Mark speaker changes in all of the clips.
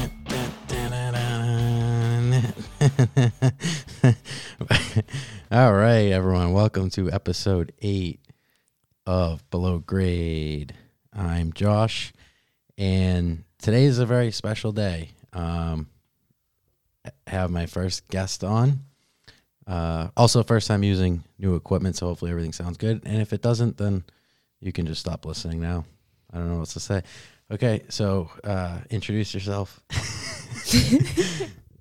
Speaker 1: All right, everyone. Welcome to episode eight of Below Grade. I'm Josh, and today is a very special day. Um, I have my first guest on. Uh, also, first time using new equipment, so hopefully everything sounds good. And if it doesn't, then you can just stop listening now. I don't know what to say. Okay, so uh, introduce yourself.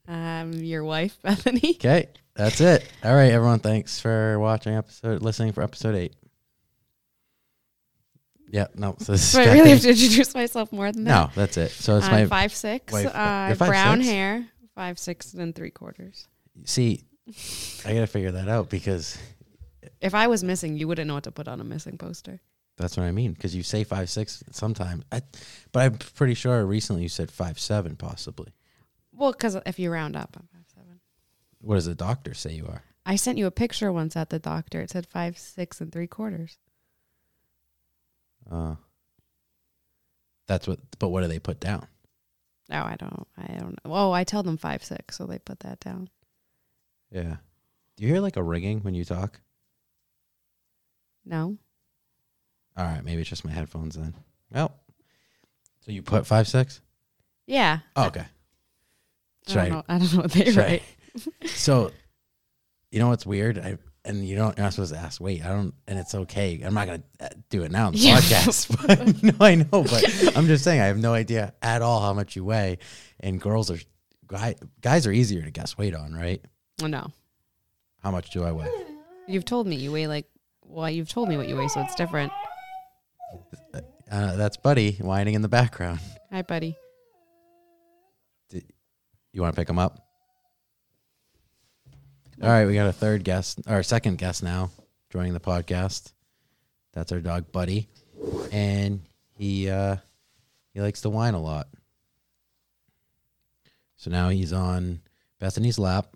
Speaker 2: I'm Um, your wife, Bethany.
Speaker 1: Okay, that's it. All right, everyone. Thanks for watching episode, listening for episode eight. Yeah, no. So this is
Speaker 2: Do I really have to introduce myself more than that?
Speaker 1: no, that's it. So it's my
Speaker 2: I'm five six.
Speaker 1: wife.
Speaker 2: Uh,
Speaker 1: You're five
Speaker 2: brown
Speaker 1: six?
Speaker 2: hair, five six and three quarters.
Speaker 1: see. I gotta figure that out because
Speaker 2: If I was missing, you wouldn't know what to put on a missing poster.
Speaker 1: that's what I mean. Because you say five six sometimes, I, but I'm pretty sure recently you said five seven possibly.
Speaker 2: Well, because if you round up, I'm five seven.
Speaker 1: What does the doctor say you are?
Speaker 2: I sent you a picture once at the doctor. It said five six and three quarters.
Speaker 1: Uh, that's what. But what do they put down?
Speaker 2: No, I don't. I don't. know. Oh, I tell them five six, so they put that down.
Speaker 1: Yeah. Do you hear like a ringing when you talk?
Speaker 2: No,
Speaker 1: All right, maybe it's just my headphones then. Well, so you put five six?
Speaker 2: yeah.
Speaker 1: Oh, okay.
Speaker 2: I,
Speaker 1: Should
Speaker 2: I don't know. I don't know what they
Speaker 1: should I-
Speaker 2: write.
Speaker 1: so, you know what's weird? I and you don't. You're not supposed to ask. Wait, I don't. And it's okay. I'm not gonna uh, do it now on the
Speaker 2: Yeah.
Speaker 1: podcast. But, no, I know, but I'm just saying. I have no idea at all how much you weigh. And girls are guy, guys are easier to guess weight on, right?
Speaker 2: No,
Speaker 1: How much do I weigh?
Speaker 2: you've told me you weigh like. Well, you've told me what you weigh, so it's different.
Speaker 1: Uh, that's Buddy whining in the background.
Speaker 2: Hi, buddy.
Speaker 1: You want to pick him up? All right, we got a third guest, or second guest now, joining the podcast. That's our dog Buddy, and he uh, he likes to whine a lot. So now he's on Bethany's lap,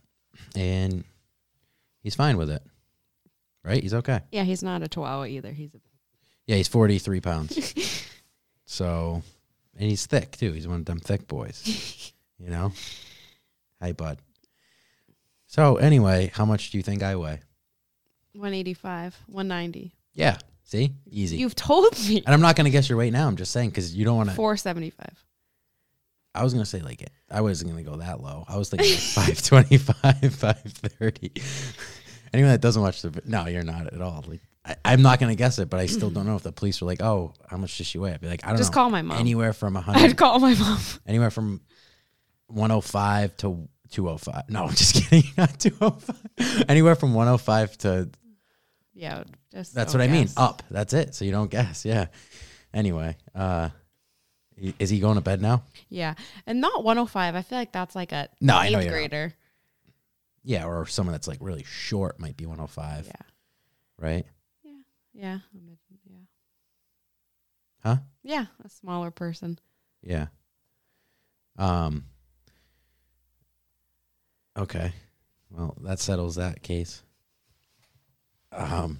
Speaker 1: and he's fine with it, right? He's okay.
Speaker 2: Yeah, he's not a chihuahua either. He's a
Speaker 1: Yeah, he's forty three pounds. so, and he's thick too. He's one of them thick boys. You know. Hey, bud. So anyway, how much do you think I weigh?
Speaker 2: 185, 190.
Speaker 1: Yeah. See, easy.
Speaker 2: You've told me
Speaker 1: and I'm not gonna guess your weight now. I'm just saying because you don't want to.
Speaker 2: 475.
Speaker 1: I was gonna say like it. I wasn't gonna go that low. I was thinking like five twenty five, five thirty. Anyone that doesn't watch the vi- no, you're not at all. Like I, I'm not gonna guess it, but I still don't know if the police were like, "Oh, how much does she weigh?" I'd be like, "I don't
Speaker 2: Just
Speaker 1: know."
Speaker 2: call my mom.
Speaker 1: Anywhere from a hundred.
Speaker 2: I'd call my mom.
Speaker 1: anywhere from 105 to 205. No, I'm just kidding. Not 205. Anywhere from 105 to
Speaker 2: Yeah, just
Speaker 1: that's
Speaker 2: don't
Speaker 1: what I mean. Uh,
Speaker 2: guess.
Speaker 1: Up. That's it. So you don't guess. Yeah. Anyway, uh i- is he going to bed now?
Speaker 2: Yeah, and not 105. I feel like that's like a
Speaker 1: No, I know
Speaker 2: eighth
Speaker 1: you're not.
Speaker 2: grader.
Speaker 1: Yeah, or someone that's like really short might be 105,
Speaker 2: Yeah,
Speaker 1: right?
Speaker 2: yeah, I'm a- yeah,
Speaker 1: Huh?
Speaker 2: yeah. A smaller person.
Speaker 1: Yeah. Um Okay. Well, that settles that case. Um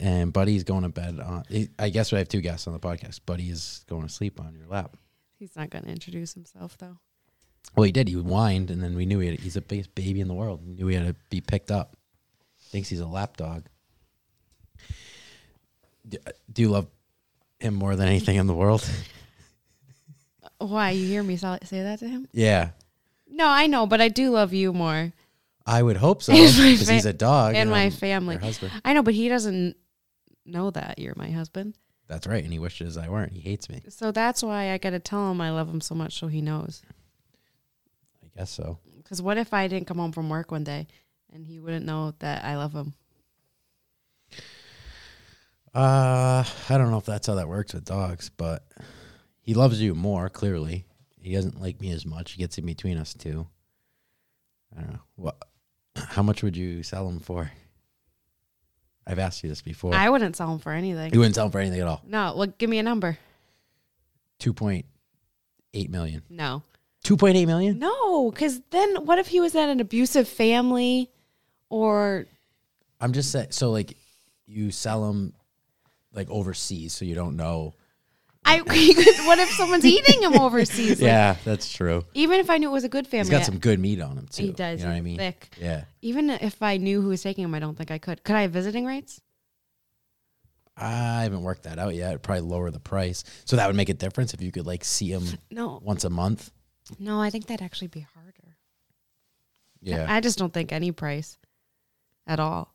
Speaker 1: and Buddy's going to bed on I- I guess we have two guests on the podcast. Buddy is going to sleep on your lap.
Speaker 2: He's not going to introduce himself though.
Speaker 1: Well, he did. He whined and then we knew he had, he's the biggest baby in the world. We knew he had to be picked up. Thinks he's a lap dog. Do, do you love him more than anything in the world?
Speaker 2: Why you hear me sal- say that to him?
Speaker 1: yeah.
Speaker 2: No, I know, but I do love you more
Speaker 1: I would hope so
Speaker 2: And my
Speaker 1: because
Speaker 2: fa-
Speaker 1: he's a dog.
Speaker 2: and my
Speaker 1: I'm
Speaker 2: family.
Speaker 1: your husband.
Speaker 2: I know, but he doesn't know that you're my husband.
Speaker 1: That's right, and he wishes I weren't. He hates me.
Speaker 2: So that's why I got to tell him I love him so much so he knows.
Speaker 1: I guess so.
Speaker 2: Because what if I didn't come home from work one day and he wouldn't know that I love him?
Speaker 1: Uh, I don't know if that's how that works with dogs, but he loves you more. Clearly, he doesn't like me as much. He gets in between us too. I don't know what. How much would you sell him for? I've asked you this before.
Speaker 2: I wouldn't sell him for
Speaker 1: you
Speaker 2: anything.
Speaker 1: wouldn't sell him for anything at all.
Speaker 2: No, well, give me a number.
Speaker 1: Two point eight million.
Speaker 2: No.
Speaker 1: Two point eight million.
Speaker 2: No, because then what if he was at an abusive family or.
Speaker 1: I'm just saying. So like, you sell him like overseas, so you don't know.
Speaker 2: I what if someone's eating him overseas? Like,
Speaker 1: yeah, that's true.
Speaker 2: Even if I knew it was a good family,
Speaker 1: He's got some good meat on him too.
Speaker 2: he does.
Speaker 1: You know what I
Speaker 2: he's
Speaker 1: mean?
Speaker 2: Thick.
Speaker 1: Yeah.
Speaker 2: Even if I knew who was taking him, I don't think I could. Could I have visiting rights?
Speaker 1: I haven't worked that out yet. It'd probably lower the price. So that would make a difference if you could like see him
Speaker 2: No,
Speaker 1: once a month.
Speaker 2: no. I think that'd actually be harder.
Speaker 1: Yeah.
Speaker 2: I just don't think any price at all.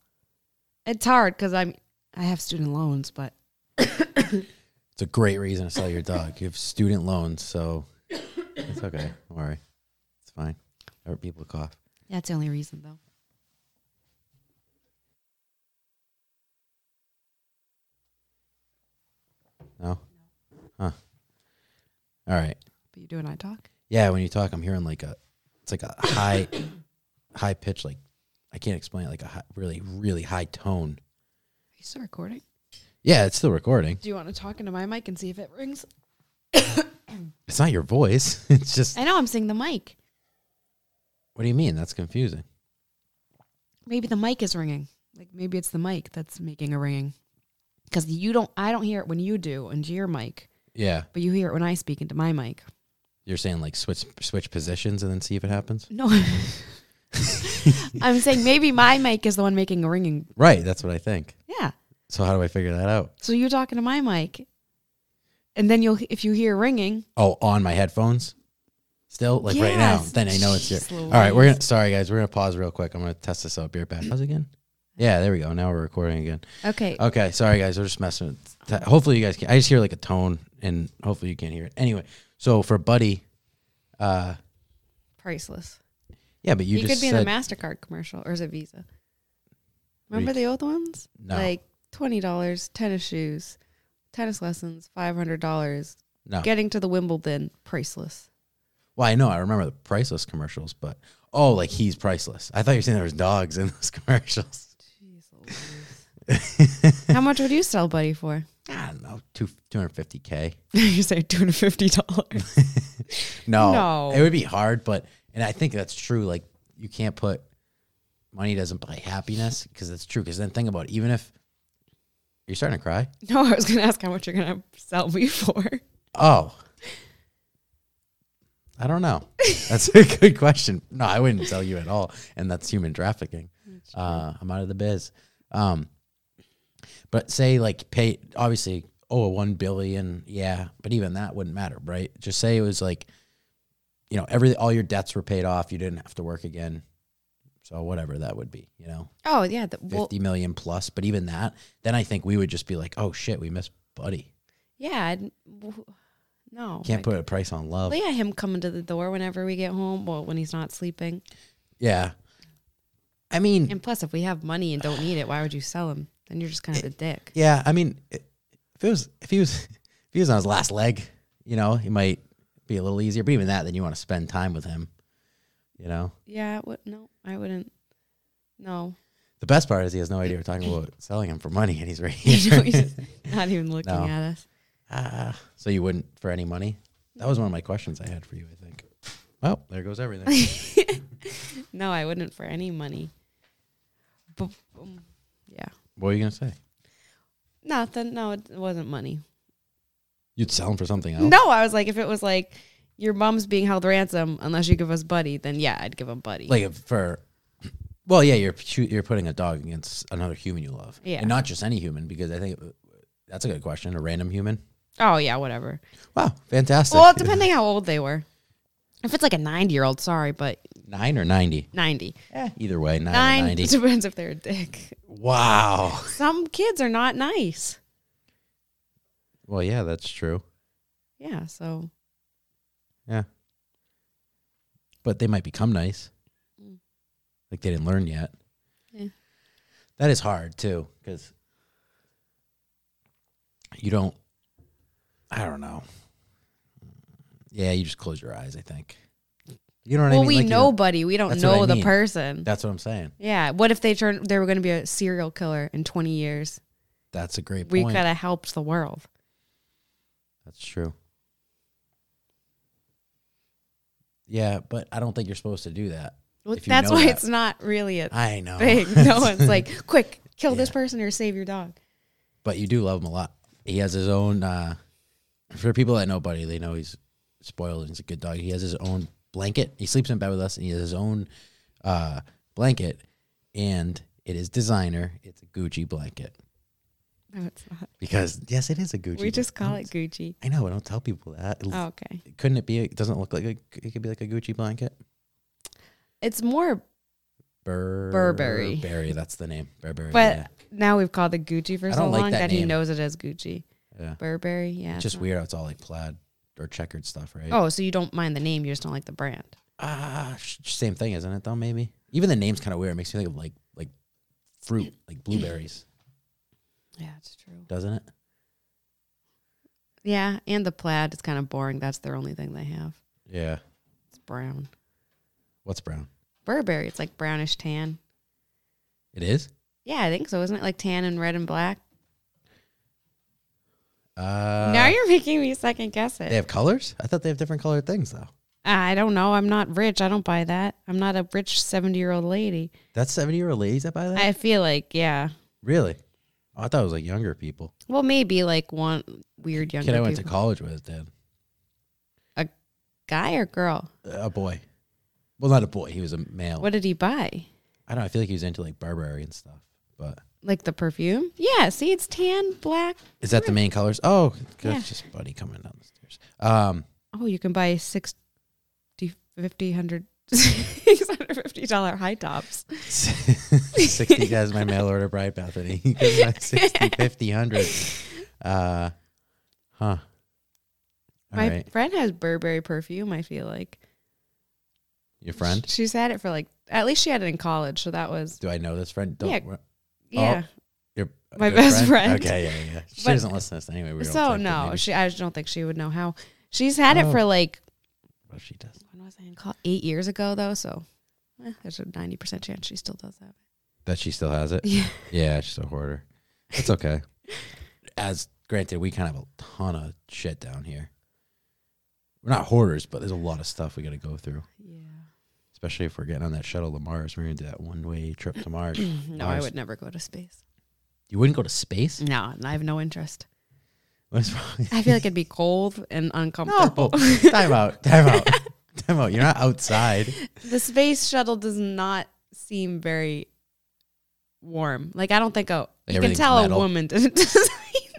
Speaker 2: It's hard because I'm I have student loans, but
Speaker 1: It's a great reason to sell your dog. You have student loans, so it's okay. Don't worry. It's fine. I heard people cough.
Speaker 2: that's the only reason though.
Speaker 1: No? Huh. All right.
Speaker 2: But you do and I talk.
Speaker 1: Yeah, when you talk, I'm hearing like a, it's like a high, high pitch, like, I can't explain it, like a high, really, really high tone.
Speaker 2: Are you still recording?
Speaker 1: Yeah, it's still recording.
Speaker 2: Do you want to talk into my mic and see if it rings?
Speaker 1: It's not your voice. It's just,
Speaker 2: I know I'm seeing the mic.
Speaker 1: what do you mean? That's confusing.
Speaker 2: Maybe the mic is ringing. Like maybe it's the mic that's making a ringing. Because you don't, I don't hear it when you do into your mic,
Speaker 1: Yeah.
Speaker 2: but you hear it when I speak into my mic.
Speaker 1: You're saying like switch, switch positions and then see if it happens?
Speaker 2: No, I'm saying maybe my mic is the one making a ringing.
Speaker 1: Right. That's what I think.
Speaker 2: Yeah.
Speaker 1: So how do I figure that out?
Speaker 2: So you talking to my mic, and then you'll if you hear ringing,
Speaker 1: Oh, on my headphones? Still? Like right now.
Speaker 2: Yes.
Speaker 1: Then I know it's your.
Speaker 2: Jeez
Speaker 1: All right, we're
Speaker 2: Louise.
Speaker 1: gonna sorry guys, we're gonna pause real quick. I'm gonna test this out. Be right back. Pause again. Yeah, there we go. Now we're recording again.
Speaker 2: Okay.
Speaker 1: Okay, sorry guys, we're just messing with te- hopefully you guys can I just hear like a tone and hopefully you can't hear it. Anyway, so for Buddy, uh
Speaker 2: priceless.
Speaker 1: yeah, but you,
Speaker 2: You,
Speaker 1: just
Speaker 2: could be
Speaker 1: said
Speaker 2: in a Mastercard commercial, or is it Visa? Remember the old ones?
Speaker 1: no,
Speaker 2: Like twenty dollars, tennis shoes, tennis lessons, five hundred dollars,
Speaker 1: no.
Speaker 2: getting to the Wimbledon, priceless.
Speaker 1: well, I know, I remember the priceless commercials, but oh like he's priceless. I thought you were saying there was dogs in those commercials.
Speaker 2: Jeez How much would you sell Buddy for?
Speaker 1: I don't know, two two hundred fifty K.
Speaker 2: you say two hundred fifty dollars.
Speaker 1: No,
Speaker 2: No.
Speaker 1: it would be hard, but and I think that's true. Like you can't put money doesn't buy happiness because that's true. Because then think about it, even if you're starting to cry,
Speaker 2: No, I was gonna ask how much you're gonna sell me for.
Speaker 1: oh, I don't know. That's a good question. No, I wouldn't tell you at all, and that's human trafficking. Uh, I'm out of the biz. Um, but say like pay obviously oh one billion yeah, but even that wouldn't matter, right? Just say it was like you know every all your debts were paid off, you didn't have to work again, so whatever that would be, you know,
Speaker 2: Oh yeah, the, well,
Speaker 1: fifty million plus. But even that, then I think we would just be like oh shit, we missed Buddy.
Speaker 2: yeah. I'd, w- no,
Speaker 1: Can't
Speaker 2: Oh my-
Speaker 1: put a price on love.
Speaker 2: Well, yeah, him coming to the door whenever we get home. Well, when he's not sleeping.
Speaker 1: Yeah, I mean
Speaker 2: And plus, if we have money and don't need it, why would you sell him? Then you're just kind of a dick.
Speaker 1: Yeah, I mean, i- if it was if he was if he was on his last leg, you know, he might be a little easier. But even that, then you want to spend time with him. You know,
Speaker 2: Yeah, what? No, I wouldn't. No,
Speaker 1: the best part is he has no idea we're talking about selling him for money, and he's right
Speaker 2: You know, he's
Speaker 1: here.
Speaker 2: just not even looking
Speaker 1: No.
Speaker 2: at us.
Speaker 1: Ah, so you wouldn't for any money? That was one of my questions I had for you. I think. Well, there goes everything.
Speaker 2: No, I wouldn't for any money. But, um, yeah,
Speaker 1: what were you gonna say?
Speaker 2: nothing. No, it wasn't money.
Speaker 1: You'd sell him for something else?
Speaker 2: No, I was like, if it was like your mom's being held ransom unless you give us Buddy, then yeah, I'd give him Buddy.
Speaker 1: Like if for. Well, yeah, you're shoo- you're putting a dog against another human you love,
Speaker 2: Yeah.
Speaker 1: and not just any human because I think uh, that's a good question. A random human,
Speaker 2: oh yeah, whatever.
Speaker 1: Wow, fantastic.
Speaker 2: Well, depending how old they were. If it's like a 90 year old, sorry, but
Speaker 1: Nine or 90?
Speaker 2: 90.
Speaker 1: Either way, nine, or
Speaker 2: Nine
Speaker 1: 90.
Speaker 2: depends if they're a dick.
Speaker 1: Wow.
Speaker 2: Some kids are not nice.
Speaker 1: Well, yeah, that's true.
Speaker 2: Yeah, so
Speaker 1: Yeah. But they might become nice.
Speaker 2: Mm.
Speaker 1: Like they didn't learn yet.
Speaker 2: Yeah.
Speaker 1: That is hard, too, because you don't, I don't know. Yeah, you just close your eyes, I think. You know what I
Speaker 2: well,
Speaker 1: mean?
Speaker 2: we
Speaker 1: Like, you
Speaker 2: know
Speaker 1: don't-
Speaker 2: Buddy. We don't
Speaker 1: That's what I
Speaker 2: know the
Speaker 1: mean.
Speaker 2: person.
Speaker 1: That's what I'm saying.
Speaker 2: yeah. What if they turned? They were going to be a serial killer in 20 years.
Speaker 1: That's a great
Speaker 2: We
Speaker 1: point.
Speaker 2: could have helped the world.
Speaker 1: That's true. Yeah, but I don't think you're supposed to do that.
Speaker 2: Well,
Speaker 1: If you
Speaker 2: that's
Speaker 1: know
Speaker 2: why
Speaker 1: that.
Speaker 2: it's not really a
Speaker 1: I know.
Speaker 2: thing. No one's like, quick, kill this
Speaker 1: Yeah.
Speaker 2: person or save your dog.
Speaker 1: But you do love him a lot. He has his own uh for people that know Buddy, they know he's spoiled and he's a good dog. He has his own blanket. He sleeps in bed with us, and he has his own uh, blanket, and it is designer. It's a Gucci blanket
Speaker 2: No, it's not.
Speaker 1: because yes, it is a Gucci.
Speaker 2: we just
Speaker 1: blanket.
Speaker 2: call it Gucci.
Speaker 1: I know. I don't tell people that.
Speaker 2: Oh, okay.
Speaker 1: Couldn't it be? It doesn't look like a, it could be like a Gucci blanket.
Speaker 2: It's more,
Speaker 1: Bur-
Speaker 2: Burberry.
Speaker 1: Burberry. That's the name. Burberry.
Speaker 2: but
Speaker 1: yeah.
Speaker 2: now we've called it Gucci for
Speaker 1: I
Speaker 2: so
Speaker 1: don't like
Speaker 2: long
Speaker 1: that
Speaker 2: that, he
Speaker 1: name.
Speaker 2: knows it as Gucci.
Speaker 1: Yeah.
Speaker 2: Burberry, yeah.
Speaker 1: it's
Speaker 2: it's
Speaker 1: just
Speaker 2: not-
Speaker 1: weird. How it's all like plaid or checkered stuff, right?
Speaker 2: Oh, so you don't mind the name, you just don't like the brand.
Speaker 1: Ah, sh- same thing, isn't it? Though maybe even the name's kind of weird. It makes me think of like like fruit, like blueberries,
Speaker 2: Yeah, it's true.
Speaker 1: doesn't it?
Speaker 2: Yeah, and the plaid is kind of boring. That's their only thing they have.
Speaker 1: Yeah.
Speaker 2: It's brown.
Speaker 1: What's brown?
Speaker 2: Burberry, it's like brownish tan.
Speaker 1: It is.
Speaker 2: Yeah, I think so. Isn't it like tan and red and black?
Speaker 1: Uh,
Speaker 2: now you're making me second guess it. Uh,
Speaker 1: they have colors. I thought they have different colored things though.
Speaker 2: I don't know. I'm not rich. I don't buy that. I'm not a rich 70 year old lady.
Speaker 1: That's seventy year old ladies that buy that.
Speaker 2: I feel like, yeah.
Speaker 1: really? Oh, I thought it was like younger people.
Speaker 2: Well, maybe like one weird younger
Speaker 1: Kid I went to
Speaker 2: people.
Speaker 1: college with then
Speaker 2: guy or girl.
Speaker 1: Uh, a boy. Well, not a boy. He was a male.
Speaker 2: What did he buy?
Speaker 1: I don't. know. I feel like he was into like Burberry and stuff. But
Speaker 2: Like the perfume? Yeah. See, it's tan, black.
Speaker 1: is that the main colors? Oh, that's
Speaker 2: Yeah.
Speaker 1: just Buddy coming down the stairs. Um,
Speaker 2: Oh, you can buy 60, 50, 100, $650 high tops.
Speaker 1: 60 guys my mail order bride bethany you can buy 60 50 100 uh huh All
Speaker 2: My
Speaker 1: right,
Speaker 2: friend has Burberry perfume, I feel like.
Speaker 1: your friend
Speaker 2: She's had it for like, at least she had it in college. So that was,
Speaker 1: do i know this friend don't
Speaker 2: Yeah.
Speaker 1: yeah, Oh,
Speaker 2: yeah.
Speaker 1: your a
Speaker 2: My
Speaker 1: good
Speaker 2: best friend.
Speaker 1: okay yeah yeah she
Speaker 2: But-
Speaker 1: doesn't listen to this anyway we don't
Speaker 2: So
Speaker 1: talk, but
Speaker 2: no,
Speaker 1: maybe-
Speaker 2: she. I just don't think she would know how. She's had it
Speaker 1: Oh.
Speaker 2: for like
Speaker 1: well, she does
Speaker 2: when was I in college? Eight years ago though, so eh, there's a ninety percent chance she still does that.
Speaker 1: that she still has it
Speaker 2: Yeah,
Speaker 1: yeah she's a hoarder it's okay as granted we kind of have a ton of shit down here we're not hoarders but there's a lot of stuff we gotta go through
Speaker 2: yeah.
Speaker 1: especially if we're getting on that shuttle to mars we're gonna do that one-way trip to mars
Speaker 2: no, I Mm.
Speaker 1: Mars.
Speaker 2: would never go to space.
Speaker 1: You wouldn't go to space?
Speaker 2: No, and I have no interest.
Speaker 1: What is wrong?
Speaker 2: I feel like it'd be cold and
Speaker 1: No.
Speaker 2: uncomfortable.
Speaker 1: time out. Time out. Time out. You're not outside.
Speaker 2: The space shuttle does not seem very warm. Like I don't think a you can
Speaker 1: everything's
Speaker 2: tell
Speaker 1: metal.
Speaker 2: a woman didn't design it.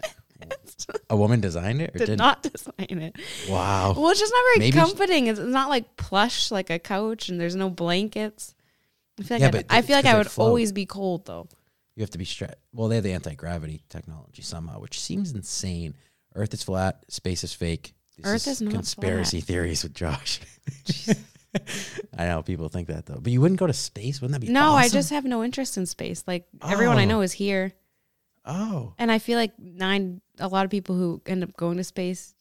Speaker 1: A woman designed it or
Speaker 2: Did
Speaker 1: didn't?
Speaker 2: not design it.
Speaker 1: Wow.
Speaker 2: Well, it's just not very
Speaker 1: Maybe sh-
Speaker 2: comforting. It's it's not like plush like a couch, and there's no blankets. I feel like
Speaker 1: Yeah,
Speaker 2: I'd-
Speaker 1: but
Speaker 2: I
Speaker 1: it's
Speaker 2: feel like
Speaker 1: 'cause
Speaker 2: I
Speaker 1: they
Speaker 2: would
Speaker 1: float.
Speaker 2: always be cold though.
Speaker 1: You have to be strapped. Well, they have the anti gravity technology somehow, which seems insane. Earth is flat. Space is fake. This
Speaker 2: Earth is not
Speaker 1: conspiracy theories with Josh. I know people think that though, but you wouldn't go to space. Wouldn't that be
Speaker 2: No, I
Speaker 1: awesome?
Speaker 2: just have no interest in space. Like everyone I
Speaker 1: Oh.
Speaker 2: know is here,
Speaker 1: oh
Speaker 2: and I feel like nine a lot of people who end up going to space,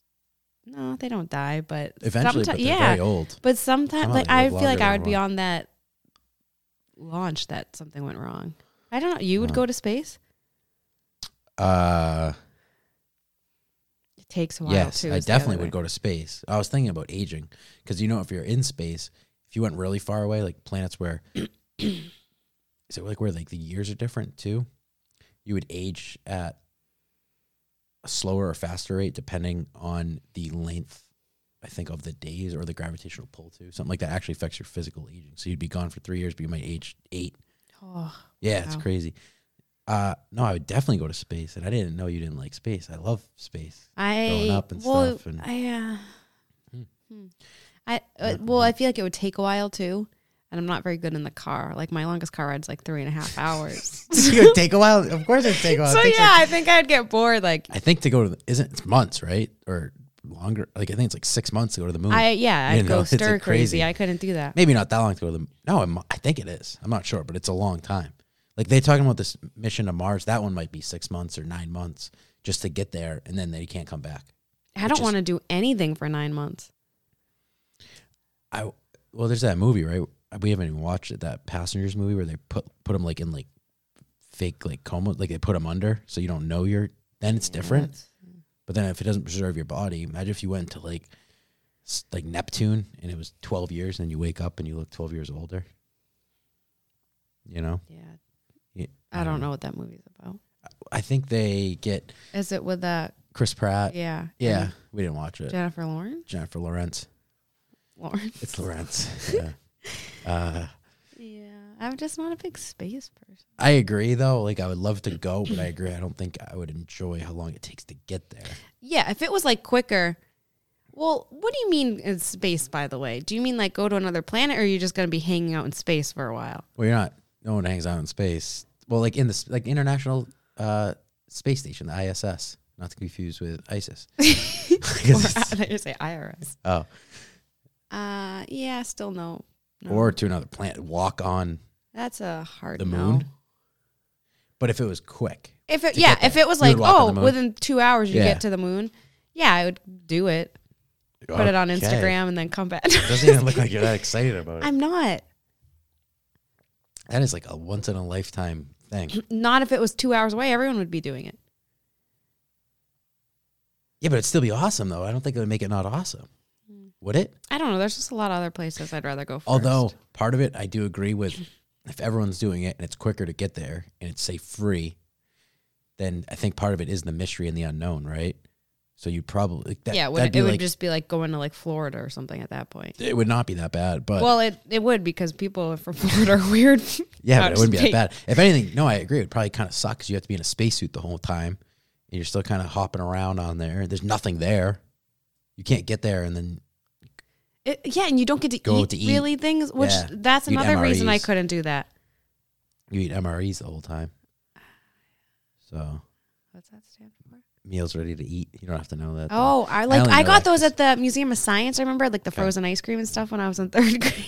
Speaker 2: no, they don't die, but
Speaker 1: eventually,
Speaker 2: someti-
Speaker 1: but they're
Speaker 2: yeah,
Speaker 1: very old.
Speaker 2: but sometimes
Speaker 1: Somehow
Speaker 2: like
Speaker 1: they live
Speaker 2: I feel like
Speaker 1: longer
Speaker 2: I
Speaker 1: than
Speaker 2: would be on that launch that something went wrong. I don't know. You would
Speaker 1: Huh.
Speaker 2: go to space.
Speaker 1: Uh,
Speaker 2: It takes a while.
Speaker 1: Yes,
Speaker 2: too,
Speaker 1: I
Speaker 2: is the other
Speaker 1: definitely would
Speaker 2: thing.
Speaker 1: go to space. I was thinking about aging because you know if you're in space, if you went really far away, like planets where, is it like where like the years are different too? You would age at a slower or faster rate depending on the length, I think, of the days or the gravitational pull to something like that actually affects your physical aging. So you'd be gone for three years, but you might age eight.
Speaker 2: Oh,
Speaker 1: Yeah, it's
Speaker 2: Wow.
Speaker 1: crazy. Uh, no, I would definitely go to space, and I didn't know you didn't like space. I love space.
Speaker 2: I
Speaker 1: up and
Speaker 2: well,
Speaker 1: stuff and-
Speaker 2: I, uh,
Speaker 1: Hmm.
Speaker 2: hmm. I uh,
Speaker 1: Not
Speaker 2: well, I feel like it would take a while too, and I'm not very good in the car. Like my longest car ride's like three and a half hours. so
Speaker 1: it would take a while. Of course, it would take a
Speaker 2: yeah,
Speaker 1: while. It takes, like-
Speaker 2: I think I'd get bored. Like
Speaker 1: I think to go to the, isn't it's months, right? Or longer? Like I think it's like six months to go to the moon.
Speaker 2: I yeah,
Speaker 1: Oh, You
Speaker 2: I'd
Speaker 1: know,
Speaker 2: go
Speaker 1: it's, like,
Speaker 2: stir crazy.
Speaker 1: crazy.
Speaker 2: I couldn't do that.
Speaker 1: Maybe not that long to go to the. m- No, I'm, I think it is. I'm not sure, but it's a long time. Like they're talking about this mission to Mars. That one might be six months or nine months just to get there, and then they can't come back.
Speaker 2: I don't
Speaker 1: is-
Speaker 2: want to do anything for nine months.
Speaker 1: I well, there's that movie, right? We haven't even watched it. That Passengers movie where they put put them like in like fake like coma, like they put them under, so you don't know you're. Then it's different. But then if it doesn't preserve your body, imagine if you went to like s- like Neptune and it was 12 years and then you wake up and you look 12 years older. You know?
Speaker 2: Yeah,
Speaker 1: Yeah, uh,
Speaker 2: I don't know what that movie's about.
Speaker 1: I think they get
Speaker 2: Is it with uh
Speaker 1: Chris Pratt. Yeah,
Speaker 2: Yeah. And
Speaker 1: we didn't watch it.
Speaker 2: Jennifer Lawrence.
Speaker 1: Jennifer Lawrence.
Speaker 2: Lawrence.
Speaker 1: It's Lawrence. yeah. Uh,
Speaker 2: Yeah. I'm just not a big space person.
Speaker 1: I agree though. Like I would love to go, but I agree. I don't think I would enjoy how long it takes to get there.
Speaker 2: Yeah. If it was like quicker. Well, what do you mean in space, by the way? Do you mean like go to another planet or are you just going to be hanging out in space for a while?
Speaker 1: Well, you're not. No one hangs out in space. Well, like in the s- like International uh, Space Station, the ISS, not to confuse with ISIS. 'Cause it's-
Speaker 2: I just say IRS.
Speaker 1: oh,
Speaker 2: Uh, yeah, still no. No.
Speaker 1: or to another planet, walk on
Speaker 2: That's a hard
Speaker 1: the
Speaker 2: no.
Speaker 1: moon. But if it was quick,
Speaker 2: If it,
Speaker 1: to
Speaker 2: yeah,
Speaker 1: get
Speaker 2: if
Speaker 1: there.
Speaker 2: it was
Speaker 1: You would
Speaker 2: like,
Speaker 1: walk on
Speaker 2: oh,
Speaker 1: the moon?
Speaker 2: within two hours you
Speaker 1: Yeah.
Speaker 2: get to the moon, yeah, I would do it. Put it on
Speaker 1: Okay.
Speaker 2: Instagram and then come back.
Speaker 1: Doesn't even look like you're that excited about it.
Speaker 2: I'm not.
Speaker 1: That is like a once in a lifetime thing.
Speaker 2: Not if it was two hours away. Everyone would be doing it.
Speaker 1: Yeah, but it'd still be awesome though. I don't think it would make it not awesome. Would it?
Speaker 2: I don't know. There's just a lot of other places I'd rather go. First.
Speaker 1: Although part of it, I do agree with. If everyone's doing it and it's quicker to get there and it's say free, then I think part of it is the mystery and the unknown, right? So you probably like, that,
Speaker 2: yeah, it
Speaker 1: that'd
Speaker 2: would,
Speaker 1: be
Speaker 2: it would
Speaker 1: like-
Speaker 2: just be like going to like Florida or something at that point.
Speaker 1: it would not be that bad, but
Speaker 2: well, it, it would because people from Florida are weird.
Speaker 1: yeah,
Speaker 2: I'm
Speaker 1: but it wouldn't be
Speaker 2: just
Speaker 1: that bad. If anything, no, I agree. It would probably kind of suck because you have to be in a spacesuit the whole time and you're still kind of hopping around on there. There's nothing there. You can't get there and then
Speaker 2: It- yeah, and you don't get to,
Speaker 1: Go
Speaker 2: eat,
Speaker 1: to eat.
Speaker 2: really things, which
Speaker 1: Yeah.
Speaker 2: that's
Speaker 1: Eat
Speaker 2: another reason I
Speaker 1: MREs.
Speaker 2: couldn't do that.
Speaker 1: you eat MREs the whole time. So
Speaker 2: What's that stand for?
Speaker 1: meals ready to eat. You don't have to know that. though.
Speaker 2: Oh, I like
Speaker 1: only
Speaker 2: I,
Speaker 1: know
Speaker 2: got
Speaker 1: that
Speaker 2: those
Speaker 1: 'cause-
Speaker 2: at the Museum of Science. I remember like the
Speaker 1: Okay.
Speaker 2: frozen ice cream and stuff when I was in third grade.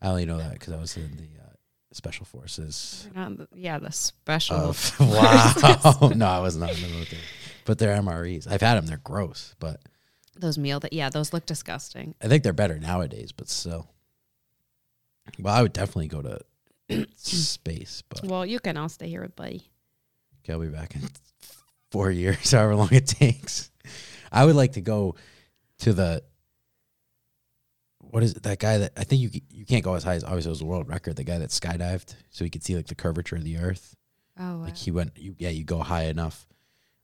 Speaker 1: I only know that because I was in the uh, special forces.
Speaker 2: Not the- yeah, the special.
Speaker 1: Of wow, no, I was not in the military. But they're MREs. I've had them. They're gross, but
Speaker 2: Those meal that yeah, those look disgusting.
Speaker 1: I think they're better nowadays. But still, well, I would definitely go to space. But
Speaker 2: Well, you can all stay here with Buddy.
Speaker 1: okay, I'll be back in four years, however long it takes. I would like to go to the. What is it, that guy that I think you c- you can't go as high as obviously it was a world record. The guy that skydived so he could see like the curvature of the earth.
Speaker 2: Oh, wow.
Speaker 1: Like he went, you, yeah, you go high enough.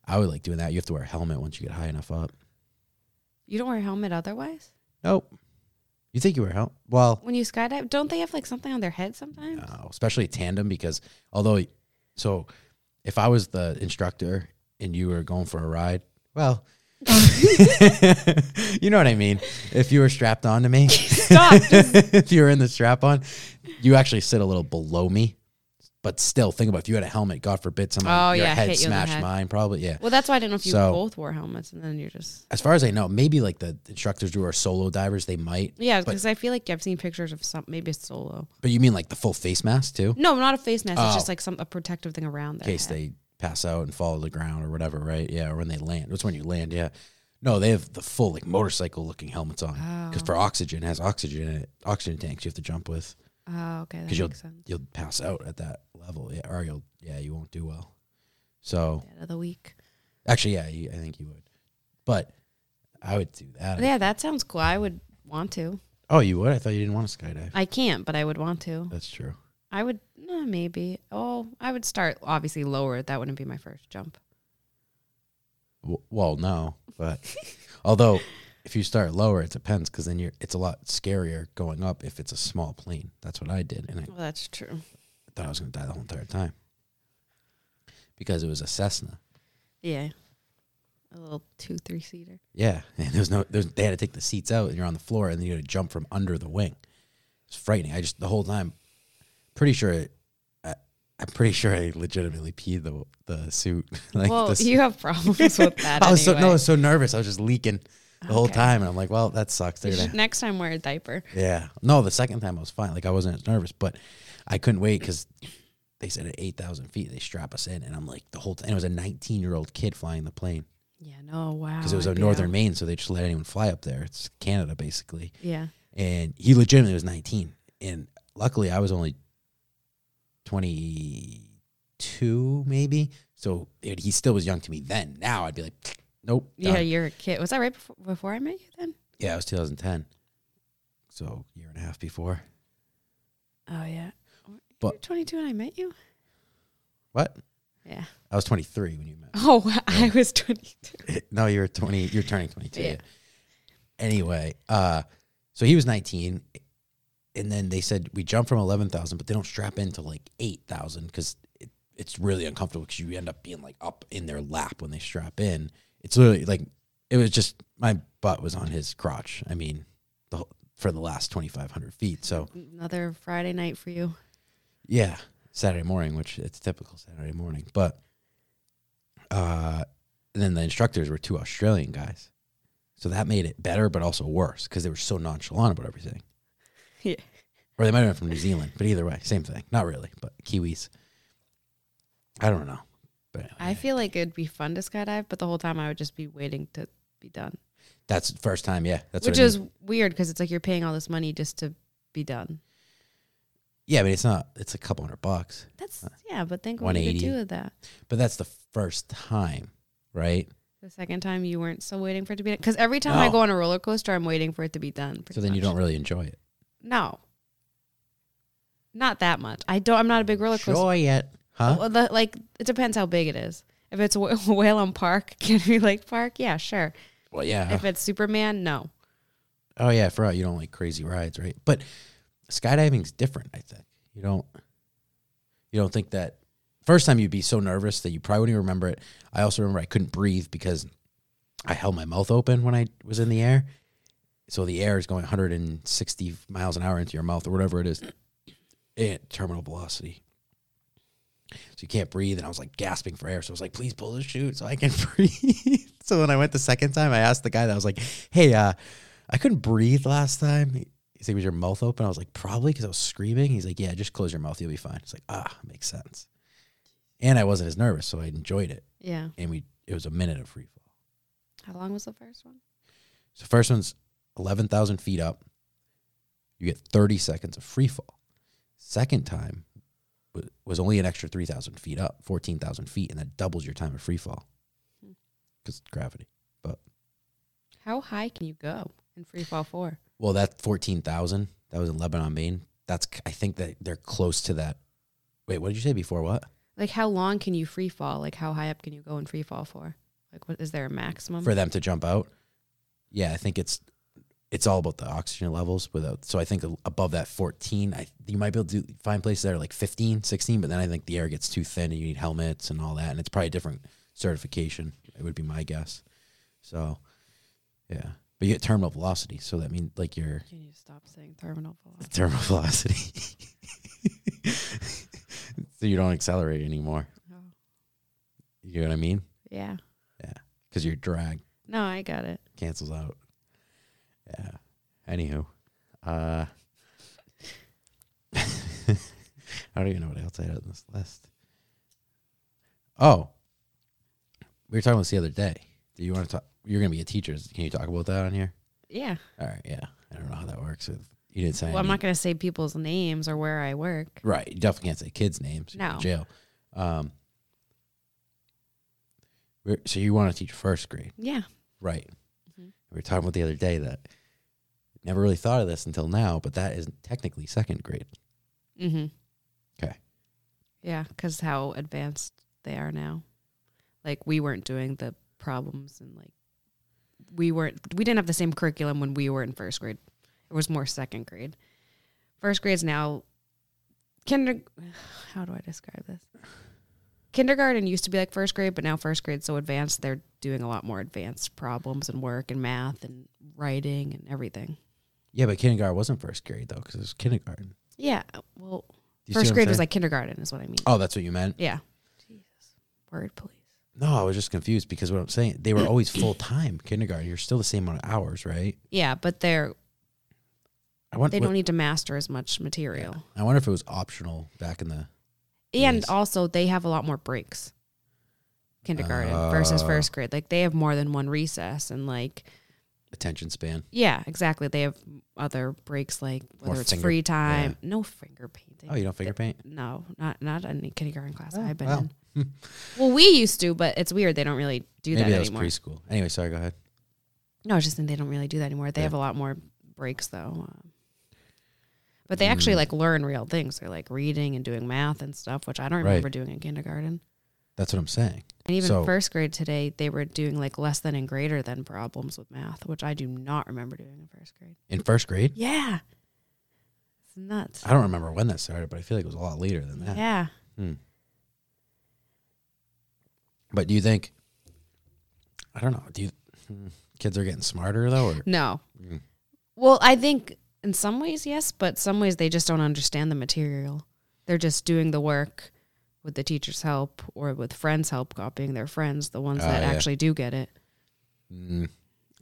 Speaker 1: I would like doing that. You have to wear a helmet once you get high enough up.
Speaker 2: you don't wear a helmet otherwise
Speaker 1: Nope. You think you wear helmet? Well,
Speaker 2: when you skydive? Don't they have like something on their head sometimes?
Speaker 1: no, Uh, especially tandem because although, so if I was the instructor and you were going for a ride, well, you know what I mean. If you were strapped on to me,
Speaker 2: Stop. just-
Speaker 1: if you were in the strap on, you actually sit a little below me. But still, think about if you had a helmet. God forbid, someone
Speaker 2: Oh,
Speaker 1: your
Speaker 2: yeah,
Speaker 1: head
Speaker 2: hit you in the
Speaker 1: smashed
Speaker 2: head.
Speaker 1: mine. Probably, yeah.
Speaker 2: well, that's why I didn't know if you
Speaker 1: So-
Speaker 2: both wore helmets, and then you're just
Speaker 1: as far as I know, maybe like the instructors who are solo divers, they might.
Speaker 2: yeah, because I feel like I've seen pictures of some maybe a solo.
Speaker 1: But you mean like the full face mask too,
Speaker 2: No, not a face mask. It's
Speaker 1: Oh.
Speaker 2: just like some a protective thing around
Speaker 1: in
Speaker 2: their
Speaker 1: case
Speaker 2: head.
Speaker 1: they pass out and fall to the ground or whatever, right? Yeah, or when they land. That's when you land. Yeah. No, they have the full like motorcycle looking helmets on because for oxygen it has oxygen in it, oxygen tanks you have to jump with
Speaker 2: oh, okay, that
Speaker 1: because you'll
Speaker 2: makes sense.
Speaker 1: you'll pass out at that level. Yeah, or you'll yeah you won't do well. So
Speaker 2: Dead of the week.
Speaker 1: actually, yeah, you, I think you would, but I would do that.
Speaker 2: Yeah, that sounds cool. I would want to.
Speaker 1: Oh, you would? I thought you didn't want to skydive.
Speaker 2: I can't, but I would want to.
Speaker 1: That's true.
Speaker 2: I would no, maybe. Oh, I would start obviously lower. That wouldn't be my first jump.
Speaker 1: W- well no but although if you start lower it depends because then you're it's a lot scarier going up if it's a small plane that's what i did and i
Speaker 2: Well, that's true.
Speaker 1: thought i was going to die the whole entire time because it was a cessna
Speaker 2: Yeah, a little two three seater.
Speaker 1: yeah and there's no there's, they had to take the seats out and you're on the floor and then you had to jump from under the wing it's frightening i just the whole time pretty sure it, I, i'm pretty sure i legitimately peed the the suit like
Speaker 2: well,
Speaker 1: this
Speaker 2: you have problems with that.
Speaker 1: i was so no I
Speaker 2: anyway.
Speaker 1: was so nervous i was just leaking the whole
Speaker 2: Okay.
Speaker 1: time and i'm like well that sucks they're
Speaker 2: You
Speaker 1: gonna
Speaker 2: should next time wear a diaper.
Speaker 1: Yeah. No, the second time I was fine. Like I wasn't as nervous, but I couldn't wait because they said at eight thousand feet they strap us in, and I'm like the whole time. It was a nineteen year old kid flying the plane
Speaker 2: Yeah. No. Wow.
Speaker 1: because it was
Speaker 2: I'd
Speaker 1: up
Speaker 2: be
Speaker 1: northern
Speaker 2: out.
Speaker 1: Maine, so they just let anyone fly up there. It's Canada basically,
Speaker 2: Yeah.
Speaker 1: and he legitimately was nineteen, and luckily I was only twenty two maybe, so it, he still was young to me then. Now I'd be like, nope.
Speaker 2: Yeah.
Speaker 1: done.
Speaker 2: You're a kid. Was that right before, before I met you then?
Speaker 1: yeah. It was 2010, so year and a half before.
Speaker 2: Oh yeah.
Speaker 1: But-
Speaker 2: you were 22 and I met you.
Speaker 1: What?
Speaker 2: Yeah.
Speaker 1: I was 23 when you met.
Speaker 2: Oh, I was 22.
Speaker 1: no, you're 20. You're turning 22.
Speaker 2: Yeah.
Speaker 1: yeah. Anyway, uh, so he was 19, and then they said we jump from 11,000, but they don't strap in to like 8,000 because it, it's really uncomfortable because you end up being like up in their lap when they strap in. It's literally like it was just my butt was on his crotch. I mean, the whole, for the last 2,500 feet. So
Speaker 2: Another Friday night for you.
Speaker 1: Oh, yeah, Saturday morning, which it's typical Saturday morning, but uh, and then the instructors were two Australian guys, so that made it better, but also worse because they were so nonchalant about everything.
Speaker 2: Yeah.
Speaker 1: Or they might have been from New Zealand, but either way, same thing. Not really, but Kiwis. I don't know, but anyway,
Speaker 2: I feel like it'd be fun to skydive, but the whole time I would just be waiting to be done,
Speaker 1: that's the first time. Yeah, that's
Speaker 2: which
Speaker 1: what I mean.
Speaker 2: is weird because it's like you're paying all this money just to be done.
Speaker 1: yeah, but it's not. It's a couple hundred bucks,
Speaker 2: That's yeah, but think what you could
Speaker 1: 180.
Speaker 2: do with that.
Speaker 1: but that's the first time, right?
Speaker 2: The second time you weren't still waiting for it to be done because every time I
Speaker 1: No.
Speaker 2: go on a roller coaster, I'm waiting for it to be done.
Speaker 1: so
Speaker 2: pretty
Speaker 1: then you
Speaker 2: much.
Speaker 1: don't really enjoy it.
Speaker 2: No, not that much. I don't. I'm not a big roller coaster.
Speaker 1: Enjoy it, huh?
Speaker 2: Well, the, like it depends how big it is. If it's Wh- Whalen Park, Kennedy Lake Park, yeah, sure.
Speaker 1: Well, yeah.
Speaker 2: If it's Superman, no.
Speaker 1: Oh yeah, for you don't like crazy rides, right? But skydiving's different, I think. You don't you don't think that first time you'd be so nervous that you probably wouldn't even remember it. I also remember I couldn't breathe because I held my mouth open when I was in the air. So the air is going 160 miles an hour into your mouth or whatever it is at terminal velocity. So you can't breathe. And I was like gasping for air. So I was like, please pull the chute so I can breathe. so when I went the second time, I asked the guy that I was like, hey, uh, I couldn't breathe last time. He- He's like, was your mouth open? I was like, probably because I was screaming. He's like, yeah, just close your mouth. You'll be fine. It's like, ah, makes sense. And I wasn't as nervous. So I enjoyed it.
Speaker 2: Yeah.
Speaker 1: And we, it was a minute of free fall.
Speaker 2: How long was the first one?
Speaker 1: So first one's eleven thousand feet up. You get thirty seconds of free fall. Second time wa- was only an extra three thousand feet up, fourteen thousand feet, and that doubles your time of free fall
Speaker 2: Hmm.
Speaker 1: because gravity.
Speaker 2: How high can you go in free fall four?
Speaker 1: Well, that fourteen thousand that was in Lebanon, Maine. That's c- I think that they're close to that. Wait, what did you say before? What?
Speaker 2: Like how long can you free fall? Like how high up can you go in free fall four? Like what is there a maximum?
Speaker 1: for them to jump out. Yeah, I think it's it's all about the oxygen levels without so I think a- above that 14 I you might be able to find places that are like 15, 16, but then I think the air gets too thin and you need helmets and all that and it's probably a different certification. It would be my guess. So yeah. But you get terminal velocity, so that means like your
Speaker 2: you need to stop saying terminal velocity.
Speaker 1: terminal velocity. so you don't accelerate anymore.
Speaker 2: Oh,
Speaker 1: You know what I mean?
Speaker 2: yeah.
Speaker 1: Cuz your drag
Speaker 2: No, I got it.
Speaker 1: cancels out. Yeah. Anywho, uh, I don't even know what else I had on this list. Oh, we were talking about this the other day. Do you want to talk? You're going to be a teacher. Can you talk about that on here?
Speaker 2: Yeah.
Speaker 1: All right. Yeah. I don't know how that works. With you didn't say.
Speaker 2: Well, I'm
Speaker 1: any-
Speaker 2: not going to say people's names or where I work.
Speaker 1: Right. You definitely can't say kids' names. You're in
Speaker 2: No.
Speaker 1: jail. Um. we're- So you want to teach first grade?
Speaker 2: Yeah.
Speaker 1: Right.
Speaker 2: Mhm.
Speaker 1: We were talking about the other day that never really thought of this until now, but that is technically second grade.
Speaker 2: Mm-hmm.
Speaker 1: 'Kay.
Speaker 2: Yeah, because how advanced they are now. Like we weren't doing the problems and like we weren't we didn't have the same curriculum when we were in first grade. It was more second grade. First grade's now kinder how do I describe this? Kindergarten used to be like first grade, but now first grade's so advanced they're doing a lot more advanced problems and work and math and writing and everything.
Speaker 1: Yeah, but kindergarten wasn't first grade though, because it was kindergarten.
Speaker 2: Yeah. Well
Speaker 1: Do you see what
Speaker 2: first
Speaker 1: I'm
Speaker 2: grade was
Speaker 1: saying?
Speaker 2: like kindergarten is what I mean.
Speaker 1: Oh, that's what you meant.
Speaker 2: Yeah. Jesus. Word, please.
Speaker 1: No, I was just confused because what I'm saying, they were always full time kindergarten. You're still the same amount of hours, right?
Speaker 2: Yeah, but they're
Speaker 1: I wonder.
Speaker 2: they don't e need to master as much material.
Speaker 1: I wonder if it was optional back in the.
Speaker 2: And
Speaker 1: Yes.
Speaker 2: also they have a lot more breaks. Kindergarten versus
Speaker 1: Oh.
Speaker 2: first grade. Like they have more than one recess and like
Speaker 1: Attention span.
Speaker 2: yeah, exactly. They have other breaks like
Speaker 1: More
Speaker 2: whether it's
Speaker 1: finger-
Speaker 2: free time. No finger painting.
Speaker 1: Oh, you don't finger paint?
Speaker 2: no, not not any kindergarten class
Speaker 1: Oh,
Speaker 2: I've been
Speaker 1: wow.
Speaker 2: in. well, we used to, but it's weird. They don't really do
Speaker 1: Maybe
Speaker 2: that,
Speaker 1: that was
Speaker 2: anymore.
Speaker 1: preschool. Anyway, sorry. Go ahead.
Speaker 2: No, I was just saying they don't really do that anymore. They
Speaker 1: Yeah.
Speaker 2: have a lot more breaks though. Um, But they
Speaker 1: Mm.
Speaker 2: actually like learn real things. They're like reading and doing math and stuff, which I don't
Speaker 1: Right.
Speaker 2: remember doing in kindergarten.
Speaker 1: That's what I'm saying.
Speaker 2: And even
Speaker 1: So-
Speaker 2: first grade today, they were doing like less than and greater than problems with math, which I do not remember doing in first grade.
Speaker 1: In first grade,
Speaker 2: Yeah. It's nuts.
Speaker 1: I don't remember when that started, but I feel like it was a lot later than that.
Speaker 2: Yeah.
Speaker 1: Hmm. But do you think? I don't know. Do you hmm, kids are getting smarter though? Or
Speaker 2: No.
Speaker 1: Mm.
Speaker 2: Well, I think in some ways, yes, but some ways they just don't understand the material. They're just doing the work with the teacher's help or with friends' help, copying their friends, the ones
Speaker 1: Oh,
Speaker 2: that
Speaker 1: yeah.
Speaker 2: actually do get it.
Speaker 1: Mm, the
Speaker 2: and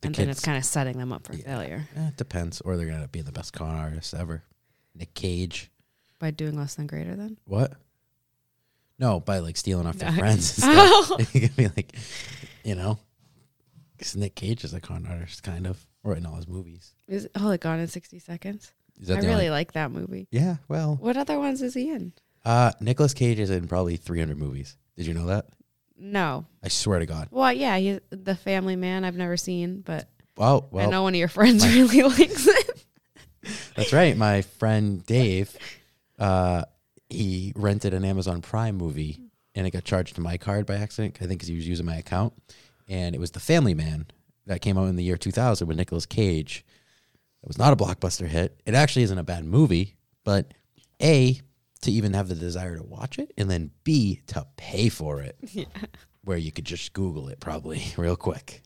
Speaker 1: kids,
Speaker 2: then it's kind of setting them up for
Speaker 1: Yeah.
Speaker 2: failure
Speaker 1: eh, it depends. Or they're gonna be the best con artist ever. Nick Cage.
Speaker 2: by doing less than greater than.
Speaker 1: What? No, by like stealing off their
Speaker 2: No.
Speaker 1: friends and stuff.
Speaker 2: Oh.
Speaker 1: you could be like, you know, 'cause Nick Cage is a con artist, kind of, or in all his movies.
Speaker 2: Is oh, like Gone in sixty seconds.
Speaker 1: Is
Speaker 2: I
Speaker 1: the only-
Speaker 2: really like that movie.
Speaker 1: yeah, well,
Speaker 2: What other ones is he in?
Speaker 1: uh, Nicholas Cage is in probably 300 movies. Did you know that?
Speaker 2: No.
Speaker 1: I swear to God.
Speaker 2: Well, yeah, he's the Family Man. I've never seen, but
Speaker 1: Oh,
Speaker 2: I
Speaker 1: well,
Speaker 2: know one of your friends
Speaker 1: my-
Speaker 2: really likes it.
Speaker 1: that's right. My friend Dave, uh, he rented an Amazon Prime movie and it got charged to my card by accident. I think 'cause he was using my account. And it was The Family Man that came out in the year 2000 with Nicolas Cage. It was not a blockbuster hit. It actually isn't a bad movie, but A, to even have the desire to watch it, and then B, to pay for it,
Speaker 2: Yeah.
Speaker 1: where you could just Google it probably real quick.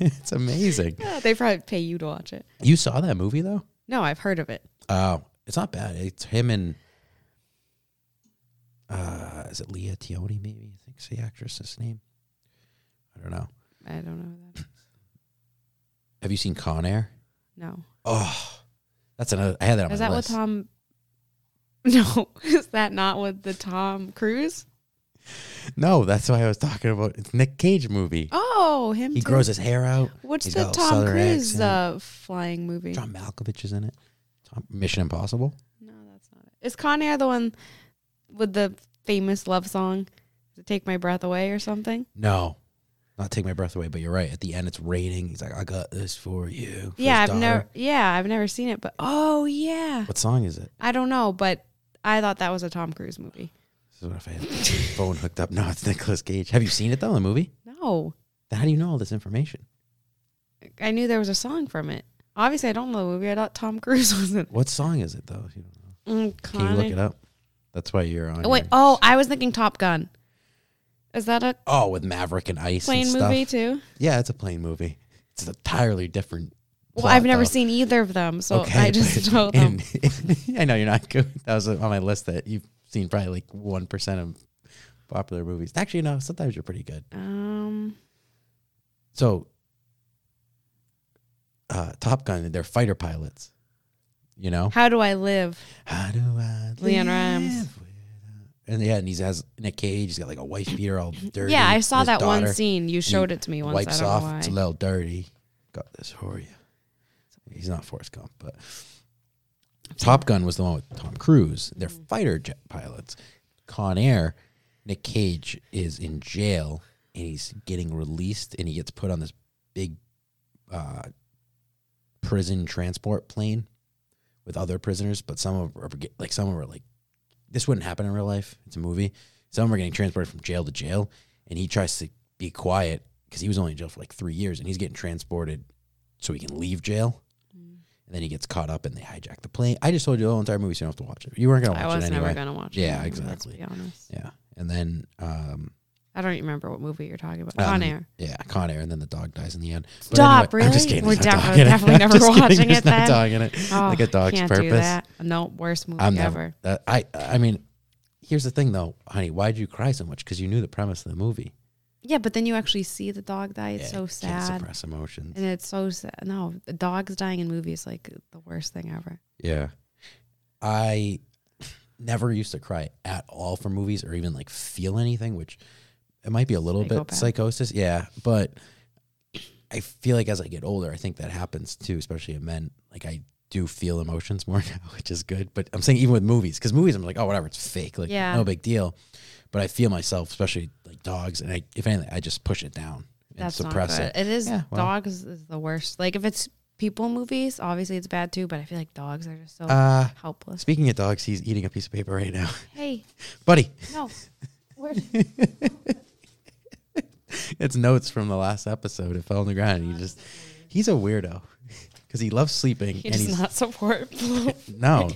Speaker 1: it's amazing.
Speaker 2: Yeah, they probably pay you to watch it.
Speaker 1: You saw that movie though?
Speaker 2: No, I've heard of it.
Speaker 1: Oh, it's not bad. It's him and uh, is it Leah Tioni? Maybe I think is the actress's name. I don't know.
Speaker 2: I don't know that.
Speaker 1: Have you seen Con Air?
Speaker 2: No.
Speaker 1: Oh, that's another. I had that on
Speaker 2: Is
Speaker 1: my
Speaker 2: that
Speaker 1: list.
Speaker 2: with Tom? No. Is that not with the Tom Cruise?
Speaker 1: no, that's why I was talking about. It's Nick Cage movie.
Speaker 2: Oh, him.
Speaker 1: he
Speaker 2: too.
Speaker 1: grows his hair out.
Speaker 2: What's
Speaker 1: he's
Speaker 2: the
Speaker 1: got a
Speaker 2: Tom
Speaker 1: southern
Speaker 2: Cruise
Speaker 1: accent.
Speaker 2: uh, flying movie?
Speaker 1: John Malkovich is in it. Tom, Mission Impossible.
Speaker 2: No, that's not it. Is Con Air the one with the famous love song? Does it take my breath away or something?
Speaker 1: No, not take my breath away. But you're right. At the end, it's raining. He's like, "I got this for you." for
Speaker 2: yeah, I've
Speaker 1: his
Speaker 2: never.
Speaker 1: daughter.
Speaker 2: Yeah, I've never seen it, but oh yeah,
Speaker 1: What song is it?
Speaker 2: I don't know, but I thought that was a Tom Cruise movie.
Speaker 1: This is what if I had my phone hooked up. No, it's Nicolas Cage. Have you seen it though? The movie.
Speaker 2: No,
Speaker 1: How do you know all this information?
Speaker 2: I knew there was a song from it. Obviously, I don't know the movie. I thought Tom Cruise was in.
Speaker 1: What song is it though? You don't know.
Speaker 2: Mm,
Speaker 1: Can you
Speaker 2: Con
Speaker 1: look it
Speaker 2: Air.
Speaker 1: up? That's why you're on.
Speaker 2: Oh, Wait,
Speaker 1: your-
Speaker 2: oh, I was thinking Top Gun. Is that a
Speaker 1: oh, with Maverick and Ice
Speaker 2: plane
Speaker 1: and stuff.
Speaker 2: movie too?
Speaker 1: Yeah, it's a plane movie. It's an entirely different.
Speaker 2: Well,
Speaker 1: plot,
Speaker 2: I've never
Speaker 1: though.
Speaker 2: seen either of them, so
Speaker 1: Okay,
Speaker 2: I
Speaker 1: but
Speaker 2: just know them.
Speaker 1: in- I know you're not good. That was on my list that you've seen probably like one percent of popular movies. Actually, no. Sometimes you're pretty good.
Speaker 2: Um,
Speaker 1: So, uh, Top Gun, they're fighter pilots. You know.
Speaker 2: how do I live?
Speaker 1: How do I live
Speaker 2: Leon Rimes.
Speaker 1: without- And yeah, and he's has in a cage. He's got like a wife beater all dirty.
Speaker 2: Yeah, I saw
Speaker 1: and his
Speaker 2: that one
Speaker 1: daughter
Speaker 2: scene. You showed it to me once.
Speaker 1: Wipes
Speaker 2: I don't
Speaker 1: off.
Speaker 2: know why.
Speaker 1: It's a little dirty. Got this for you. He's not Forrest Gump, but Top Gun was the one with Tom Cruise. They're
Speaker 2: Mm.
Speaker 1: fighter jet pilots. Con Air, Nick Cage is in jail and he's getting released, and he gets put on this big uh, prison transport plane with other prisoners, but some of are get- like some are like this wouldn't happen in real life. It's a movie. Some are getting transported from jail to jail, and he tries to be quiet because he was only in jail for like three years, and he's getting transported so he can leave jail.
Speaker 2: Mm.
Speaker 1: And then he gets caught up, and they hijack the plane. I just told you the whole entire movie, so you don't have to watch it. You weren't gonna
Speaker 2: I
Speaker 1: watch
Speaker 2: was
Speaker 1: it anyway.
Speaker 2: never gonna watch.
Speaker 1: Yeah,
Speaker 2: it. Let's
Speaker 1: exactly.
Speaker 2: be honest.
Speaker 1: yeah, and then um,
Speaker 2: I don't even remember what movie you're talking about.
Speaker 1: Um,
Speaker 2: Con Air.
Speaker 1: Yeah, Con Air, and then the dog dies in the end. But
Speaker 2: Stop,
Speaker 1: anyway, I'm just
Speaker 2: really?
Speaker 1: kidding,
Speaker 2: We're
Speaker 1: there's no
Speaker 2: def-
Speaker 1: dog in it.
Speaker 2: definitely
Speaker 1: I'm
Speaker 2: never
Speaker 1: just kidding,
Speaker 2: watching
Speaker 1: there's
Speaker 2: it
Speaker 1: no
Speaker 2: then. Oh,
Speaker 1: dog in it. like a dog's
Speaker 2: can't Do
Speaker 1: purpose.
Speaker 2: that. No, worst movie
Speaker 1: I'm
Speaker 2: ever.
Speaker 1: never. That, I I mean, here's the thing though, honey. Why'd you cry so much? Because you knew the premise of the movie.
Speaker 2: Yeah, but then you actually see the dog die. It's
Speaker 1: Yeah,
Speaker 2: so
Speaker 1: you Can't
Speaker 2: sad.
Speaker 1: suppress emotions.
Speaker 2: And it's so sad. No, the dogs dying in movies like the worst thing ever.
Speaker 1: Yeah, I never used to cry at all for movies or even like feel anything, which it might be a little bit
Speaker 2: Psychopath.
Speaker 1: psychosis. Yeah, but I feel like as I get older, I think that happens too, especially in men. Like I do feel emotions more now, which is good. But I'm saying even with movies, because movies, I'm like, oh, whatever, it's fake, like
Speaker 2: Yeah.
Speaker 1: no big deal. But I feel myself, especially like dogs, and I, if anything, I just push it down and
Speaker 2: That's not
Speaker 1: suppress
Speaker 2: good.
Speaker 1: it.
Speaker 2: It is
Speaker 1: Yeah, well.
Speaker 2: dogs is the worst. Like if it's people movies, obviously it's bad too. But I feel like dogs are just so
Speaker 1: Uh,
Speaker 2: helpless.
Speaker 1: speaking of dogs, he's eating a piece of paper right now,
Speaker 2: Hey,
Speaker 1: buddy.
Speaker 2: no,
Speaker 1: it's notes from the last episode. It fell on the ground. And he just, he's a weirdo because he loves sleeping
Speaker 3: He
Speaker 1: and
Speaker 3: does
Speaker 1: he's
Speaker 3: not support blue.
Speaker 1: no, and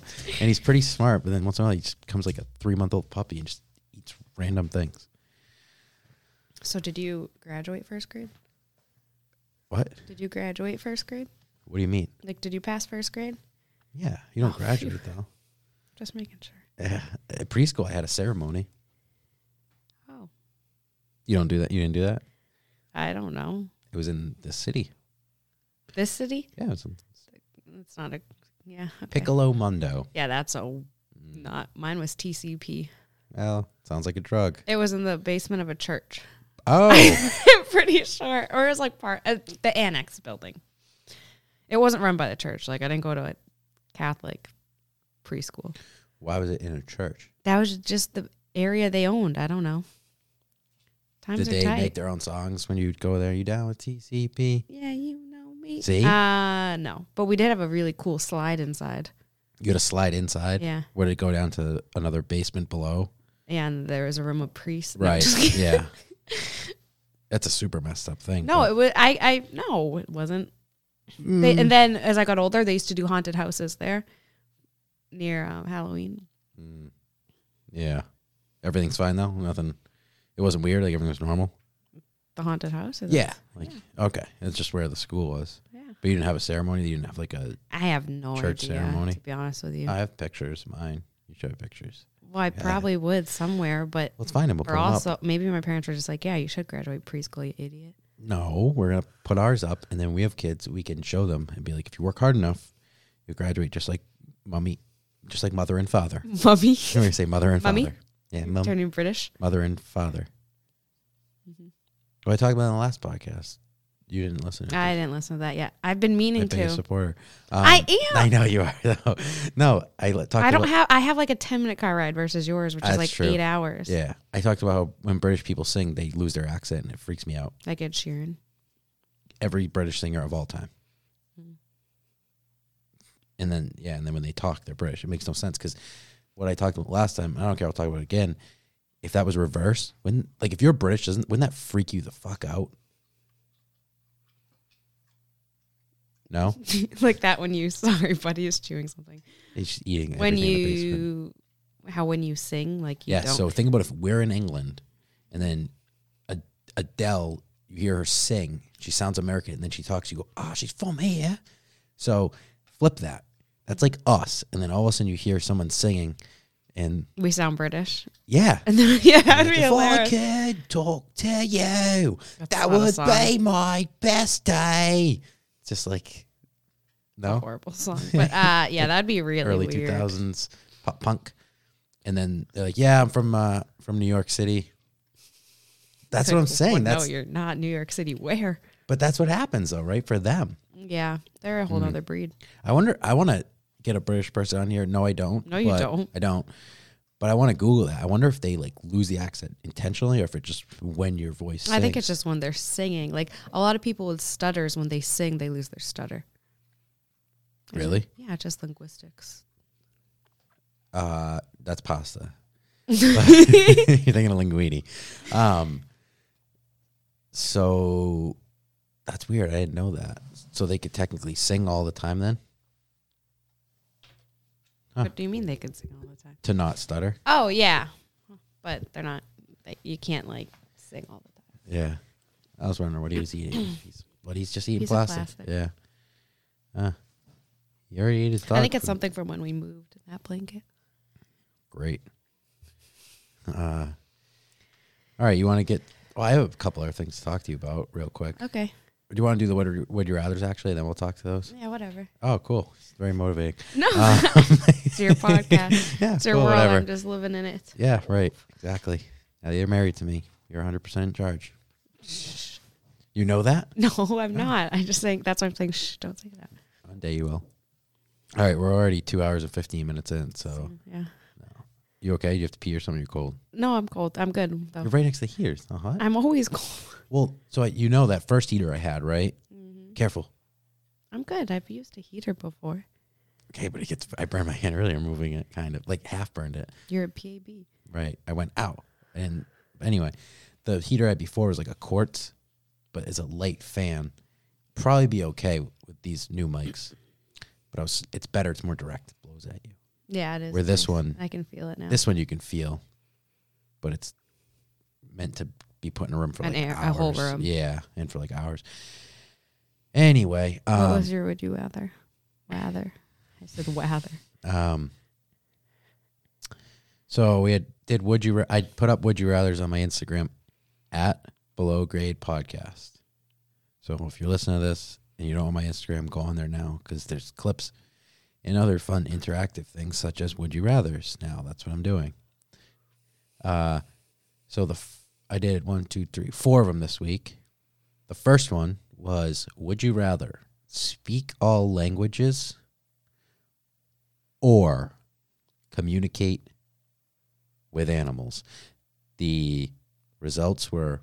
Speaker 1: he's pretty smart. But then once in a while, he just becomes like a three month old puppy and just eats random things.
Speaker 3: so did you graduate first grade?
Speaker 1: What?
Speaker 3: Did you graduate first grade?
Speaker 1: What do you mean?
Speaker 3: Like, did you pass first grade?
Speaker 1: Yeah, you don't
Speaker 3: Oh, phew.
Speaker 1: graduate though.
Speaker 3: Just making sure.
Speaker 1: Eh, At preschool, I had a ceremony.
Speaker 3: Oh,
Speaker 1: You don't do that. You didn't do that.
Speaker 2: I don't know.
Speaker 1: It was in the city.
Speaker 3: this city?
Speaker 1: Yeah, it was in
Speaker 2: It's not a
Speaker 3: Yeah. Okay.
Speaker 1: Piccolo Mundo.
Speaker 2: yeah. That's a
Speaker 1: Mm,
Speaker 2: not mine was TCP.
Speaker 1: Well, sounds like a drug.
Speaker 2: It was in the basement of a church.
Speaker 1: Oh,
Speaker 2: I'm pretty sure, or it was like part uh, the annex building. It wasn't run by the church. Like I didn't go to a Catholic preschool.
Speaker 1: why was it in a church?
Speaker 2: That was just the area they owned. I don't know. Times
Speaker 1: Did
Speaker 2: are
Speaker 1: they
Speaker 2: tight.
Speaker 1: make their own songs when you'd go there? You down with TCP?
Speaker 2: yeah, you know me.
Speaker 1: See?
Speaker 2: Uh no, but we did have a really cool slide inside.
Speaker 1: You had to slide inside.
Speaker 2: Yeah,
Speaker 1: Would it go down to another basement below?
Speaker 2: and there was a room of priests. No, I'm
Speaker 1: Right.
Speaker 2: just kidding.
Speaker 1: yeah. That's a super messed up thing.
Speaker 2: No,
Speaker 1: but-
Speaker 2: it was I. I no, it wasn't.
Speaker 1: Hmm.
Speaker 2: They, and then as I got older, they used to do haunted houses there near um, Halloween.
Speaker 1: Mm. yeah. Everything's fine though. Nothing. It wasn't weird. Like everything was normal.
Speaker 2: The haunted houses.
Speaker 1: Yeah. Like okay, it's just where the school was.
Speaker 2: Yeah.
Speaker 1: But you didn't have a ceremony. You didn't have like a.
Speaker 2: I have no
Speaker 1: Church
Speaker 2: idea.
Speaker 1: ceremony.
Speaker 2: To be honest with you,
Speaker 1: I have pictures. Mine. You show pictures.
Speaker 2: well, I
Speaker 1: yeah.
Speaker 2: probably would somewhere, but
Speaker 1: Let's find them. We'll put
Speaker 2: or
Speaker 1: 'em
Speaker 2: also
Speaker 1: up.
Speaker 2: maybe my parents were just like, "Yeah, you should graduate preschool, you idiot."
Speaker 1: No, we're gonna put ours up, and then we have kids. We can show them and be like, if you work hard enough, you graduate just like mommy, just like mother and father.
Speaker 2: Mummy,
Speaker 1: Can we say mother and
Speaker 2: Mummy?
Speaker 1: father? Yeah, mum,
Speaker 2: turning British.
Speaker 1: mother and father.
Speaker 2: Mhm.
Speaker 1: What I talked about in the last podcast. You didn't listen. to
Speaker 2: I
Speaker 1: it.
Speaker 2: didn't listen to that yet. I've been
Speaker 1: My
Speaker 2: meaning
Speaker 1: biggest
Speaker 2: to.
Speaker 1: supporter.
Speaker 2: I
Speaker 1: Um,
Speaker 2: am.
Speaker 1: I know you are. Though. No, I le- talked.
Speaker 2: I don't
Speaker 1: about,
Speaker 2: have. I have like a ten minute car ride versus yours, which is
Speaker 1: That's
Speaker 2: like
Speaker 1: true.
Speaker 2: eight hours.
Speaker 1: Yeah, I talked about how when British people sing, they lose their accent, and it freaks me out.
Speaker 2: Like Ed Sheeran.
Speaker 1: Every British singer of all time.
Speaker 2: Mm.
Speaker 1: And then yeah, and then when they talk, they're British. It makes no sense because what I talked about last time, I don't care. I'll talk about it again. If that was reverse, when like if you're British, doesn't wouldn't that freak you the fuck out? No,
Speaker 2: like that when you sorry buddy is chewing something
Speaker 1: he's just eating
Speaker 2: when
Speaker 1: everything in the basement.
Speaker 2: you how when you sing like you
Speaker 1: Yeah.
Speaker 2: don't
Speaker 1: So think about if we're in England, and then Ad- Adele, you hear her sing, she sounds American, and then she talks. You go, ah, she's from here. So flip that. That's like us, and then all of a sudden you hear someone singing, and
Speaker 2: we sound british
Speaker 1: yeah.
Speaker 2: and then, yeah that'd be
Speaker 1: if I
Speaker 2: hilarious
Speaker 1: could talk to you,
Speaker 2: That's
Speaker 1: that
Speaker 2: not a
Speaker 1: would
Speaker 2: song.
Speaker 1: be my best day. It's Just like,
Speaker 2: It's a
Speaker 1: no,
Speaker 2: horrible song but uh yeah that'd be really
Speaker 1: Oh. early two
Speaker 2: weird
Speaker 1: thousands pop punk, and then they're like, "Yeah, I'm from uh, from New York City." That's what I'm
Speaker 2: Like, well,
Speaker 1: saying. That's
Speaker 2: no you're not new york city where
Speaker 1: but that's what happens though, right? For them,
Speaker 2: yeah they're a whole
Speaker 1: Mm.
Speaker 2: nother breed
Speaker 1: I wonder. I want to get a British person on here. No, I don't.
Speaker 2: No, you
Speaker 1: but-
Speaker 2: don't.
Speaker 1: I don't. But I want to Google that. I wonder if they like lose the accent intentionally, or if it's just when your voice.
Speaker 2: i think it's
Speaker 1: sings.
Speaker 2: just when they're singing like a lot of people with stutters when they sing they lose their stutter
Speaker 1: really.
Speaker 2: yeah just linguistics
Speaker 1: Uh, that's pasta. You're thinking of linguini. Um, so that's weird. I didn't know that. So they could technically sing all the time then Huh.
Speaker 2: what do you mean they can sing all the time
Speaker 1: to not stutter.
Speaker 2: oh yeah but they're not like, you can't like sing all the time
Speaker 1: Yeah. I was wondering what he was eating. he's, but he's just eating
Speaker 2: Piece of
Speaker 1: plastic.
Speaker 2: plastic.
Speaker 1: Yeah. Uh, he already ate his dog.
Speaker 2: I think it's
Speaker 1: food.
Speaker 2: something from when we moved that blanket.
Speaker 1: Great. Uh, all right. You want to get. Well, I have a couple other things to talk to you about real quick.
Speaker 2: Okay.
Speaker 1: Do you want to do the would you, would you rather's actually, and then we'll talk to those?
Speaker 2: Yeah, whatever.
Speaker 1: Oh, cool. It's very motivating.
Speaker 2: No,
Speaker 1: Um,
Speaker 2: it's your podcast.
Speaker 1: yeah,
Speaker 2: It's your
Speaker 1: cool,
Speaker 2: world.
Speaker 1: whatever.
Speaker 2: I'm just living in it.
Speaker 1: yeah, right. Exactly. Now you're married to me. You're 100% in charge. You know that?
Speaker 2: No, I'm not. I just think that's why I'm saying, shh, don't say that.
Speaker 1: One day you will. All right, we're already two hours and 15 minutes in. So,
Speaker 2: Yeah.
Speaker 1: you okay? You have to pee or something? You're cold.
Speaker 2: No, I'm cold. I'm good. Though.
Speaker 1: You're right next to the heater. It's not hot.
Speaker 2: I'm always cold.
Speaker 1: Well, so I, you know that first heater I had, right? Careful.
Speaker 2: I'm good. I've used a heater before.
Speaker 1: Okay, but it gets. I burned my hand earlier moving it, kind of like half burned it.
Speaker 2: You're a PAB.
Speaker 1: Right. I went out and Anyway, the heater I had before was like a quartz, but it's a light fan. Probably be okay with these new mics, but I was it's better. It's more direct. It blows at you.
Speaker 3: Yeah, it is.
Speaker 1: Where this
Speaker 3: nice.
Speaker 1: one-
Speaker 3: I can feel it now.
Speaker 1: This one you can feel, but it's meant to be put in a room for
Speaker 2: An
Speaker 1: like
Speaker 2: air-
Speaker 1: hours.
Speaker 2: a whole room.
Speaker 1: Yeah, and for like hours. Anyway, um,
Speaker 3: what was your would you rather? Rather. I said rather.
Speaker 1: Um, so we had did would you Ra- I put up would you rather's on my Instagram at below grade podcast. So if you're listening to this and you don't want my Instagram, go on there now because there's clips and other fun interactive things such as would you rather's. Now that's what I'm doing. Uh, so the f- I did one, two, three, four of them this week. The first one was would you rather speak all languages or communicate with animals. The results were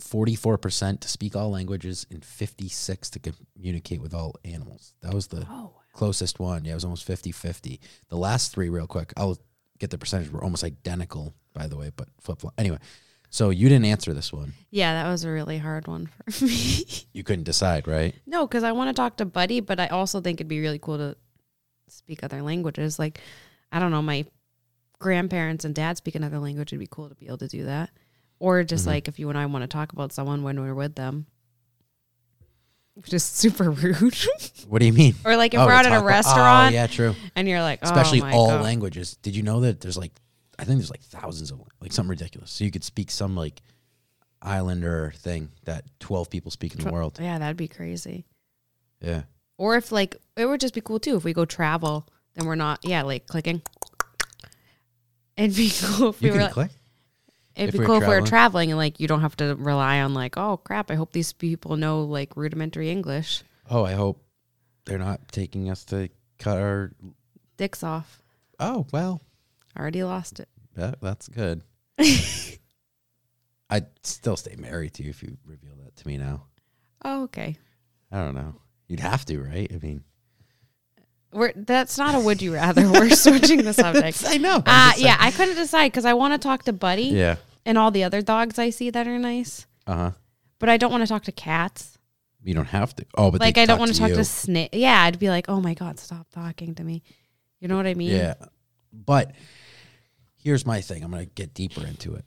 Speaker 1: 44% to speak all languages and 56 to communicate with all animals. That was the
Speaker 3: Oh.
Speaker 1: closest one. Yeah, it was almost 50-50. The last three real quick. I'll get the percentage were almost identical by the way, but flip-flop. Anyway, so you didn't answer this one.
Speaker 3: Yeah, that was a really hard one for me.
Speaker 1: You couldn't decide, right?
Speaker 2: No, because I want to talk to Buddy, but I also think it'd be really cool to speak other languages. Like, I don't know, my grandparents and dad speak another language. It'd be cool to be able to do that. Or just
Speaker 1: Mhm.
Speaker 2: like if you and I want to talk about someone when we're with them, just super rude.
Speaker 1: What do you mean?
Speaker 2: or like if
Speaker 1: Oh,
Speaker 2: we're
Speaker 1: to
Speaker 2: out at
Speaker 1: talk
Speaker 2: a
Speaker 1: about-
Speaker 2: restaurant
Speaker 1: Oh, yeah, true.
Speaker 2: and you're like, oh,
Speaker 1: especially
Speaker 2: my
Speaker 1: all
Speaker 2: God.
Speaker 1: languages. Did you know that there's like, I think there's like thousands of like something ridiculous. So you could speak some like islander thing that 12 people speak in the
Speaker 2: Tw-
Speaker 1: world.
Speaker 2: Yeah, that'd be crazy.
Speaker 1: Yeah.
Speaker 2: Or if like it would just be cool too if we go travel, then we're not yeah like clicking. It'd be cool if we
Speaker 1: You
Speaker 2: were
Speaker 1: can
Speaker 2: like,
Speaker 1: click.
Speaker 2: It'd
Speaker 1: If
Speaker 2: be
Speaker 1: we're
Speaker 2: cool if we
Speaker 1: traveling.
Speaker 2: were traveling and like you don't have to rely on like, oh crap, I hope these people know like rudimentary English.
Speaker 1: Oh, I hope they're not taking us to cut our.
Speaker 2: Dick's off.
Speaker 1: Oh, well,
Speaker 2: Already lost it.
Speaker 1: that, that's good. I'd still stay married to you if you reveal that to me now.
Speaker 2: Oh, okay.
Speaker 1: I don't know. You'd have to, right? I mean,
Speaker 2: We're that's not a would you rather. We're switching the subject.
Speaker 1: I know. I'm
Speaker 2: Uh,
Speaker 1: just saying.
Speaker 2: yeah, I couldn't decide because I want to talk to Buddy
Speaker 1: Yeah.
Speaker 2: and all the other dogs I see that are nice,
Speaker 1: Uh huh.
Speaker 2: but I don't want to talk to cats.
Speaker 1: You don't have to. Oh, but they
Speaker 2: like I don't want
Speaker 1: want
Speaker 2: to talk to snake. Yeah, I'd be like, oh my god, stop talking to me. You know what I mean?
Speaker 1: Yeah. But here's my thing. I'm going to get deeper into it.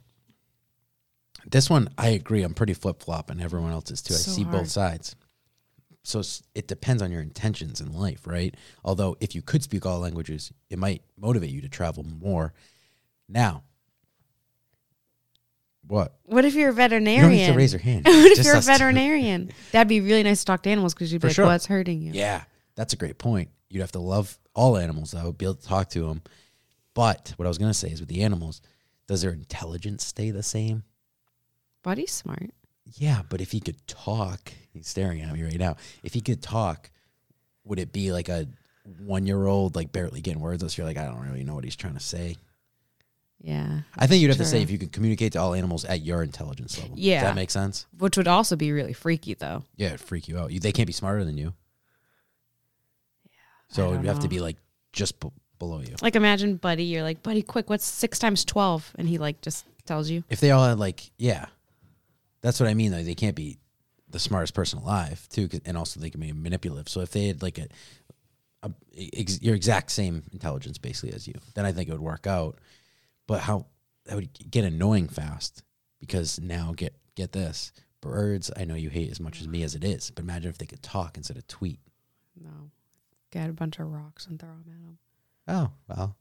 Speaker 1: This one, I agree. I'm pretty flip flop, and everyone else is too. I
Speaker 2: So
Speaker 1: see
Speaker 2: hard.
Speaker 1: both sides. So s- it depends on your intentions in life, right? Although, if you could speak all languages, it might motivate you to travel more. Now, what?
Speaker 2: What if you're a
Speaker 1: You
Speaker 2: veterinarian?
Speaker 1: don't need to raise your hand.
Speaker 2: what if
Speaker 1: Just
Speaker 2: you're a
Speaker 1: us two.
Speaker 2: veterinarian? That'd be really nice to talk to animals because you'd
Speaker 1: For
Speaker 2: be like,
Speaker 1: sure.
Speaker 2: what's hurting you?
Speaker 1: Yeah, that's a great point. You'd have to love all animals, though, be able to talk to them. But what I was going to say is with the animals, does their intelligence stay the same?
Speaker 2: Buddy's smart.
Speaker 1: Yeah, but if he could talk, he's staring at me right now. If he could talk, would it be like a one year old, like barely getting words? Unless you're like, I don't really know what he's trying to say.
Speaker 2: Yeah.
Speaker 1: I think you'd have to say
Speaker 2: True.
Speaker 1: if you could communicate to all animals at your intelligence level.
Speaker 2: Yeah.
Speaker 1: Does that make sense?
Speaker 2: Which would also be really freaky though.
Speaker 1: Yeah, it'd freak you out. You, they can't be smarter than you. Yeah.
Speaker 2: I
Speaker 1: So
Speaker 2: don't
Speaker 1: it'd have to
Speaker 2: know.
Speaker 1: be like just b- below you.
Speaker 2: Like imagine Buddy, you're like, Buddy, quick, what's six times twelve? And he like just tells you.
Speaker 1: if they all had like yeah that's what i mean though they can't be the smartest person alive too 'cause- and also they can be manipulative so if they had like a, a ex, your exact same intelligence basically as you then i think it would work out but how that would get annoying fast because now get get this birds i know you hate as much as me as it is but imagine if they could talk instead of tweet
Speaker 2: No. Get a bunch of rocks and throw them at him.
Speaker 1: oh well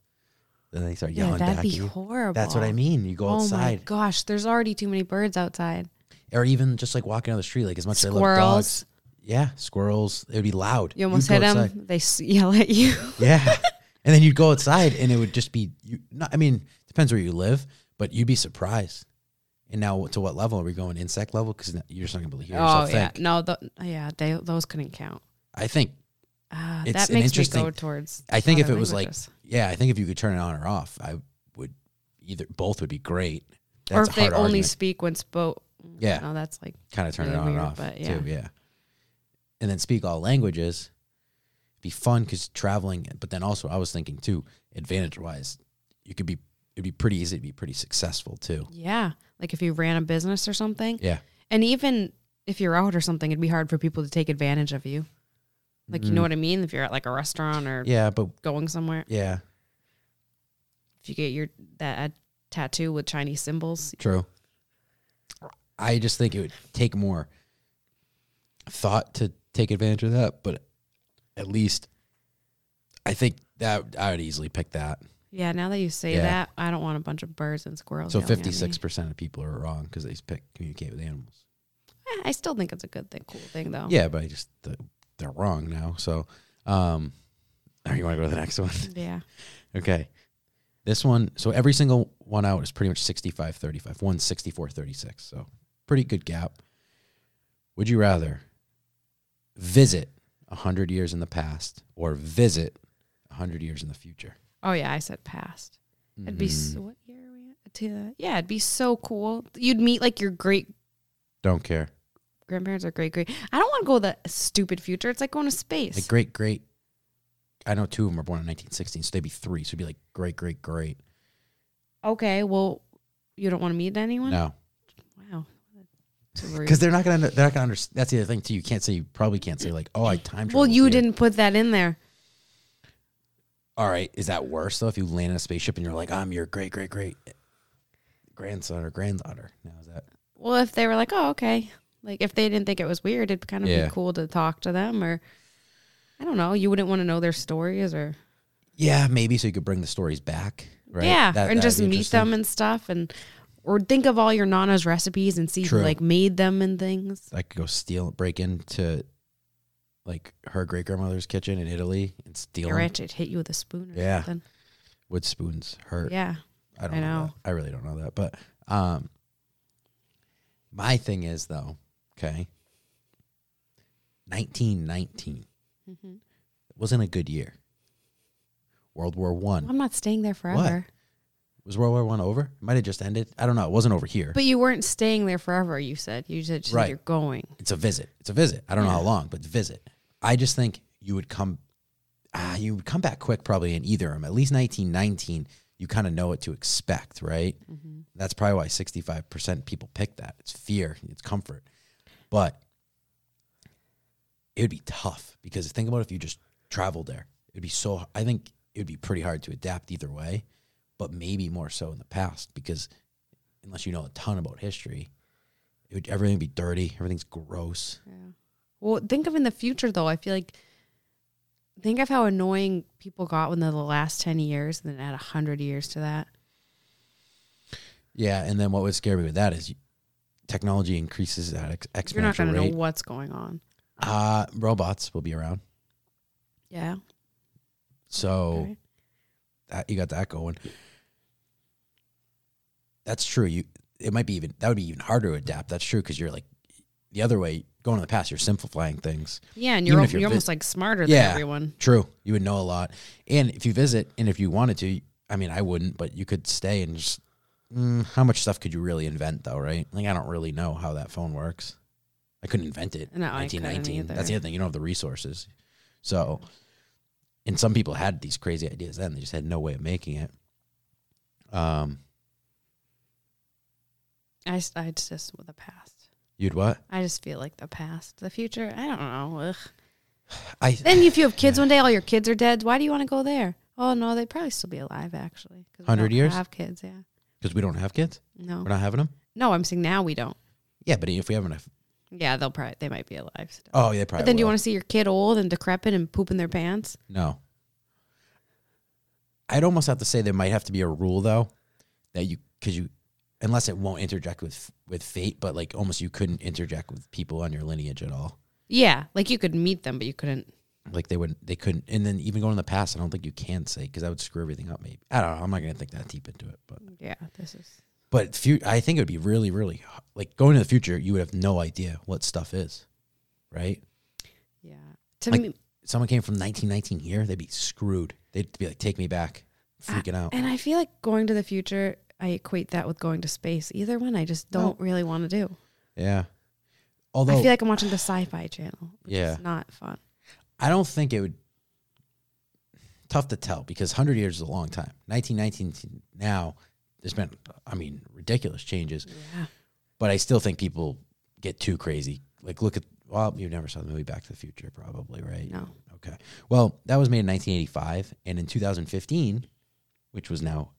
Speaker 1: then they start
Speaker 2: Yeah,
Speaker 1: yelling
Speaker 2: that'd
Speaker 1: back
Speaker 2: be
Speaker 1: at you.
Speaker 2: horrible.
Speaker 1: that's what i mean you go
Speaker 2: oh my
Speaker 1: outside
Speaker 2: gosh, there's already too many birds outside.
Speaker 1: or even just like walking down the street like as much as i love dogs
Speaker 2: Squirrels.
Speaker 1: Yeah, squirrels. It would be loud.
Speaker 2: You almost
Speaker 1: You'd
Speaker 2: hit
Speaker 1: go
Speaker 2: 'em. hit
Speaker 1: outside.
Speaker 2: them. They s- yell at you.
Speaker 1: Yeah, and then you'd go outside, and it would just be. You, not, I mean, depends where you live, but you'd be surprised. And now, to what level are we going? Insect level? Because you're just not gonna be able to hear
Speaker 2: oh
Speaker 1: yourself
Speaker 2: yeah,
Speaker 1: think.
Speaker 2: no, th yeah, they, those couldn't count.
Speaker 1: I think.
Speaker 2: Ah,
Speaker 1: It's
Speaker 2: that
Speaker 1: an
Speaker 2: makes me
Speaker 1: interesting-
Speaker 2: go towards.
Speaker 1: I think if
Speaker 2: other
Speaker 1: it was like,
Speaker 2: languages.
Speaker 1: yeah, I think if you could turn it on or off, I would either both would be great.
Speaker 2: or
Speaker 1: That's
Speaker 2: if
Speaker 1: a
Speaker 2: they
Speaker 1: hard
Speaker 2: only
Speaker 1: argument.
Speaker 2: speak when spoke.
Speaker 1: Yeah.
Speaker 2: no, that's like.
Speaker 1: kind of turn it
Speaker 2: really
Speaker 1: on and
Speaker 2: weird,
Speaker 1: off
Speaker 2: but
Speaker 1: too. Yeah, and then speak all languages. Be fun because traveling, but then also I was thinking too, advantage wise, you could be it'd be pretty easy to be pretty successful too.
Speaker 2: Yeah. Like if you ran a business or something.
Speaker 1: Yeah.
Speaker 2: And even if you're out or something, it'd be hard for people to take advantage of you. Like, you know what I mean? If you're at like a restaurant or
Speaker 1: Mm. Yeah, but
Speaker 2: going somewhere,
Speaker 1: yeah,
Speaker 2: if you get your that uh, tattoo with Chinese symbols,
Speaker 1: true. I just think it would take more thought to take advantage of that, but at least I think that I would easily pick that.
Speaker 2: yeah. Now that you say
Speaker 1: Yeah.
Speaker 2: that, I don't want a bunch of birds and squirrels.
Speaker 1: So
Speaker 2: yelling at me.
Speaker 1: fifty six percent of people are wrong because they pick communicate with animals.
Speaker 2: Eh, I still think it's a good thing, cool thing though.
Speaker 1: Yeah, but I just th- they're wrong now. So, um, all right, you want to go to the next one?
Speaker 2: Yeah.
Speaker 1: okay. This one, so every single one out is pretty much 65 35. One's 64 36. So, pretty good gap. Would you rather visit 100 years in the past or visit 100 years in the future?
Speaker 2: Oh yeah, I said past. It'd be
Speaker 1: Mm-hmm.
Speaker 2: so, what year are we at? To- Yeah, it'd be so cool. You'd meet like your great
Speaker 1: Don't care.
Speaker 2: grandparents or great great. I don't want to go the stupid future. It's like going to space.
Speaker 1: Like, great, great. I know two of them were born in 1916, so they'd be three. So, it'd be like great, great, great.
Speaker 2: okay, well, you don't want to meet anyone.
Speaker 1: No.
Speaker 2: Wow. Too rude.
Speaker 1: Because they're not gonna, they're not gonna understand. That's the other thing too. You can't say, you probably can't say like, oh, I time travel.
Speaker 2: well, you didn't put that in there.
Speaker 1: All right, is that worse though? If you land in a spaceship and you're like, I'm your great, great, great eh, grandson or granddaughter. Now is that?
Speaker 2: Well, if they were like, oh, okay, like if they didn't think it was weird, it'd kind of
Speaker 1: Yeah.
Speaker 2: be cool to talk to them, or I don't know, you wouldn't want to know their stories, or
Speaker 1: Yeah, maybe. So you could bring the stories back, right?
Speaker 2: yeah,
Speaker 1: That-
Speaker 2: and
Speaker 1: that'd
Speaker 2: just
Speaker 1: be
Speaker 2: meet
Speaker 1: interesting.
Speaker 2: them and stuff, and or think of all your nana's recipes and see
Speaker 1: True.
Speaker 2: who like made them and things.
Speaker 1: I could go steal, break into like her great grandmother's kitchen in Italy and steal
Speaker 2: Or
Speaker 1: them.
Speaker 2: it'd hit you with a spoon or
Speaker 1: Yeah.
Speaker 2: something.
Speaker 1: wood spoons. Her,
Speaker 2: Yeah.
Speaker 1: I don't
Speaker 2: I
Speaker 1: know.
Speaker 2: know.
Speaker 1: that. I really don't know that. But um my thing is though, okay. 1919
Speaker 2: Mhm.
Speaker 1: wasn't a good year. World War 1.
Speaker 2: I'm not staying there forever.
Speaker 1: Was World War 1 over? It might have just ended. I don't know. It wasn't over here.
Speaker 2: But you weren't staying there forever, you said. You said,
Speaker 1: Right.
Speaker 2: said you're going.
Speaker 1: it's a visit. It's a visit. I don't know how long, but visit. I just think you would come ah, you would come back quick probably in either of them. At least 1919, you kind of know what to expect, right? That's probably why 65% people pick that. It's fear, it's comfort. But it would be tough because think about if you just traveled there. It'd be so I think it would be pretty hard to adapt either way, but maybe more so in the past because unless you know a ton about history, it would everything would be dirty, everything's gross.
Speaker 2: Well, think of in the future though. I feel like think of how annoying people got within the last ten years, and then add hundred years to that.
Speaker 1: Yeah, and then what would scare me with that is you- technology increases at ex- exponential
Speaker 2: You're not going to
Speaker 1: rate.
Speaker 2: know what's going on.
Speaker 1: Uh, robots will be around,
Speaker 2: Yeah.
Speaker 1: so
Speaker 2: Okay.
Speaker 1: that, you got that going. That's true. You it might be even that would be even harder to adapt. That's true because you're like the other way going in the past. You're simplifying things.
Speaker 2: Yeah, and
Speaker 1: Even
Speaker 2: you're
Speaker 1: if
Speaker 2: al-
Speaker 1: you're
Speaker 2: you're,
Speaker 1: vi-
Speaker 2: almost like smarter
Speaker 1: Yeah.
Speaker 2: than everyone.
Speaker 1: True, you would know a lot, and if you visit, and if you wanted to, I mean, I wouldn't, but you could stay and just. Mm, how much stuff could you really invent though? Right? Like I don't really know how that phone works. I couldn't invent it.
Speaker 2: No, I couldn't
Speaker 1: 1919. That's the
Speaker 2: either.
Speaker 1: other thing. You don't have the resources. So, and some people had these crazy ideas then. They just had no way of making it. Um,
Speaker 2: I, s- I just with the past.
Speaker 1: you'd what?
Speaker 2: I just feel like the past, the future. I don't know. Ugh.
Speaker 1: I
Speaker 2: Then if you have kids one day, all your kids are dead. Why do you want to go there? Oh no, they'd probably still be alive actually. 'cause we
Speaker 1: 100
Speaker 2: don't
Speaker 1: years?
Speaker 2: Have kids? Yeah.
Speaker 1: because we don't have kids.
Speaker 2: No.
Speaker 1: We're not having them.
Speaker 2: no, I'm saying now we don't.
Speaker 1: Yeah, but if we have enough,
Speaker 2: Yeah, they'll probably they might be alive. Still.
Speaker 1: oh yeah, they probably.
Speaker 2: But then do you
Speaker 1: will.
Speaker 2: want to see your kid old and decrepit and pooping their pants?
Speaker 1: No. I'd almost have to say there might have to be a rule though that you because you unless it won't interject with with fate, but like almost you couldn't interject with people on your lineage at all.
Speaker 2: Yeah, like you could meet them, but you couldn't.
Speaker 1: Like they wouldn't, they couldn't, and then even going in the past, I don't think you can say because that would screw everything up. Maybe I don't know. I'm not gonna think that deep into it, but
Speaker 2: Yeah, this is.
Speaker 1: but few, I think it would be really, really h- like going to the future. You would have no idea what stuff is, right?
Speaker 2: Yeah, to
Speaker 1: Like-
Speaker 2: me,
Speaker 1: Someone came from 1919 here, they'd be screwed. They'd be like, "Take me back," freaking out.
Speaker 2: and I feel like going to the future. I equate that with going to space. Either one, I just don't really want to do.
Speaker 1: Yeah. Although
Speaker 2: I feel like I'm watching the Sci-Fi Channel. Which
Speaker 1: Yeah.
Speaker 2: is not fun.
Speaker 1: I don't think it would. tough to tell because 100 years is a long time. 1919 to now, there's been, I mean, ridiculous changes,
Speaker 2: Yeah.
Speaker 1: but I still think people get too crazy. Like, look at, well, you never saw the movie Back to the Future, probably, right?
Speaker 2: No.
Speaker 1: Okay. Well, that was made in 1985. And in 2015, which was now,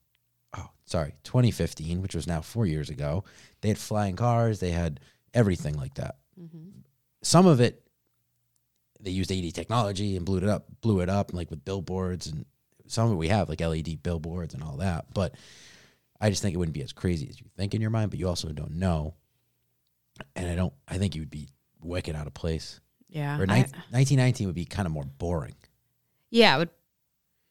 Speaker 1: oh, sorry, 2015, which was now four years ago, they had flying cars, they had everything like that.
Speaker 2: Mm-hmm.
Speaker 1: Some of it, they used 80 technology and blew it up, blew it up, like with billboards and some of it we have like LED billboards and all that. But I just think it wouldn't be as crazy as you think in your mind, but you also don't know. And I don't, I think you would be wicked out of place.
Speaker 2: Yeah.
Speaker 1: Or
Speaker 2: Uh, I-
Speaker 1: 19- 1919 would be kind of more boring.
Speaker 2: yeah. It would,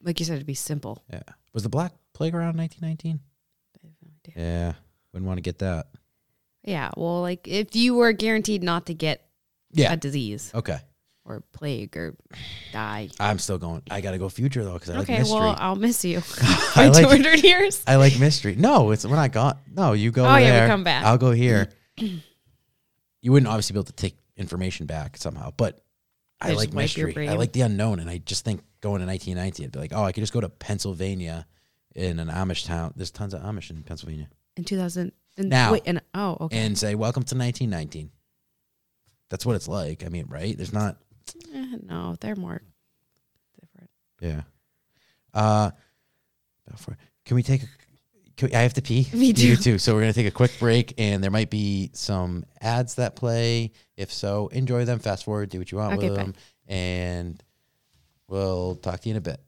Speaker 2: like you said, it'd be simple.
Speaker 1: Yeah. Was the black playground 1919?
Speaker 2: I have no idea.
Speaker 1: Yeah. Wouldn't want to get that.
Speaker 2: Yeah. Well, like if you were guaranteed not to get
Speaker 1: Yeah.
Speaker 2: a disease
Speaker 1: Okay.
Speaker 2: or plague or die.
Speaker 1: I'm still going. I got to go future though because I
Speaker 2: okay.
Speaker 1: like mystery.
Speaker 2: Well, I'll miss you
Speaker 1: I
Speaker 2: in
Speaker 1: like
Speaker 2: 200 years.
Speaker 1: I like mystery. No, it's when I got. No, you go.
Speaker 2: Oh, yeah, we
Speaker 1: there,
Speaker 2: come back. Mm.
Speaker 1: I'll go here. you wouldn't obviously be able to take information back somehow, but I
Speaker 2: Just
Speaker 1: like
Speaker 2: wipe your
Speaker 1: mystery. I
Speaker 2: brain.
Speaker 1: like the unknown, and I just think going to 1919, I'd be like, oh, I could just go to Pennsylvania in an Amish town. There's tons of Amish in Pennsylvania,
Speaker 2: In 2000. In,
Speaker 1: Now.
Speaker 2: Wait, and, oh, okay.
Speaker 1: and say, welcome to 1919. That's what it's like. I mean, right? There's not.
Speaker 2: Eh, no, they're more different.
Speaker 1: Yeah. Uh, Balfour. can we take? A, can we, I have to pee.
Speaker 2: Me
Speaker 1: You
Speaker 2: too.
Speaker 1: too. So we're gonna take a quick break, and there might be some ads that play. If so, enjoy them. Fast forward. Do what you want
Speaker 2: Okay,
Speaker 1: with
Speaker 2: bye.
Speaker 1: them, and we'll talk to you in a bit.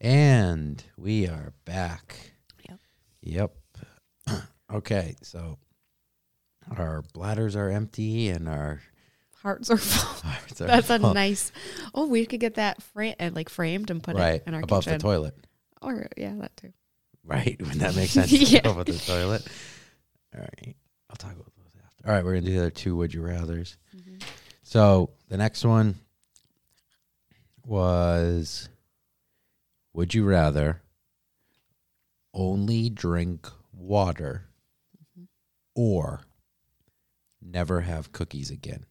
Speaker 1: And we are back.
Speaker 2: Yep.
Speaker 1: Yep. okay. So our bladders are empty, and our
Speaker 2: Hearts are full.
Speaker 1: hearts are
Speaker 2: That's a
Speaker 1: full.
Speaker 2: nice. Oh, we could get that fra- uh, like framed and put
Speaker 1: right
Speaker 2: it in our
Speaker 1: above
Speaker 2: kitchen.
Speaker 1: the toilet.
Speaker 2: or yeah, that too.
Speaker 1: Right? Wouldn't that make sense?
Speaker 2: Yeah.
Speaker 1: Go with the toilet. All right. I'll talk about those after. All right, we're gonna do the other two would you rather's.
Speaker 2: Mm-hmm.
Speaker 1: So the next one was Would you rather only drink water
Speaker 2: Mm-hmm.
Speaker 1: or never have cookies again?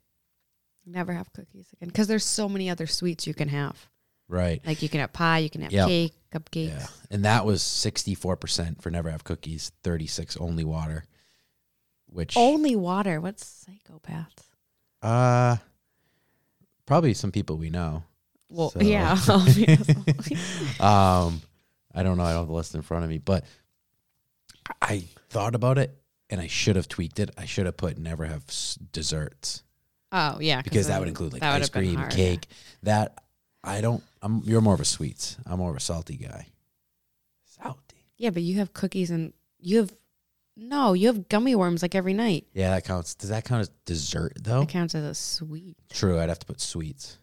Speaker 2: Never have cookies again because there's so many other sweets you can have.
Speaker 1: Right.
Speaker 2: Like you can have pie, you can have
Speaker 1: Yep.
Speaker 2: cake, cupcakes.
Speaker 1: Yeah. And that was sixty four percent for never have cookies, thirty six only water. Which
Speaker 2: Only water. What's psychopaths?
Speaker 1: Uh probably some people we know.
Speaker 2: Well,
Speaker 1: So-
Speaker 2: yeah, obviously.
Speaker 1: Um I don't know, I don't have the list in front of me, but I thought about it and I should have tweaked it. I should have put never have s- desserts
Speaker 2: oh yeah,
Speaker 1: because that
Speaker 2: then
Speaker 1: would include like
Speaker 2: that would
Speaker 1: ice
Speaker 2: have been
Speaker 1: cream,
Speaker 2: hard.
Speaker 1: cake. That I don't I'm you're more of a sweets. I'm more of a salty guy. Salty.
Speaker 2: Yeah, but you have cookies and you have no, you have gummy worms like every night.
Speaker 1: Yeah, that counts. Does that count as dessert though?
Speaker 2: That counts as a sweet.
Speaker 1: True, I'd have to put sweets.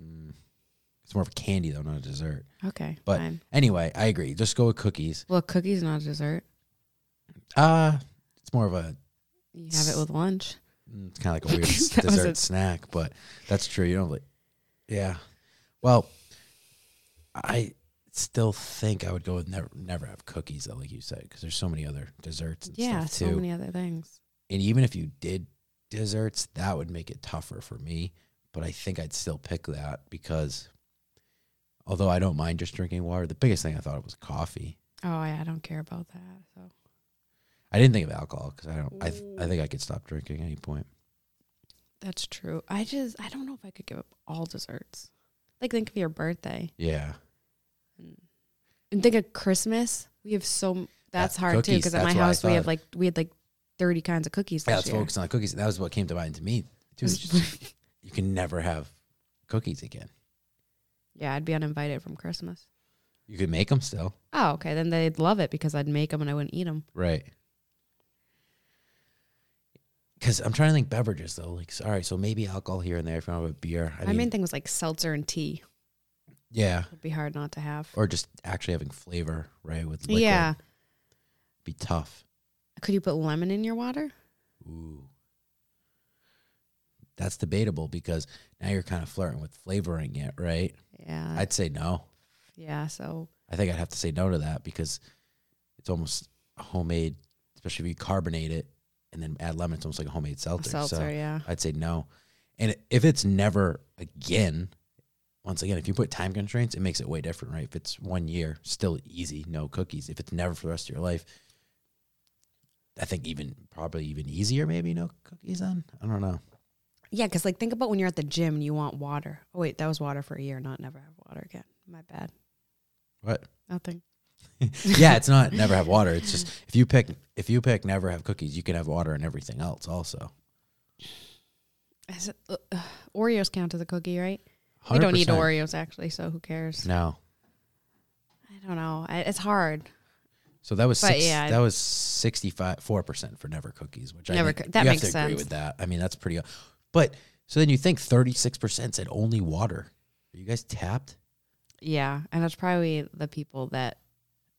Speaker 1: Mm. It's more of a candy though, not a dessert.
Speaker 2: Okay,
Speaker 1: But-
Speaker 2: fine.
Speaker 1: Anyway, I agree. Just go with cookies.
Speaker 2: Well, a cookie's not a dessert.
Speaker 1: Uh it's more of a
Speaker 2: You have it with lunch.
Speaker 1: mm, it's kind of like a weird s-
Speaker 2: That was
Speaker 1: dessert
Speaker 2: a-
Speaker 1: snack, but that's true. You don't like, yeah. Well, I still think I would go with never never have cookies though, like you said, because there's so many other desserts and
Speaker 2: Yeah,
Speaker 1: stuff
Speaker 2: so
Speaker 1: too.
Speaker 2: many other things.
Speaker 1: and even if you did desserts, that would make it tougher for me. But I think I'd still pick that because although I don't mind just drinking water, the biggest thing I thought of was coffee.
Speaker 2: Oh, yeah, I don't care about that. So
Speaker 1: I didn't think of alcohol because I don't. I th- I think I could stop drinking at any point.
Speaker 2: that's true. I just I don't know if I could give up all desserts. Like think of your birthday
Speaker 1: Yeah.
Speaker 2: and, and think of Christmas. We have so m- that's hard too
Speaker 1: cookies,
Speaker 2: because at
Speaker 1: that's
Speaker 2: my
Speaker 1: what I
Speaker 2: house we have
Speaker 1: thought.
Speaker 2: like we had like thirty kinds of cookies
Speaker 1: Yeah,
Speaker 2: this
Speaker 1: let's
Speaker 2: year.
Speaker 1: focus on the cookies. That was what came to mind to me. Too, is
Speaker 2: It's-
Speaker 1: just, you can never have cookies again.
Speaker 2: yeah, I'd be uninvited from Christmas.
Speaker 1: You could make them still,
Speaker 2: Oh, okay, then they'd love it because I'd make them and I wouldn't eat them.
Speaker 1: right? Because I'm trying to think beverages though. Like, s- all right, so maybe alcohol here and there if you don't have a beer. I
Speaker 2: My
Speaker 1: mean,
Speaker 2: main thing was like seltzer and tea.
Speaker 1: yeah,
Speaker 2: It'd be hard not to have.
Speaker 1: or just actually having flavor, right? With liquid,
Speaker 2: Yeah,
Speaker 1: be tough.
Speaker 2: could you put lemon in your water?
Speaker 1: Ooh, that's debatable because now you're kind of flirting with flavoring it, right?
Speaker 2: Yeah,
Speaker 1: I'd say no.
Speaker 2: yeah. So
Speaker 1: I think I'd have to say no to that because it's almost a homemade, especially if you carbonate it and then add lemon. It's almost like a homemade seltzer.
Speaker 2: seltzer,
Speaker 1: So
Speaker 2: yeah.
Speaker 1: I'd say no. And if it's never again, once again, if you put time constraints, it makes it way different, right? If it's one year, still easy, no cookies. If it's never for the rest of your life, I think even probably even easier, maybe no cookies on. I don't know.
Speaker 2: Yeah, because like think about when you're at the gym and you want water. Oh wait, that was water for a year, not never have water again. My bad.
Speaker 1: What?
Speaker 2: Nothing.
Speaker 1: yeah, it's not never have water. It's just if you pick if you pick never have cookies, you can have water and everything else also.
Speaker 2: Is it, uh, uh, Oreos count as a cookie, right?
Speaker 1: I
Speaker 2: We don't eat Oreos actually, so who cares?
Speaker 1: No.
Speaker 2: I don't know. I, it's hard.
Speaker 1: So that was
Speaker 2: But
Speaker 1: six,
Speaker 2: yeah.
Speaker 1: that was sixty five four percent for never cookies, which
Speaker 2: Never
Speaker 1: I think
Speaker 2: coo- that
Speaker 1: you
Speaker 2: makes
Speaker 1: have to agree
Speaker 2: sense.
Speaker 1: with that. I mean that's pretty. But so then you think thirty six percent said only water. Are you guys tapped?
Speaker 2: Yeah, and it's probably the people that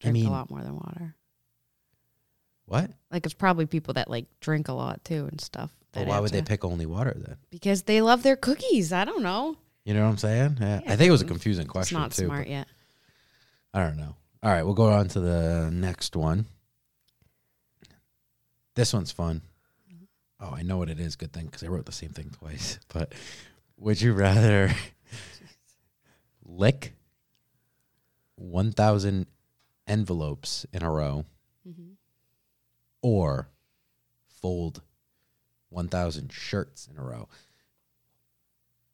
Speaker 1: I
Speaker 2: drink
Speaker 1: mean-
Speaker 2: a lot more than water.
Speaker 1: What?
Speaker 2: Like it's probably people that like drink a lot too and stuff.
Speaker 1: But
Speaker 2: that
Speaker 1: why would they
Speaker 2: answer.
Speaker 1: pick only water then?
Speaker 2: Because they love their cookies. I don't know.
Speaker 1: You know what I'm saying? Yeah.
Speaker 2: Yeah,
Speaker 1: I think it was a
Speaker 2: it's-
Speaker 1: confusing
Speaker 2: It's
Speaker 1: question
Speaker 2: not
Speaker 1: too.
Speaker 2: smart
Speaker 1: but
Speaker 2: yet.
Speaker 1: I don't know. All right, we'll go on to the next one. This one's fun. Oh, I know what it is. Good thing because I wrote the same thing twice. But would you rather lick one thousand envelopes in a row, or fold one thousand shirts in a row?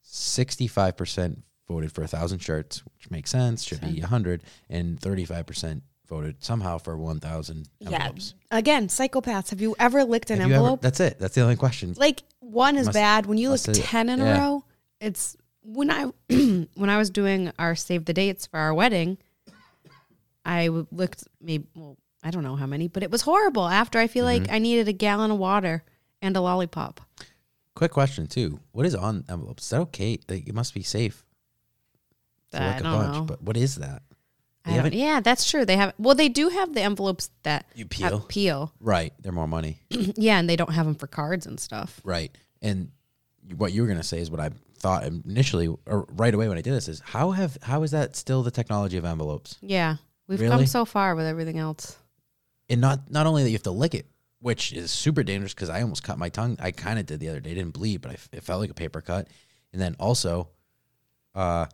Speaker 1: Sixty-five percent voted for a thousand shirts, which makes sense. Should be a hundred, and thirty-five percent voted somehow for one thousand envelopes.
Speaker 3: Again, psychopaths. Have you ever licked an
Speaker 1: Have you ever-
Speaker 3: envelope?
Speaker 1: that's it. That's the only question.
Speaker 3: like one is
Speaker 1: Must-
Speaker 3: bad. When you lick
Speaker 1: must have-
Speaker 3: ten in
Speaker 1: yeah.
Speaker 3: a row,
Speaker 2: It's when I when I was doing our save the dates for our wedding, I w- looked maybe well I don't know how many, but it was horrible. After I feel
Speaker 1: Mm-hmm.
Speaker 2: like I needed a gallon of water and a lollipop.
Speaker 1: Quick question too. What is on envelopes? Is that okay? Like, it must be safe. to
Speaker 2: I
Speaker 1: lick
Speaker 2: don't know.
Speaker 1: but what is that? They
Speaker 2: I don't-
Speaker 1: haven't-
Speaker 2: yeah, that's true. They have well, they do have the envelopes that
Speaker 1: You
Speaker 2: have
Speaker 1: peel.
Speaker 2: peel.
Speaker 1: Right, they're more money.
Speaker 2: yeah, and they don't have them for cards and stuff.
Speaker 1: right, and what you were gonna say is what I thought initially, or right away when I did this is how have how is that still the technology of envelopes?
Speaker 2: Yeah, we've
Speaker 1: Really?
Speaker 2: come so far with everything else.
Speaker 1: And not not only that you have to lick it, which is super dangerous because I almost cut my tongue. I kind of did the other day. It didn't bleed, but I f it felt like a paper cut. And then also, uh,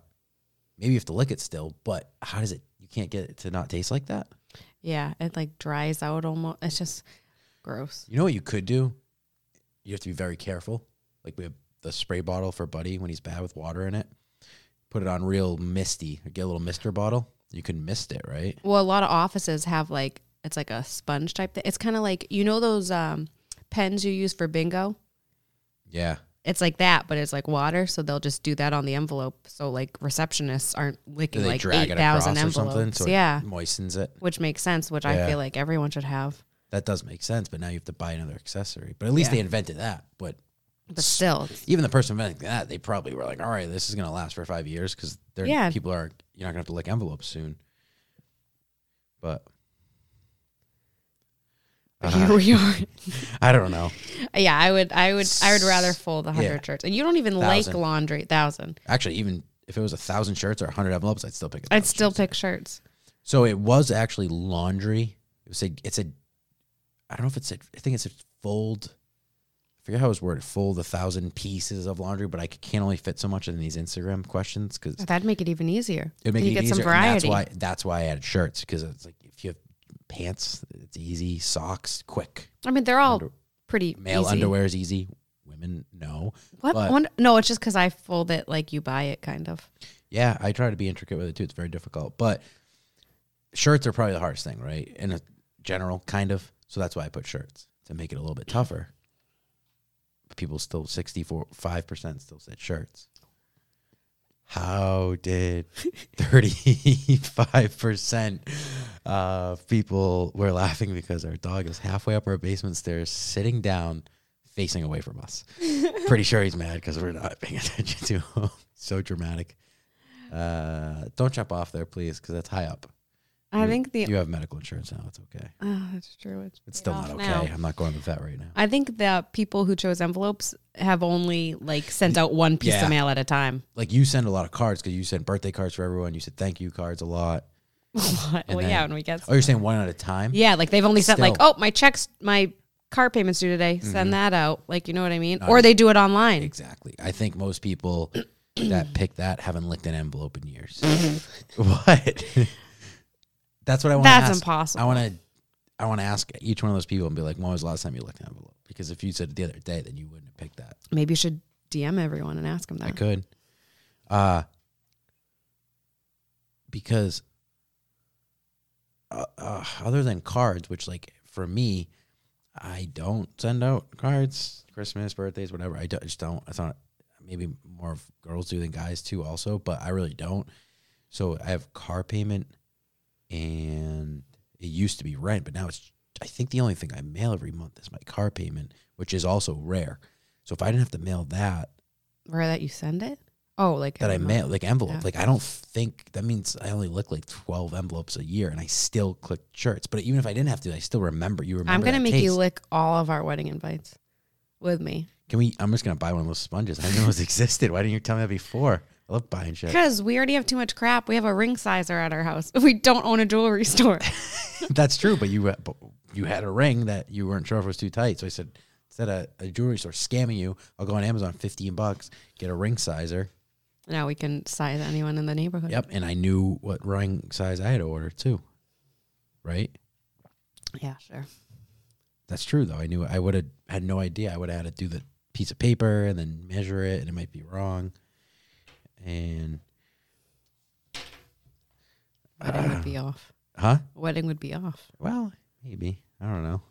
Speaker 1: maybe you have to lick it still, but how does it? You can't get it to not taste like that.
Speaker 2: Yeah, it like dries out almost. It's just gross.
Speaker 1: You know what you could do? You have to be very careful. Like we have the spray bottle for Buddy when he's bad with water in it. Put it on real misty. Get a little mister bottle. You can mist it, right?
Speaker 2: Well, a lot of offices have like it's like a sponge type thing. It's kind of like you know those um, pens you use for bingo.
Speaker 1: Yeah.
Speaker 2: It's like that, but it's like water, so they'll just do that on the envelope. So like receptionists aren't
Speaker 1: Do
Speaker 2: licking
Speaker 1: they
Speaker 2: like
Speaker 1: drag
Speaker 2: eight
Speaker 1: it
Speaker 2: thousand
Speaker 1: across
Speaker 2: envelopes.
Speaker 1: or something? So
Speaker 2: yeah,
Speaker 1: it moistens it.
Speaker 2: which makes sense. Which I
Speaker 1: Yeah.
Speaker 2: feel like everyone should have.
Speaker 1: That does make sense, but now you have to buy another accessory. But at least
Speaker 2: Yeah.
Speaker 1: they invented that. But
Speaker 2: But still, it's-
Speaker 1: even the person inventing that, they probably were like, "All right, this is gonna last for five years because
Speaker 2: Yeah.
Speaker 1: people are you're not gonna have to lick envelopes soon." But uh-huh.
Speaker 2: here we are.
Speaker 1: I don't know.
Speaker 2: Yeah, I would, I would, I would rather fold a hundred
Speaker 1: Yeah.
Speaker 2: shirts, and you don't even like
Speaker 1: Thousand.
Speaker 2: laundry. Thousand,
Speaker 1: Actually, even if it was a thousand shirts or a hundred envelopes, I'd still pick it.
Speaker 2: I'd still pick shirts.
Speaker 1: So it was actually laundry. It was a, it's a, I don't know if it's a, I think it's a fold. I forget how it was worded. Fold a thousand pieces of laundry, but I c- can only fit so much in these Instagram questions because
Speaker 2: That'd make it even easier.
Speaker 1: it'd make
Speaker 2: you
Speaker 1: it
Speaker 2: get
Speaker 1: even
Speaker 2: some
Speaker 1: easier. and
Speaker 2: variety.
Speaker 1: That's why that's why I added shirts because it's like if you have pants, it's easy. Socks, quick.
Speaker 2: I mean, they're all
Speaker 1: Under-
Speaker 2: pretty
Speaker 1: Male
Speaker 2: easy.
Speaker 1: underwear is easy. Women, no.
Speaker 2: What?
Speaker 1: but-
Speaker 2: Wonder- no, it's just because I fold it like you buy it, kind of.
Speaker 1: Yeah, I try to be intricate with it too. It's very difficult, but shirts are probably the hardest thing, right? In a general kind of. So that's why I put shirts to make it a little bit tougher. But people still sixty four five percent still said shirts. How did thirty five percent of people were laughing because our dog is halfway up our basement stairs, sitting down, facing away from us? Pretty sure he's mad because we're not paying attention to him. so dramatic. Uh, don't jump off there, please, because that's high up.
Speaker 2: I
Speaker 1: You-
Speaker 2: think the
Speaker 1: You have medical insurance now. It's okay.
Speaker 2: oh, that's true. It's,
Speaker 1: It's still
Speaker 2: off
Speaker 1: not okay.
Speaker 2: now.
Speaker 1: I'm not going to the vet right now.
Speaker 2: I think the people who chose envelopes have only like sent out one piece
Speaker 1: Yeah.
Speaker 2: of mail at a time.
Speaker 1: Like you send a lot of cards because you send birthday cards for everyone. You said thank you cards a lot.
Speaker 2: well,
Speaker 1: then-
Speaker 2: yeah, and we get
Speaker 1: Oh, you're saying one at a time.
Speaker 2: yeah, like they've only sent like
Speaker 1: Still. Mm-hmm.
Speaker 2: oh my checks my car payments due today. Send that out, like you know what I mean.
Speaker 1: Not
Speaker 2: or
Speaker 1: as-
Speaker 2: they do it online.
Speaker 1: Exactly. I think most people that pick that haven't licked an envelope in years. what? That's what I want to
Speaker 2: That's
Speaker 1: ask.
Speaker 2: impossible.
Speaker 1: I want to I want to ask each one of those people and be like, when was the last time you licked an envelope? Because if you said the other day, then you wouldn't have picked that.
Speaker 2: Maybe you should DM everyone and ask them
Speaker 1: I
Speaker 2: that.
Speaker 1: could. Uh because uh, uh, other than cards, which like for me, I don't send out cards, Christmas, birthdays, whatever. I, do, I just don't. It's not maybe more of girls do than guys too, also, but I really don't. So I have car payment, and it used to be rent, but now it's. I think the only thing I mail every month is my car payment, which is also rare. So if I didn't have to mail that,
Speaker 2: Where that you send it? Oh, like
Speaker 1: that I
Speaker 2: don't know.
Speaker 1: mail like envelope.
Speaker 2: Yeah.
Speaker 1: Like I don't think that means I only look like twelve envelopes a year, and I still click shirts. But even if I didn't have to, I still remember. You remember.
Speaker 2: I'm gonna
Speaker 1: that
Speaker 2: make you
Speaker 1: taste.
Speaker 2: lick all of our wedding invites with me
Speaker 1: Can we? I'm just gonna buy one of those sponges. I didn't know those existed. Why didn't you tell me that before? I love buying shit.
Speaker 2: because we already have too much crap. We have a ring sizer at our house. We don't own a jewelry store.
Speaker 1: That's true. But you, uh, but you had a ring that you weren't sure if was too tight. So I said, instead of a jewelry store scamming you, I'll go on Amazon, fifteen bucks, get a ring sizer.
Speaker 2: now we can size anyone in the neighborhood.
Speaker 1: Yep, and I knew what ring size I had to order too. Right.
Speaker 2: Yeah, sure.
Speaker 1: That's true though. I knew I would have had no idea. I would have had to do the piece of paper and then measure it, and it might be wrong. And
Speaker 2: Wedding would
Speaker 1: Ah.
Speaker 2: be off.
Speaker 1: huh?
Speaker 2: Wedding would be off.
Speaker 1: Well, maybe I don't know.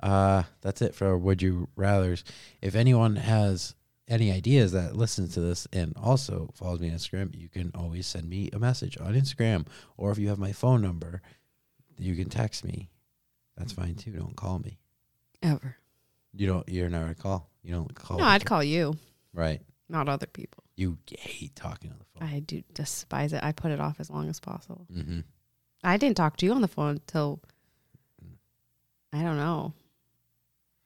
Speaker 1: Uh, that's it for would you rather's. If anyone has any ideas that listens to this and also follows me on Instagram, you can always send me a message on Instagram, or if you have my phone number, you can text me. That's fine too. Don't call me.
Speaker 2: Ever.
Speaker 1: You don't. You're never a call. You don't call.
Speaker 2: No, I'd call you,
Speaker 1: Right.
Speaker 2: not other people.
Speaker 1: You hate talking on the phone.
Speaker 2: I do despise it. I put it off as long as possible.
Speaker 1: mm-hmm.
Speaker 2: I didn't talk to you on the phone until I don't know.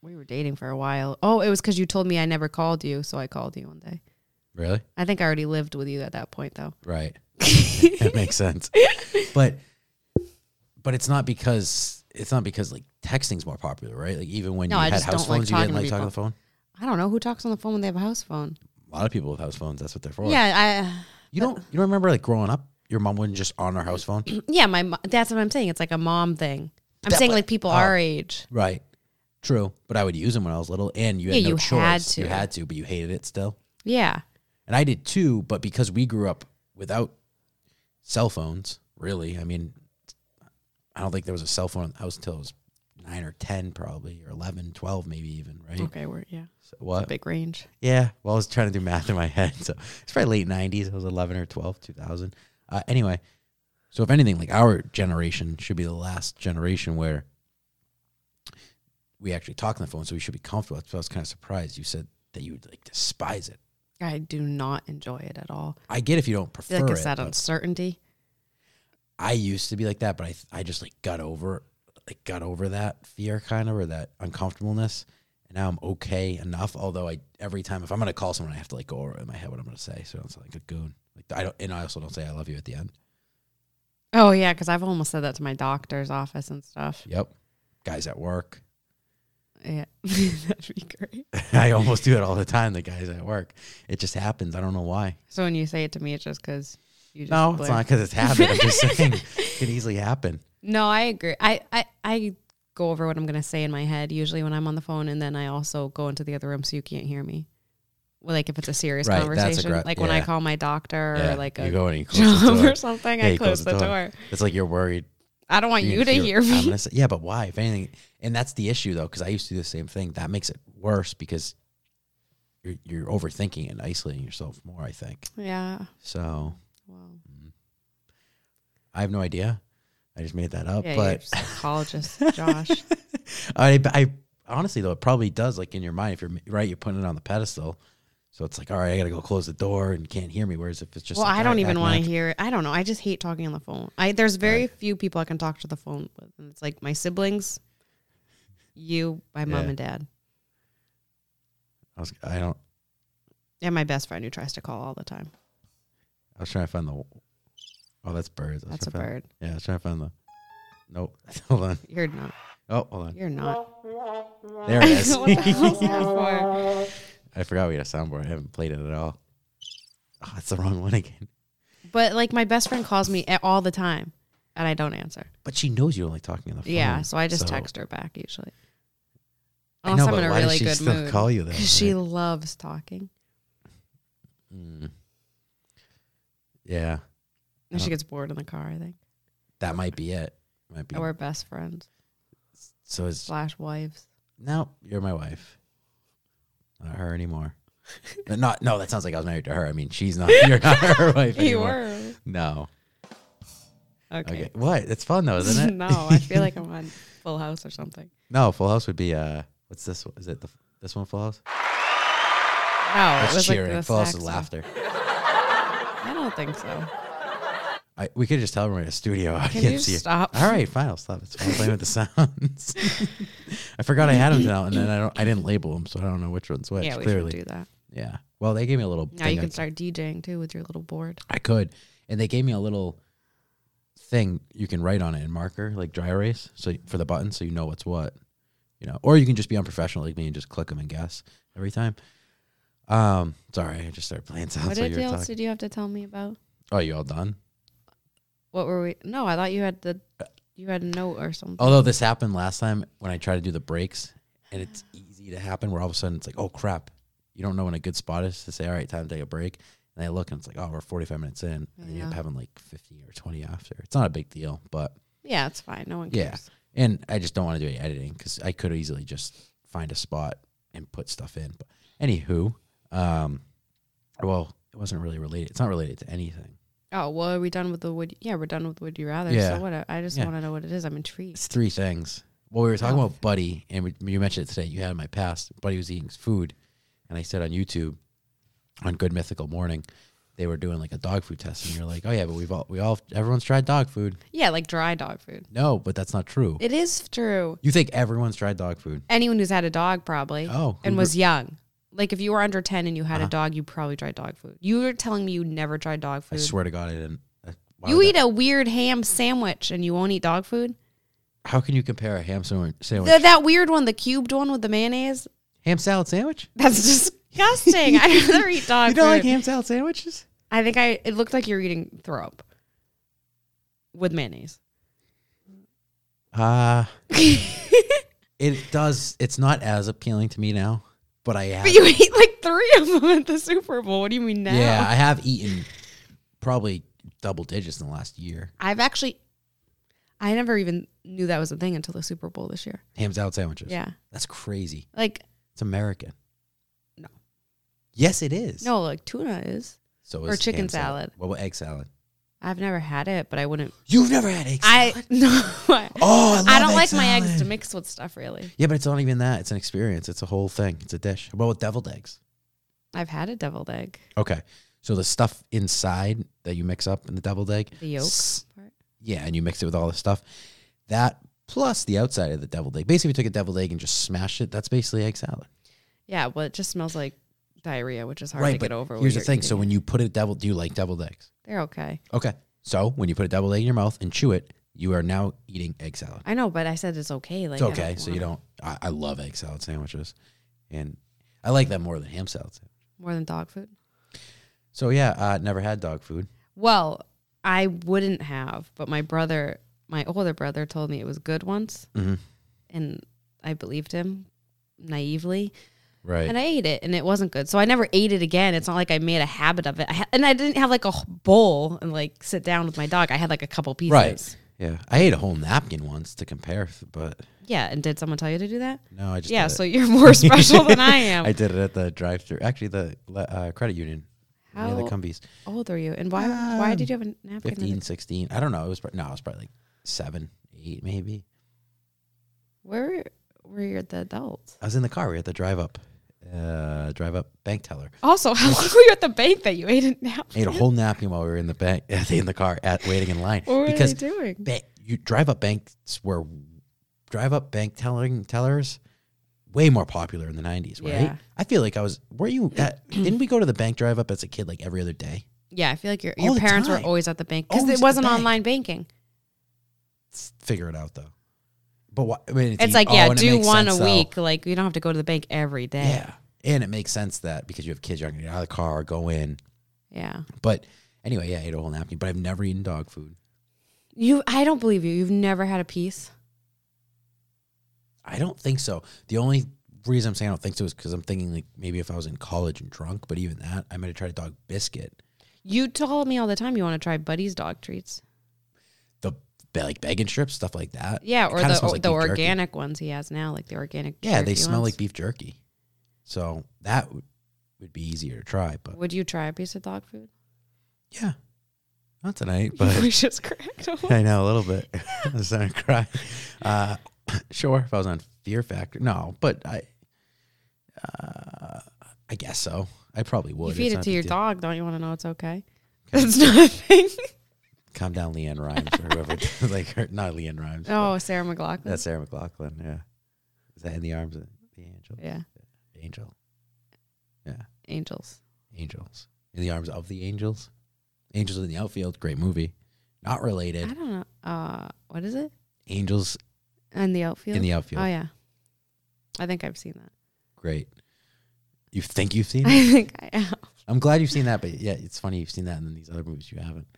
Speaker 2: We were dating for a while. Oh, it was because you told me I never called you, so I called you one day.
Speaker 1: Really?
Speaker 2: I think I already lived with you at that point, though.
Speaker 1: Right. that makes sense. But but it's not because it's not because like texting's more popular, right? Like even when
Speaker 2: No,
Speaker 1: you
Speaker 2: I
Speaker 1: had
Speaker 2: just
Speaker 1: house
Speaker 2: don't like
Speaker 1: phones, you didn't
Speaker 2: talking to
Speaker 1: like talking on the phone.
Speaker 2: I don't know who talks on the phone when they have a house phone.
Speaker 1: A lot of people with house phones. That's what they're for.
Speaker 2: Yeah,
Speaker 1: You don't you don't remember like growing up, your mom wasn't just on our house phone,
Speaker 2: I yeah, my mo- that's what I'm saying. It's like a mom thing. I'm
Speaker 1: That
Speaker 2: saying
Speaker 1: way-
Speaker 2: like people
Speaker 1: oh.
Speaker 2: our age.
Speaker 1: right? True, but I would use them when I was little, and you had
Speaker 2: Yeah,
Speaker 1: no
Speaker 2: you
Speaker 1: choice.
Speaker 2: had
Speaker 1: You
Speaker 2: to.
Speaker 1: had to, but you hated it still.
Speaker 2: Yeah,
Speaker 1: And I did too, but because we grew up without cell phones, really. I mean, I don't think there was a cell phone in the house until I was nine or 10, probably, or 11, 12, maybe even, right?
Speaker 2: okay, we're yeah,
Speaker 1: So, what?
Speaker 2: big range.
Speaker 1: Yeah. Well, I was trying to do math in my head. So it's probably late 90s. I was 11 or 12, 2000. Uh, anyway, so if anything, like our generation should be the last generation where we actually talk on the phone, so we should be comfortable. So I was kind of surprised you said that you would like despise it.
Speaker 2: I do not enjoy it at all.
Speaker 1: I get if you don't
Speaker 2: I
Speaker 1: prefer
Speaker 2: feel like
Speaker 1: it.
Speaker 2: it's that
Speaker 1: but-
Speaker 2: uncertainty.
Speaker 1: I used to be like that, but I th- I just like got over like got over that fear kind of or that uncomfortableness. And now I'm okay enough. Although I every time if I'm gonna call someone, I have to like go over in my head what I'm gonna say, so I don't sound like a goon. Like I don't, and I also don't say I love you at the end.
Speaker 2: Oh yeah, because I've almost said that to my doctor's office and stuff.
Speaker 1: Yep, guys at work.
Speaker 2: Yeah, that'd be great.
Speaker 1: I almost do it all the time. The guys at work. It just happens. I don't know why.
Speaker 2: So when you say it to me, it's just because you just
Speaker 1: No,
Speaker 2: blur.
Speaker 1: it's not because it's happened. I'm just saying it can easily happen.
Speaker 2: No, I agree. I, I I go over what I'm gonna say in my head usually when I'm on the phone, and then I also go into the other room so you can't hear me. Well, like if it's a serious
Speaker 1: Right, that's a
Speaker 2: conversation,
Speaker 1: gra-
Speaker 2: like when I
Speaker 1: yeah.
Speaker 2: call my doctor
Speaker 1: Yeah,
Speaker 2: or like
Speaker 1: you
Speaker 2: a
Speaker 1: go in and you close the
Speaker 2: job
Speaker 1: door.
Speaker 2: or something,
Speaker 1: Yeah,
Speaker 2: I
Speaker 1: you
Speaker 2: close, the, door.
Speaker 1: It's like you're worried
Speaker 2: I don't want
Speaker 1: You're
Speaker 2: you to
Speaker 1: gonna
Speaker 2: hear
Speaker 1: I'm
Speaker 2: me.
Speaker 1: gonna say- yeah, but why? If anything, and that's the issue though, because I used to do the same thing. That makes it worse because you're you're overthinking and isolating yourself more. I think
Speaker 2: Yeah.
Speaker 1: so.
Speaker 2: Well,
Speaker 1: I have no idea. I just made that up,
Speaker 2: yeah, you're a
Speaker 1: but
Speaker 2: psychologist, Josh.
Speaker 1: I, I honestly though it probably does. Like in your mind, if you're right, you're putting it on the pedestal. So it's like, all right, I gotta go close the door and you can't hear me. Whereas if it's just,
Speaker 2: well,
Speaker 1: like,
Speaker 2: I
Speaker 1: all
Speaker 2: don't
Speaker 1: right,
Speaker 2: even
Speaker 1: knock,
Speaker 2: want
Speaker 1: knock.
Speaker 2: to hear. I don't know. I just hate talking on the phone. I there's very few people I can talk to the phone with. And it's like my siblings, you, my mom
Speaker 1: Yeah.
Speaker 2: and dad,
Speaker 1: I, was, I don't.
Speaker 2: and my best friend who tries to call all the time.
Speaker 1: I was trying to find the. Oh, that's birds. I was
Speaker 2: That's a
Speaker 1: trying to
Speaker 2: bird.
Speaker 1: find- Yeah, I was trying to find the. Nope. hold on.
Speaker 2: You're not.
Speaker 1: Oh, hold on.
Speaker 2: You're not.
Speaker 1: There it is.
Speaker 2: what the hell's that for?
Speaker 1: I forgot we had a soundboard. I haven't played it at all. oh, it's the wrong one again.
Speaker 2: But like my best friend calls me a- all the time, and I don't answer.
Speaker 1: But she knows you're only talking on the phone.
Speaker 2: yeah, so I just text her back usually.
Speaker 1: Hmm. I
Speaker 2: Unless
Speaker 1: know,
Speaker 2: I'm
Speaker 1: but
Speaker 2: in a
Speaker 1: why does
Speaker 2: really
Speaker 1: she
Speaker 2: good
Speaker 1: still
Speaker 2: mood.
Speaker 1: call you though,
Speaker 2: 'Cause she
Speaker 1: right?
Speaker 2: loves talking,
Speaker 1: Mm. Yeah, Oh.
Speaker 2: and she gets bored in the car. I think,
Speaker 1: that might be it. Might be.
Speaker 2: and we're best friends
Speaker 1: so it's
Speaker 2: slash wives.
Speaker 1: no, you're my wife. Not her anymore. But not no. That sounds like I was married to her. I mean, she's not. You're not her wife
Speaker 2: You
Speaker 1: anymore.
Speaker 2: were
Speaker 1: No. Okay.
Speaker 2: okay.
Speaker 1: What? It's fun though, isn't it?
Speaker 2: no, I feel like I'm on Full House or something.
Speaker 1: No, Full House would be uh, what's this? one? Is it the this one Full House?
Speaker 2: No,
Speaker 1: That's
Speaker 2: it was
Speaker 1: cheering.
Speaker 2: like the
Speaker 1: Full House is
Speaker 2: saxophone.
Speaker 1: laughter.
Speaker 2: I don't think so.
Speaker 1: I, we could just tell them we're in a studio
Speaker 2: Can
Speaker 1: audience
Speaker 2: you just
Speaker 1: here.
Speaker 2: stop?
Speaker 1: All right, fine. I'll stop. It's fun playing with the sounds. I forgot I had them down, and then I don't. I didn't label them, so I don't know which one's which.
Speaker 2: yeah, we
Speaker 1: clearly,
Speaker 2: should do that.
Speaker 1: yeah. Well, they gave me a little.
Speaker 2: Now
Speaker 1: thing
Speaker 2: you
Speaker 1: I-
Speaker 2: can start DJing too with your little board.
Speaker 1: I could, and they gave me a little thing you can write on it in marker, like dry erase, so y- for the buttons, so you know what's what, you know. Or you can just be unprofessional like me and just click them and guess every time. Um, sorry, I just started playing sounds.
Speaker 2: what
Speaker 1: while you were
Speaker 2: else
Speaker 1: talking.
Speaker 2: did you have to tell me about?
Speaker 1: Oh, you all done?
Speaker 2: What were we? No, I thought you had the you had a note or something.
Speaker 1: Although this happened last time when I tried to do the breaks, and it's easy to happen where all of a sudden it's like, oh crap, you don't know when a good spot is to say, all right, time to take a break. And I look and it's like, oh, we're 45 minutes in. And then you end up
Speaker 2: Yeah.
Speaker 1: having like 15 or 20 after. It's not a big deal, but,
Speaker 2: Yeah, it's fine. No one
Speaker 1: Yeah.
Speaker 2: cares.
Speaker 1: and I just don't want to do any editing because I could easily just find a spot and put stuff in. But anywho, um, well, it wasn't really related. It's not related to anything.
Speaker 2: Oh well, are we done with the would? Yeah, we're done with would you rather.
Speaker 1: Yeah.
Speaker 2: So what? I just
Speaker 1: Yeah.
Speaker 2: want to know what it is. I'm intrigued.
Speaker 1: It's three things. Well, we were talking
Speaker 2: Oh.
Speaker 1: about Buddy, and we, you mentioned it today. You had in my past. Buddy was eating food, and I said on YouTube, on Good Mythical Morning, they were doing like a dog food test, and you're like, "Oh yeah, but we've all we all everyone's tried dog food."
Speaker 2: Yeah, like dry dog food.
Speaker 1: No, but that's not true.
Speaker 2: It is true.
Speaker 1: You think everyone's tried dog food?
Speaker 2: Anyone who's had a dog probably
Speaker 1: Oh,
Speaker 2: and
Speaker 1: who-
Speaker 2: was young. Like if you were under ten and you had
Speaker 1: Uh-huh.
Speaker 2: a dog, you probably tried dog food. You were telling me you never tried dog
Speaker 1: I
Speaker 2: food.
Speaker 1: swear to God, I didn't. I- why
Speaker 2: you
Speaker 1: would
Speaker 2: eat
Speaker 1: that-
Speaker 2: a weird ham sandwich and you won't eat dog food.
Speaker 1: How can you compare a ham sandwich? sandwich-
Speaker 2: The, that weird one, the cubed one with the mayonnaise.
Speaker 1: ham salad sandwich?
Speaker 2: That's disgusting. I'd rather eat dog
Speaker 1: You don't like
Speaker 2: food.
Speaker 1: ham salad sandwiches?
Speaker 2: I think I it looked like you were eating throw up with mayonnaise.
Speaker 1: Uh it does. It's not as appealing to me now, but I have.
Speaker 2: But you ate like three of them at the Super Bowl. What do you mean now?
Speaker 1: Yeah, I have eaten probably double digits in the last year.
Speaker 2: I've actually, I never even knew that was a thing until the Super Bowl this year.
Speaker 1: Ham salad sandwiches.
Speaker 2: Yeah,
Speaker 1: That's crazy.
Speaker 2: like
Speaker 1: It's American.
Speaker 2: No.
Speaker 1: Yes, it is.
Speaker 2: no, like tuna is.
Speaker 1: So
Speaker 2: or
Speaker 1: is
Speaker 2: chicken
Speaker 1: ham
Speaker 2: salad.
Speaker 1: What about egg salad?
Speaker 2: I've never had it, but I wouldn't.
Speaker 1: You've never had egg salad.
Speaker 2: I no. I,
Speaker 1: oh, I, love
Speaker 2: I don't
Speaker 1: egg
Speaker 2: like my eggs
Speaker 1: salad.
Speaker 2: to mix with stuff. Really,
Speaker 1: Yeah, but it's not even that. It's an experience. It's a whole thing. It's a dish. What about deviled eggs?
Speaker 2: I've had a deviled egg,
Speaker 1: Okay. So the stuff inside that you mix up in the deviled egg,
Speaker 2: the yolk.
Speaker 1: S-
Speaker 2: part.
Speaker 1: Yeah, and you mix it with all this stuff. That plus the outside of the deviled egg. Basically, if you took a deviled egg and just smashed it, that's basically egg salad.
Speaker 2: Yeah, well, it just smells like diarrhea, which is hard to
Speaker 1: but
Speaker 2: get over. when
Speaker 1: Here's the
Speaker 2: you're
Speaker 1: thing.
Speaker 2: eating
Speaker 1: So
Speaker 2: it.
Speaker 1: when you put a deviled, do you like deviled eggs?
Speaker 2: they're okay,
Speaker 1: Okay. So when you put a deviled egg in your mouth and chew it, you are now eating egg salad.
Speaker 2: I know, but I said it's okay. Like
Speaker 1: it's
Speaker 2: I
Speaker 1: okay. so you
Speaker 2: want it.
Speaker 1: don't. I, I love egg salad sandwiches, and I like that more than ham salad. sandwich.
Speaker 2: more than dog food.
Speaker 1: So yeah, uh, never had dog food.
Speaker 2: Well, I wouldn't have, but my brother, my older brother, told me it was good once,
Speaker 1: Mm-hmm.
Speaker 2: and I believed him naively,
Speaker 1: Right.
Speaker 2: and I ate it, and it wasn't good. So I never ate it again. It's not like I made a habit of it, I ha- and I didn't have like a h- bowl and like sit down with my dog. I had like a couple pieces.
Speaker 1: Right. yeah, I ate a whole napkin once to compare, but
Speaker 2: Yeah, and did someone tell you to do that?
Speaker 1: no, I just
Speaker 2: yeah,
Speaker 1: did it.
Speaker 2: so you're more special than I am.
Speaker 1: I did it at the drive-through. Actually, the le- uh, credit union. Yeah, the
Speaker 2: How
Speaker 1: Cumbies.
Speaker 2: old are you, and why? why
Speaker 1: Um,
Speaker 2: did you have a napkin? in the-
Speaker 1: 15, 16. I don't know. It was, pro- no, it was probably like seven, eight, maybe.
Speaker 2: Where were you the adults?
Speaker 1: I was in the car. We had to drive up, uh, drive up bank teller.
Speaker 2: Also, how long were you at the bank that you ate it now?
Speaker 1: Ate a whole napkin while we were in the bank, in the car, at waiting in line
Speaker 2: What were
Speaker 1: because
Speaker 2: they doing?
Speaker 1: ba- you drive up banks were drive up bank telling tellers way more popular in the nineties, right?
Speaker 2: Yeah.
Speaker 1: I feel like I was. Were you? At, didn't we go to the bank drive up as a kid like every other day?
Speaker 2: Yeah, I feel like your
Speaker 1: All
Speaker 2: your
Speaker 1: the
Speaker 2: parents
Speaker 1: time.
Speaker 2: were always at the bank because
Speaker 1: Always at
Speaker 2: it
Speaker 1: the
Speaker 2: wasn't
Speaker 1: bank.
Speaker 2: online banking.
Speaker 1: S- Figure it out though. But why, I mean,
Speaker 2: It's,
Speaker 1: e-
Speaker 2: like
Speaker 1: oh,
Speaker 2: yeah,
Speaker 1: and it
Speaker 2: do
Speaker 1: makes
Speaker 2: one a
Speaker 1: sense, though.
Speaker 2: week. Like you don't have to go to the bank every day.
Speaker 1: Yeah, and it makes sense that because you have kids, you're gonna get out of the car, go in,
Speaker 2: Yeah, Yeah.
Speaker 1: But anyway, yeah, I ate a whole napkin, but I've never eaten dog food.
Speaker 2: You I don't believe you. You've never had a piece.
Speaker 1: I don't think so. The only reason I'm saying I don't think so is because I'm thinking like maybe if I was in college and drunk, but even that, I might have tried a dog biscuit.
Speaker 2: You told me all the time you want to try Buddy's dog treats.
Speaker 1: The be- like bacon strips, stuff like that.
Speaker 2: Yeah,
Speaker 1: It
Speaker 2: or
Speaker 1: kinda
Speaker 2: the
Speaker 1: smells
Speaker 2: or,
Speaker 1: like
Speaker 2: the
Speaker 1: beef jerky.
Speaker 2: organic ones he has now, like the organic.
Speaker 1: Yeah, they
Speaker 2: jerky
Speaker 1: smell
Speaker 2: ones.
Speaker 1: like beef jerky. So that would, would be easier to try, but
Speaker 2: Would you try a piece of dog food?
Speaker 1: yeah. Not tonight, but
Speaker 2: we just cracked. open.
Speaker 1: I know a little bit. I was starting to cry. Uh, sure, if I was on Fear Factor, no, but I, uh, I guess so. I probably would.
Speaker 2: you
Speaker 1: It's
Speaker 2: feed
Speaker 1: not
Speaker 2: it
Speaker 1: a
Speaker 2: to
Speaker 1: big
Speaker 2: your
Speaker 1: deal.
Speaker 2: dog, don't you want to know it's okay?
Speaker 1: Okay.
Speaker 2: That's not a thing.
Speaker 1: Calm down, Leanne Rhymes or whoever. like her, not Leanne Rhymes. but
Speaker 2: Oh, Sarah McLaughlin.
Speaker 1: that's Sarah McLaughlin. Yeah, is that in the arms of the angel?
Speaker 2: yeah,
Speaker 1: Angel,
Speaker 2: angels.
Speaker 1: angels in the arms of the angels. Angels in the outfield. Great movie. Not
Speaker 2: I
Speaker 1: related.
Speaker 2: don't know. Uh, what is it?
Speaker 1: Angels
Speaker 2: In the outfield.
Speaker 1: in the outfield.
Speaker 2: oh yeah, I think I've seen that.
Speaker 1: Great. You think you've seen? it?
Speaker 2: I think I have.
Speaker 1: I'm glad you've seen that, but yeah, it's funny you've seen that and then these other movies you haven't.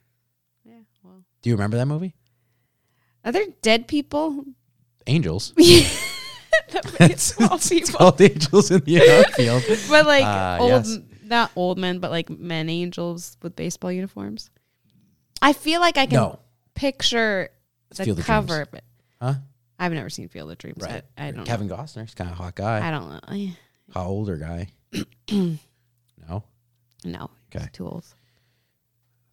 Speaker 2: Yeah. Well,
Speaker 1: Do you remember that movie?
Speaker 2: are there dead people?
Speaker 1: Angels.
Speaker 2: it's all
Speaker 1: It's
Speaker 2: people.
Speaker 1: called Angels in the Outfield.
Speaker 2: but like
Speaker 1: Uh,
Speaker 2: old,
Speaker 1: yes.
Speaker 2: not old men, but like men angels with baseball uniforms. I feel like I can
Speaker 1: no.
Speaker 2: picture
Speaker 1: It's
Speaker 2: the
Speaker 1: Field of Dreams.
Speaker 2: cover, but
Speaker 1: Huh?
Speaker 2: I've never seen Field of Dreams.
Speaker 1: Right.
Speaker 2: I, I don't.
Speaker 1: Kevin Costner. He's kind of a hot
Speaker 2: know.
Speaker 1: guy.
Speaker 2: I don't know. Eh,
Speaker 1: Hot older guy. no?
Speaker 2: No,
Speaker 1: Okay.
Speaker 2: it's too old.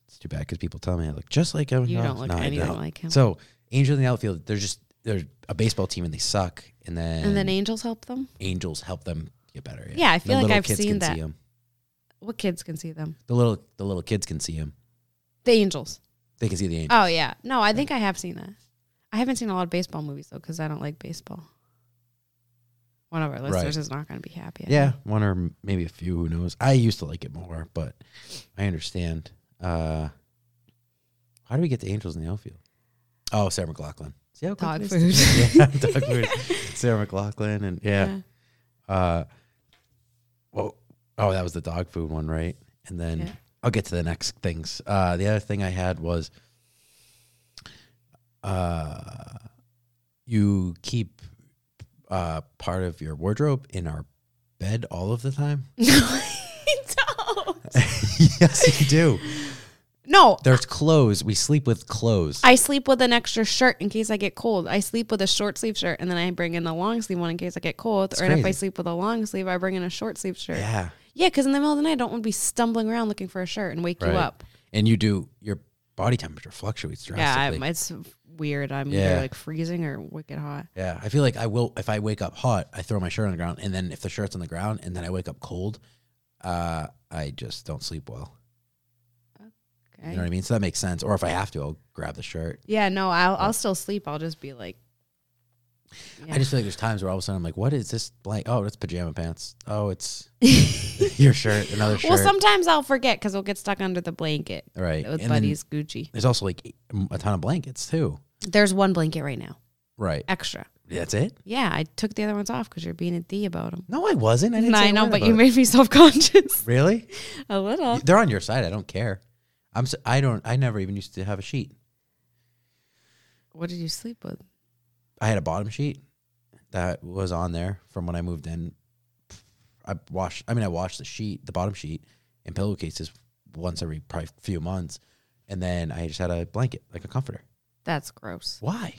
Speaker 1: It's too bad because people tell me I look just like Kevin
Speaker 2: You
Speaker 1: Costner.
Speaker 2: don't look
Speaker 1: No, I
Speaker 2: anything
Speaker 1: don't.
Speaker 2: like him.
Speaker 1: So, Angels in the Outfield, they're just, they're a baseball team and they suck. And then,
Speaker 2: and then angels help them.
Speaker 1: angels help them get better.
Speaker 2: Yeah, I feel like
Speaker 1: little
Speaker 2: I've
Speaker 1: kids
Speaker 2: seen
Speaker 1: can
Speaker 2: that.
Speaker 1: See 'em.
Speaker 2: What kids can see them?
Speaker 1: The little the little kids can see him.
Speaker 2: The angels.
Speaker 1: They can see the angel.
Speaker 2: Oh yeah. No, I think I have seen that. I haven't seen a lot of baseball movies though because I don't like baseball. One of our listeners is not going to be happy. I
Speaker 1: Yeah,
Speaker 2: know.
Speaker 1: one or m- maybe a few. Who knows? I used to like it more, but I understand. Uh, how do we get the Angels in the outfield? Oh, Sarah McLaughlin. See how
Speaker 2: Dog
Speaker 1: quick it is? yeah, dog food. Sarah McLaughlin and yeah. Uh, well, oh, that was the dog food one, right? And then
Speaker 2: Yeah.
Speaker 1: I'll get to the next things. Uh, the other thing I had was, uh, you keep uh part of your wardrobe in our bed all of the time.
Speaker 2: No, I don't.
Speaker 1: yes, you do.
Speaker 2: No,
Speaker 1: There's clothes. We sleep with clothes.
Speaker 2: I sleep with an extra shirt in case I get cold. I sleep with a short sleeve shirt and then I bring in the long sleeve one in case I get cold.
Speaker 1: That's
Speaker 2: or if I
Speaker 1: crazy.
Speaker 2: sleep with a long sleeve, I bring in a short sleeve shirt. Yeah,
Speaker 1: yeah,
Speaker 2: because in the middle of the night, I don't want to be stumbling around looking for a shirt and wake
Speaker 1: Right.
Speaker 2: you up.
Speaker 1: and you do. Your body temperature fluctuates
Speaker 2: Yeah,
Speaker 1: drastically.
Speaker 2: I, it's weird. I'm
Speaker 1: Yeah.
Speaker 2: either like freezing or wicked hot.
Speaker 1: Yeah, I feel like I will if I wake up hot, I throw my shirt on the ground, and then if the shirt's on the ground, and then I wake up cold, uh, I just don't sleep well.
Speaker 2: Okay.
Speaker 1: You know what I mean? So that makes sense. Or if I have to, I'll grab the shirt.
Speaker 2: Yeah, no, I'll, I'll still sleep. I'll just be like,
Speaker 1: I just feel like there's times where all of a sudden I'm like, "What is this blank? Oh, it's pajama pants. Oh, it's your shirt, another shirt."
Speaker 2: well, sometimes I'll forget because it'll get stuck under the blanket
Speaker 1: right.
Speaker 2: with
Speaker 1: and then
Speaker 2: Buddy's Gucci.
Speaker 1: there's also like a ton of blankets too.
Speaker 2: There's one blanket right now,
Speaker 1: Right.
Speaker 2: extra.
Speaker 1: That's it.
Speaker 2: Yeah, I took the other ones off because you're being a D about them.
Speaker 1: No, I wasn't. I didn't.
Speaker 2: No,
Speaker 1: say
Speaker 2: I
Speaker 1: a
Speaker 2: know,
Speaker 1: word
Speaker 2: but
Speaker 1: about
Speaker 2: you
Speaker 1: it.
Speaker 2: made me self conscious
Speaker 1: really.
Speaker 2: a little.
Speaker 1: They're on your side. I don't care. I'm. s I don't. I never even used to have a sheet.
Speaker 2: What did you sleep with?
Speaker 1: I had a bottom sheet that was on there from when I moved in. I washed. I mean, I washed the sheet, the bottom sheet, and pillowcases once every probably few months, and then I just had a blanket, like a comforter.
Speaker 2: That's gross.
Speaker 1: Why?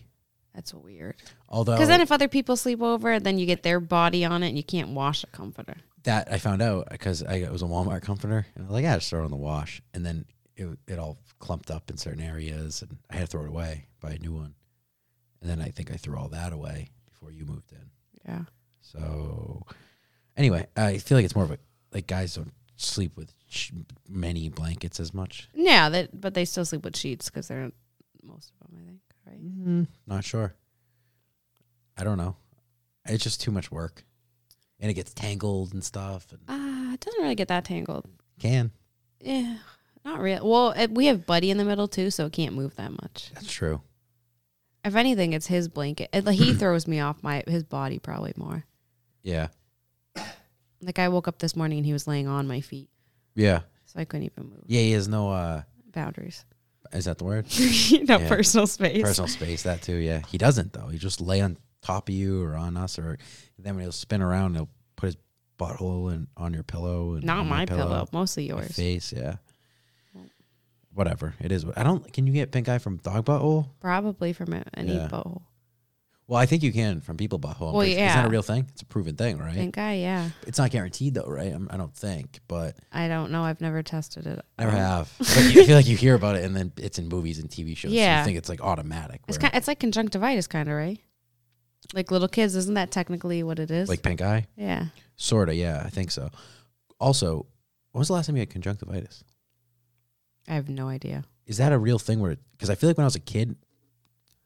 Speaker 2: That's weird.
Speaker 1: Although
Speaker 2: Because then if other people sleep over, then you get their body on it and you can't wash a comforter.
Speaker 1: that I found out because I it was a Walmart comforter, and I was like, yeah, just throw it in the wash, and then it it all clumped up in certain areas, and I had to throw it away, buy a new one, and then I think I threw all that away before you moved in.
Speaker 2: Yeah.
Speaker 1: So, anyway, I feel like it's more of a like guys don't sleep with sh- many blankets as much.
Speaker 2: Yeah, that, but they still sleep with sheets because they're most of them, I think, right?
Speaker 1: Not sure. I don't know. It's just too much work, and it gets tangled and stuff. And
Speaker 2: Ah, it doesn't really get that tangled.
Speaker 1: can
Speaker 2: Yeah, not real. Well, it, we have Buddy in the middle too, so it can't move that much.
Speaker 1: that's true.
Speaker 2: If anything, it's his blanket. It, like, he throws me off my his body probably more.
Speaker 1: Yeah,
Speaker 2: Like I woke up this morning and he was laying on my feet.
Speaker 1: yeah.
Speaker 2: So so I couldn't even move.
Speaker 1: Yeah, he has no. uh
Speaker 2: Boundaries,
Speaker 1: Is that the word?
Speaker 2: no
Speaker 1: Yeah.
Speaker 2: personal space.
Speaker 1: Personal space. That too. Yeah, he doesn't though. He just lay on top of you or on us, or then when he'll spin around, he'll put his butthole in, on your pillow and
Speaker 2: Not
Speaker 1: on
Speaker 2: my pillow, mostly
Speaker 1: my
Speaker 2: yours.
Speaker 1: face. Yeah.
Speaker 2: Well.
Speaker 1: Whatever it is, what I don't. Can you get pink eye from dog butthole?
Speaker 2: Probably from a, any
Speaker 1: Yeah.
Speaker 2: butthole.
Speaker 1: Well, I think you can from people butthole. I'm
Speaker 2: Well,
Speaker 1: pretty- Is that
Speaker 2: yeah.
Speaker 1: a real thing? It's a proven thing, right?
Speaker 2: Pink eye, yeah.
Speaker 1: It's not guaranteed though, right? I'm, I don't think, but
Speaker 2: I don't know. I've never tested it.
Speaker 1: I never have. But you I feel like you hear about it, and then it's in movies and TV shows. so
Speaker 2: Yeah.
Speaker 1: you think it's like automatic.
Speaker 2: It's
Speaker 1: where-
Speaker 2: kind. It's like conjunctivitis, kind of right. Like little kids, isn't that technically what it is?
Speaker 1: like pink eye,
Speaker 2: yeah,
Speaker 1: sorta. Yeah, I think so. Also, when was the last time you had conjunctivitis?
Speaker 2: I have no idea.
Speaker 1: Is that a real thing? Where because I feel like when I was a kid,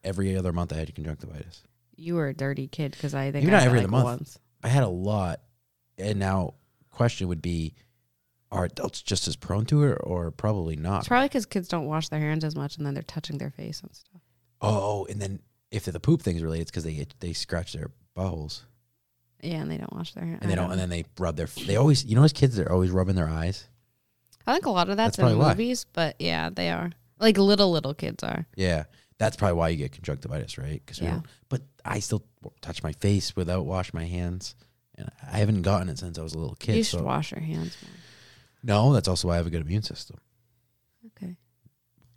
Speaker 1: every other month I had conjunctivitis.
Speaker 2: You were a dirty kid because I think
Speaker 1: Maybe not
Speaker 2: I had
Speaker 1: every
Speaker 2: like
Speaker 1: other month.
Speaker 2: once.
Speaker 1: I had a lot, and now question would be, are adults just as prone to it, or probably not?
Speaker 2: It's probably because kids don't wash their hands as much, and then they're touching their face and stuff.
Speaker 1: Oh, and then if the poop thing's related, it's because they they scratch their buttholes
Speaker 2: Yeah, and they don't wash their hands.
Speaker 1: and they don't, and then they rub their. They always, you know, as kids, they're always rubbing their eyes.
Speaker 2: I think a lot of
Speaker 1: That's
Speaker 2: that's, in
Speaker 1: probably why.
Speaker 2: movies, but yeah, they are like little little kids are.
Speaker 1: Yeah, that's probably why you get conjunctivitis, right? Because
Speaker 2: Yeah.
Speaker 1: but I still touch my face without washing my hands, and I haven't gotten it since I was a little kid.
Speaker 2: you should
Speaker 1: so
Speaker 2: wash your hands more.
Speaker 1: no, that's also why I have a good immune system.
Speaker 2: Okay.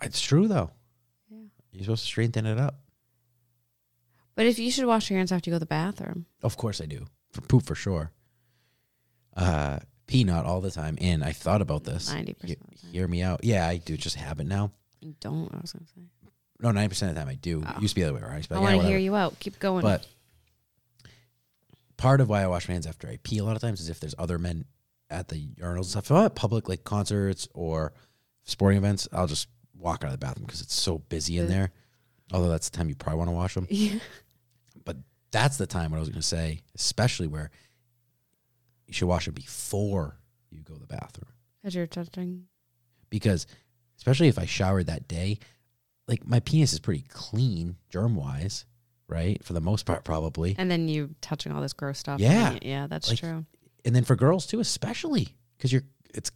Speaker 1: It's true though.
Speaker 2: Yeah.
Speaker 1: You're supposed to strengthen it up.
Speaker 2: But if you should wash your hands after you go to the bathroom,
Speaker 1: Of course I do. For poop for sure. Uh peanut all the time. And I thought about this.
Speaker 2: ninety
Speaker 1: He-
Speaker 2: percent of the time.
Speaker 1: hear me out. Yeah, I do just habit now.
Speaker 2: You don't. I was gonna say.
Speaker 1: No, ninety percent of the time I do.
Speaker 2: Oh.
Speaker 1: Used to be the other way around. I used to be
Speaker 2: I
Speaker 1: like,
Speaker 2: want
Speaker 1: yeah,
Speaker 2: to hear
Speaker 1: whatever.
Speaker 2: you out. Keep going.
Speaker 1: But part of why I wash my hands after I pee a lot of times is if there's other men at the urinals and stuff. If I'm at public like concerts or sporting events, I'll just walk out of the bathroom because it's so busy in
Speaker 2: Mm.
Speaker 1: there. Although that's the time you probably want to wash them.
Speaker 2: yeah.
Speaker 1: But that's the time what I was going to say, especially where you should wash it before you go to the bathroom.
Speaker 2: Because you're touching.
Speaker 1: Because, especially if I showered that day, like my penis is pretty clean germ wise, right? For the most part, probably.
Speaker 2: And then you touching all this gross stuff.
Speaker 1: Yeah.
Speaker 2: And then you- Yeah, that's
Speaker 1: Like-
Speaker 2: true.
Speaker 1: And then for girls too, especially because you're, it's,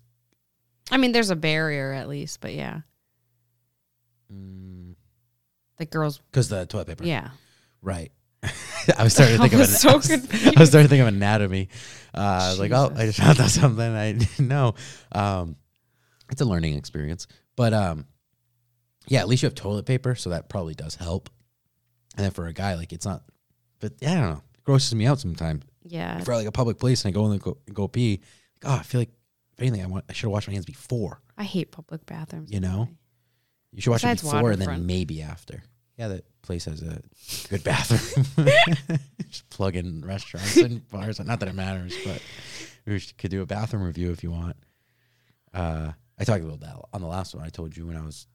Speaker 2: I mean, there's a barrier at least, but yeah.
Speaker 1: because
Speaker 2: The girls,
Speaker 1: mm, the toilet paper.
Speaker 2: yeah.
Speaker 1: Right. I was starting to
Speaker 2: I
Speaker 1: think
Speaker 2: was
Speaker 1: of
Speaker 2: so
Speaker 1: I, was, I was starting to think of anatomy. Uh, I was like, oh, I just
Speaker 2: Jesus.
Speaker 1: found out something I didn't know. Um, it's a learning experience, but um, yeah, at least you have toilet paper, so that probably does help. And then for a guy, like it's not, but yeah, I don't know, it grosses me out sometimes.
Speaker 2: Yeah.
Speaker 1: If we're at like a public place and I go in and go, go pee, like, oh, I feel like if anything, I want I should have washed my hands before.
Speaker 2: I hate public bathrooms.
Speaker 1: You know? You should wash it
Speaker 2: Besides
Speaker 1: before and then
Speaker 2: waterfront.
Speaker 1: maybe after. Yeah, that place has a good bathroom. Just plug in restaurants and bars. Not that it matters, but we sh- could do a bathroom review if you want. Uh, I talked about that on the last one. I told you when I was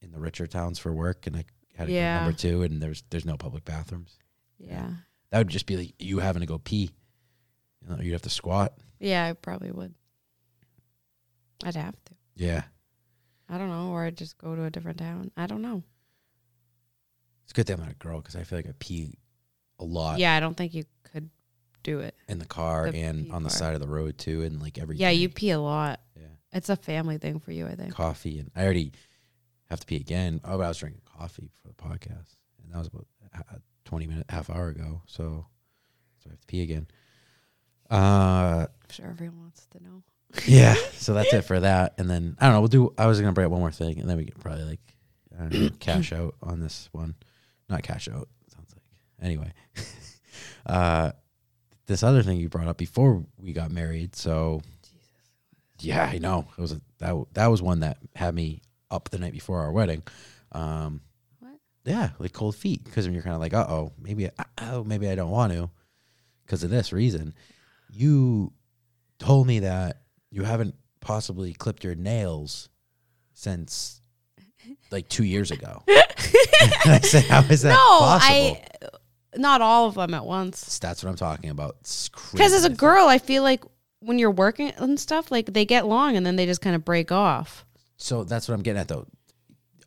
Speaker 1: in the richer towns for work and I had to go to
Speaker 2: Yeah.
Speaker 1: number two and there's there's no public bathrooms.
Speaker 2: Yeah.
Speaker 1: That would just be like you having to go pee. You know, you'd have to squat.
Speaker 2: Yeah, I probably would. I'd have to.
Speaker 1: Yeah.
Speaker 2: I don't know. Or I'd just go to a different town. I don't know.
Speaker 1: It's a good thing I'm not a girl because I feel like I pee a lot
Speaker 2: yeah, I don't think you could do it.
Speaker 1: in the car
Speaker 2: The
Speaker 1: and
Speaker 2: pee
Speaker 1: on the
Speaker 2: part.
Speaker 1: side of the road too and like every
Speaker 2: Yeah,
Speaker 1: day.
Speaker 2: you pee a lot.
Speaker 1: yeah
Speaker 2: It's a family thing for you, I think.
Speaker 1: coffee and I already have to pee again oh but I was drinking coffee for the podcast and that was about a- a 20 minute half hour ago so so I have to pee again uh
Speaker 2: I'm sure everyone wants to know.
Speaker 1: yeah so that's it for that and then I don't know we'll do I was gonna bring up one more thing and then we can probably like I don't know cash out on this one not cash out sounds like anyway uh this other thing you brought up before we got married so
Speaker 2: Jesus.
Speaker 1: Yeah, I know. It was a, that w- that was one that had me up the night before our wedding. Um,
Speaker 2: What?
Speaker 1: Yeah, like cold feet because you're kind of like, uh oh, maybe I- oh maybe I don't want to because of this reason. You told me that you haven't possibly clipped your nails since like two years ago. and I said, how is that possible?
Speaker 2: I not all of them at once.
Speaker 1: That's what I'm talking about. It's crazy.
Speaker 2: Because as a girl, I feel like when you're working and stuff, like they get long and then they just kind of break off.
Speaker 1: So that's what I'm getting at though.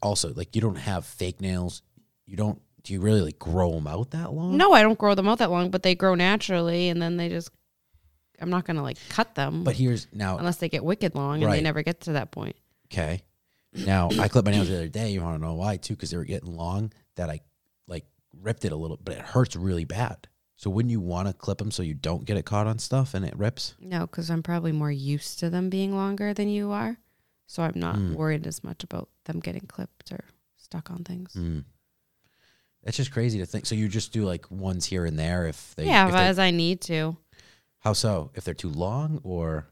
Speaker 1: Also, like you don't have fake nails. You don't. Do you really like grow them out that long?
Speaker 2: No, I don't grow them out that long, but they grow naturally and then they just I'm not gonna like cut them
Speaker 1: But here's now
Speaker 2: unless they get wicked long and they
Speaker 1: Right.
Speaker 2: never get to that point.
Speaker 1: Okay. Now I clipped my nails the other day. You want to know why too? Because they were getting long. That I like ripped it a little, but it hurts really bad. So wouldn't you want to clip them so you don't get it caught on stuff and it rips?
Speaker 2: No, because I'm probably more used to them being longer than you are, so I'm not
Speaker 1: Mm.
Speaker 2: worried as much about them getting clipped or stuck on things.
Speaker 1: Mm. That's just crazy to think. So you just do like ones here and there if they.
Speaker 2: yeah,
Speaker 1: if
Speaker 2: if
Speaker 1: they're-
Speaker 2: as I need to.
Speaker 1: how so? If they're too long or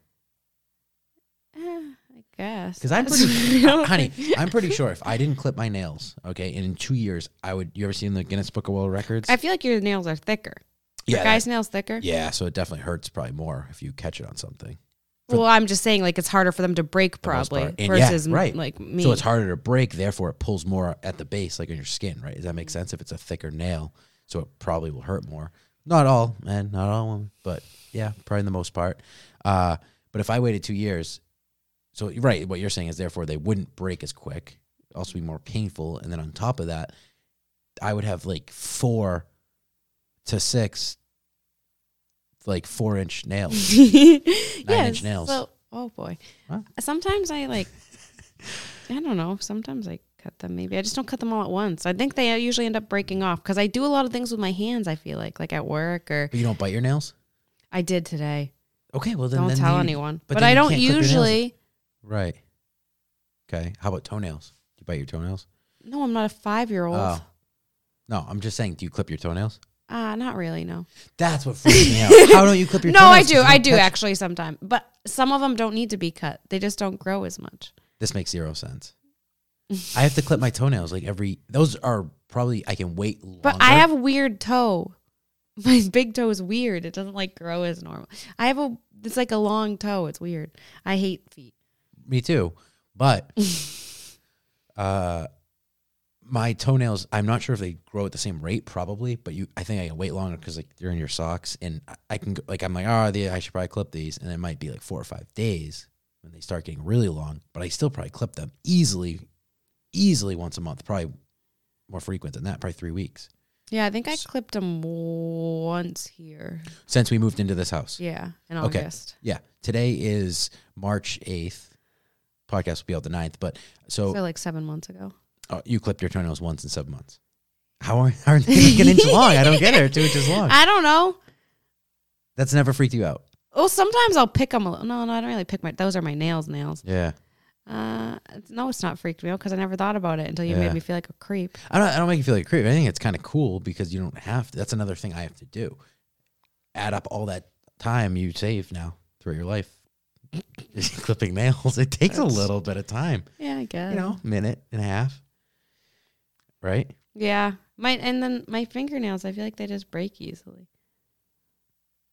Speaker 2: Eh, I guess.
Speaker 1: because I'm
Speaker 2: That's-
Speaker 1: pretty,
Speaker 2: I don't
Speaker 1: honey,
Speaker 2: think-
Speaker 1: I'm pretty sure if I didn't clip my nails, okay, and in two years I would. You ever seen the Guinness Book of World Records?
Speaker 2: I feel like your nails are thicker. Your
Speaker 1: yeah, that-
Speaker 2: guys' nails thicker.
Speaker 1: yeah. So it definitely hurts probably more if you catch it on something. for-
Speaker 2: Well, I'm just saying, like it's harder for them to break
Speaker 1: The most
Speaker 2: probably
Speaker 1: part. And yeah,
Speaker 2: versus m-
Speaker 1: right.
Speaker 2: like me.
Speaker 1: So it's harder to break, therefore it pulls more at the base, like on your skin, right? Does that
Speaker 2: Mm.
Speaker 1: make sense? If it's a thicker nail, so it probably will hurt more. Not all men, not all women, but yeah, probably in the most part. Uh, but if I waited two years, so right, what you're saying is therefore they wouldn't break as quick, also be more painful, and then on top of that, I would have like four to six, like four inch
Speaker 2: Mm.
Speaker 1: nails.
Speaker 2: Nine-inch
Speaker 1: nails.
Speaker 2: So, oh boy.
Speaker 1: Huh?
Speaker 2: Sometimes I like. I don't know. Sometimes I cut them. Maybe I just don't cut them all at once. I think they usually end up breaking off because I do a lot of things with my hands. I feel like, like at work or
Speaker 1: But you don't bite your nails.
Speaker 2: I did today.
Speaker 1: Okay, well then
Speaker 2: don't
Speaker 1: then
Speaker 2: tell
Speaker 1: you-
Speaker 2: anyone.
Speaker 1: but
Speaker 2: But,
Speaker 1: then
Speaker 2: I
Speaker 1: you
Speaker 2: don't
Speaker 1: can't clip your nails.
Speaker 2: usually.
Speaker 1: Right. Okay. How about toenails? Do you bite your toenails?
Speaker 2: No, I'm not a five year old.
Speaker 1: Oh. No, I'm just saying. Do you clip your toenails?
Speaker 2: Uh, not really. No.
Speaker 1: That's what freaks me out. How don't you clip your
Speaker 2: no, I
Speaker 1: toenails? 'Cause
Speaker 2: do.
Speaker 1: you
Speaker 2: I
Speaker 1: don't
Speaker 2: do
Speaker 1: touch-
Speaker 2: actually sometimes, but some of them don't need to be cut. They just don't grow as much.
Speaker 1: This makes zero sense. I have to clip my toenails like every. Those are probably I can wait. Longer.
Speaker 2: But I have a weird toe. My big toe is weird. It doesn't like grow as normal. I have a it's like a long toe. It's weird. I hate feet.
Speaker 1: Me too. But uh, my toenails. I'm not sure if they grow at the same rate. Probably, but you. I think I can wait longer because like they're in your socks, and I- I can go- like I'm like oh, the, I should probably clip these, and it might be like four or five days when they start getting really long. But I still probably clip them easily, easily once a month. Probably more frequent than that. Probably three weeks
Speaker 2: Yeah, I think I
Speaker 1: S-
Speaker 2: clipped them once here.
Speaker 1: since we moved into this house.
Speaker 2: Yeah, in
Speaker 1: Okay.
Speaker 2: August.
Speaker 1: Yeah. Today is March eighth. Podcast will be out the 9th, but so
Speaker 2: So like seven months ago.
Speaker 1: Oh, you clipped your toenails once in seven months. How are, how are they like an inch long? I don't get it. Or two inches long.
Speaker 2: I don't know.
Speaker 1: That's never freaked you out.
Speaker 2: Well, sometimes I'll pick them. A little. No, no, I don't really pick my. Those are my nails. Nails.
Speaker 1: Yeah.
Speaker 2: Uh, it's- no, it's not freaked me out because I never thought about it until you
Speaker 1: Yeah.
Speaker 2: made me feel like a creep.
Speaker 1: I don't, I don't make you feel like a creep. I think it's kind of cool because you don't have to. That's another thing I have to do. Add up all that time you save now throughout your life. Just clipping nails. It takes a
Speaker 2: That's-
Speaker 1: little bit of time,
Speaker 2: Yeah, I guess.
Speaker 1: you know, minute and a half. Right?
Speaker 2: Yeah. My and then my fingernails. I feel like they just break easily.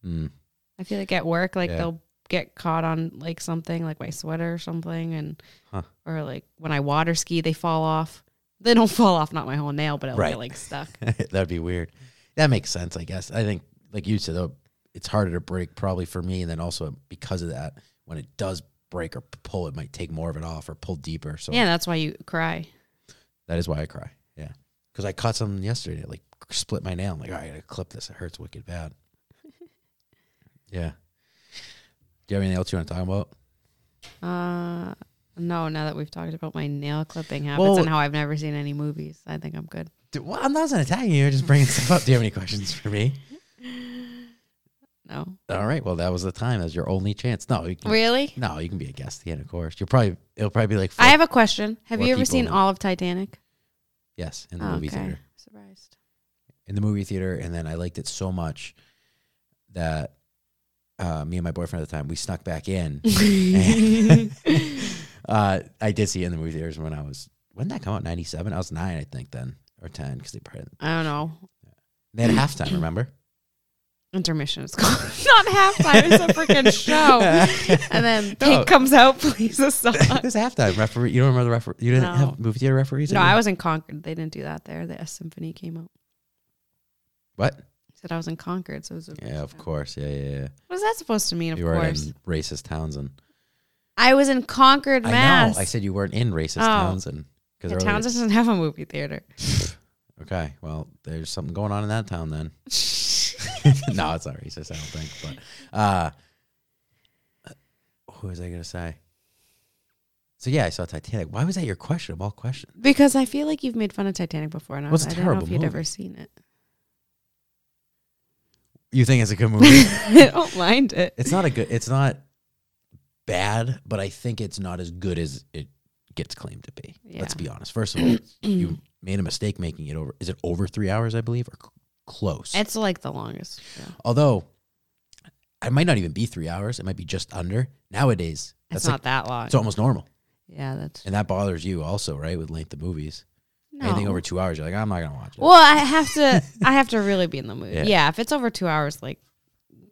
Speaker 1: Mm.
Speaker 2: I feel like at work, like
Speaker 1: Yeah.
Speaker 2: they'll get caught on like something, like my sweater or something, and
Speaker 1: Huh.
Speaker 2: or like when I water ski, they fall off. They don't fall off, not my whole nail, but it'll
Speaker 1: Right.
Speaker 2: get like stuck.
Speaker 1: That'd be weird. That makes sense, I guess. I think, like you said, though, it's harder to break probably for me, and then also because of that, when it does break or pull, it might take more of it off or pull deeper. So
Speaker 2: Yeah, that's why you cry.
Speaker 1: that is why I cry. Yeah, because I caught something yesterday, that, like split my nail. I'm like, all right, I gotta clip this. It hurts wicked bad. yeah. Do you have anything else you want to talk about?
Speaker 2: Uh, no, now that we've talked about my nail clipping habits
Speaker 1: Well-
Speaker 2: and how I've never seen any movies, I think I'm good.
Speaker 1: Do, well, I'm not attacking you. I'm just bringing stuff up. Do you have any questions for me?
Speaker 2: No,
Speaker 1: All right. Well, that was the time. That was your only chance. No, you can,
Speaker 2: really.
Speaker 1: no, you can be a guest again. Of course, you'll probably it'll probably be like.
Speaker 2: I have a question. Have
Speaker 1: Four
Speaker 2: you ever
Speaker 1: people
Speaker 2: seen
Speaker 1: in-
Speaker 2: all of Titanic?
Speaker 1: Yes, in the
Speaker 2: Oh,
Speaker 1: movie theater.
Speaker 2: Surprised.
Speaker 1: In the movie theater, and then I liked it so much that uh, me and my boyfriend at the time we snuck back in. And- uh, I did see it in the movie theaters when I was when did that come out? Ninety seven. I was nine, I think, then or ten because they probably
Speaker 2: I don't know.
Speaker 1: they had halftime. Remember?
Speaker 2: Intermission is called. not halftime. It's a freaking show. And then
Speaker 1: No.
Speaker 2: Pink comes out, plays a song.
Speaker 1: There's halftime referee. You don't remember the referee? You didn't
Speaker 2: No.
Speaker 1: have movie theater referees?
Speaker 2: no, I was in Concord. They didn't do that there. The symphony came out.
Speaker 1: What?
Speaker 2: He said I was in Concord, so it was a
Speaker 1: Yeah, of course. Yeah, yeah, yeah.
Speaker 2: What is that supposed to mean? Of
Speaker 1: you were
Speaker 2: course,
Speaker 1: in racist Townsend.
Speaker 2: I was in Concord, Mass.
Speaker 1: I know. I said you weren't in racist
Speaker 2: Oh.
Speaker 1: Townsend.
Speaker 2: the
Speaker 1: earlier-
Speaker 2: town doesn't have a movie theater.
Speaker 1: Okay. Well, there's something going on in that town then. no, it's not racist, I don't think. But uh what was I gonna say? So yeah, I saw Titanic. Why was that your question of all questions?
Speaker 2: Because I feel like you've made fun of Titanic before, and I,
Speaker 1: Well,
Speaker 2: was,
Speaker 1: it's a
Speaker 2: I don't know if
Speaker 1: terrible
Speaker 2: you'd
Speaker 1: movie.
Speaker 2: ever seen it.
Speaker 1: You think it's a good movie?
Speaker 2: I don't mind it.
Speaker 1: it's not a good. It's not bad, but I think it's not as good as it gets claimed to be. Let's
Speaker 2: Yeah.
Speaker 1: be honest. First of all, you made a mistake making it over. Is it over three hours? I believe or c- close.
Speaker 2: It's like the longest. Yeah.
Speaker 1: Although it might not even be three hours. It might be just under. Nowadays,
Speaker 2: It's
Speaker 1: that's
Speaker 2: not
Speaker 1: like,
Speaker 2: that long.
Speaker 1: it's almost normal,
Speaker 2: yeah, that's
Speaker 1: and that bothers you also, right? With length of movies,
Speaker 2: no.
Speaker 1: anything over two hours, you're like, I'm not gonna watch it.
Speaker 2: Well, I have to. I have to really be in the mood.
Speaker 1: Yeah.
Speaker 2: Yeah. if it's over two hours, like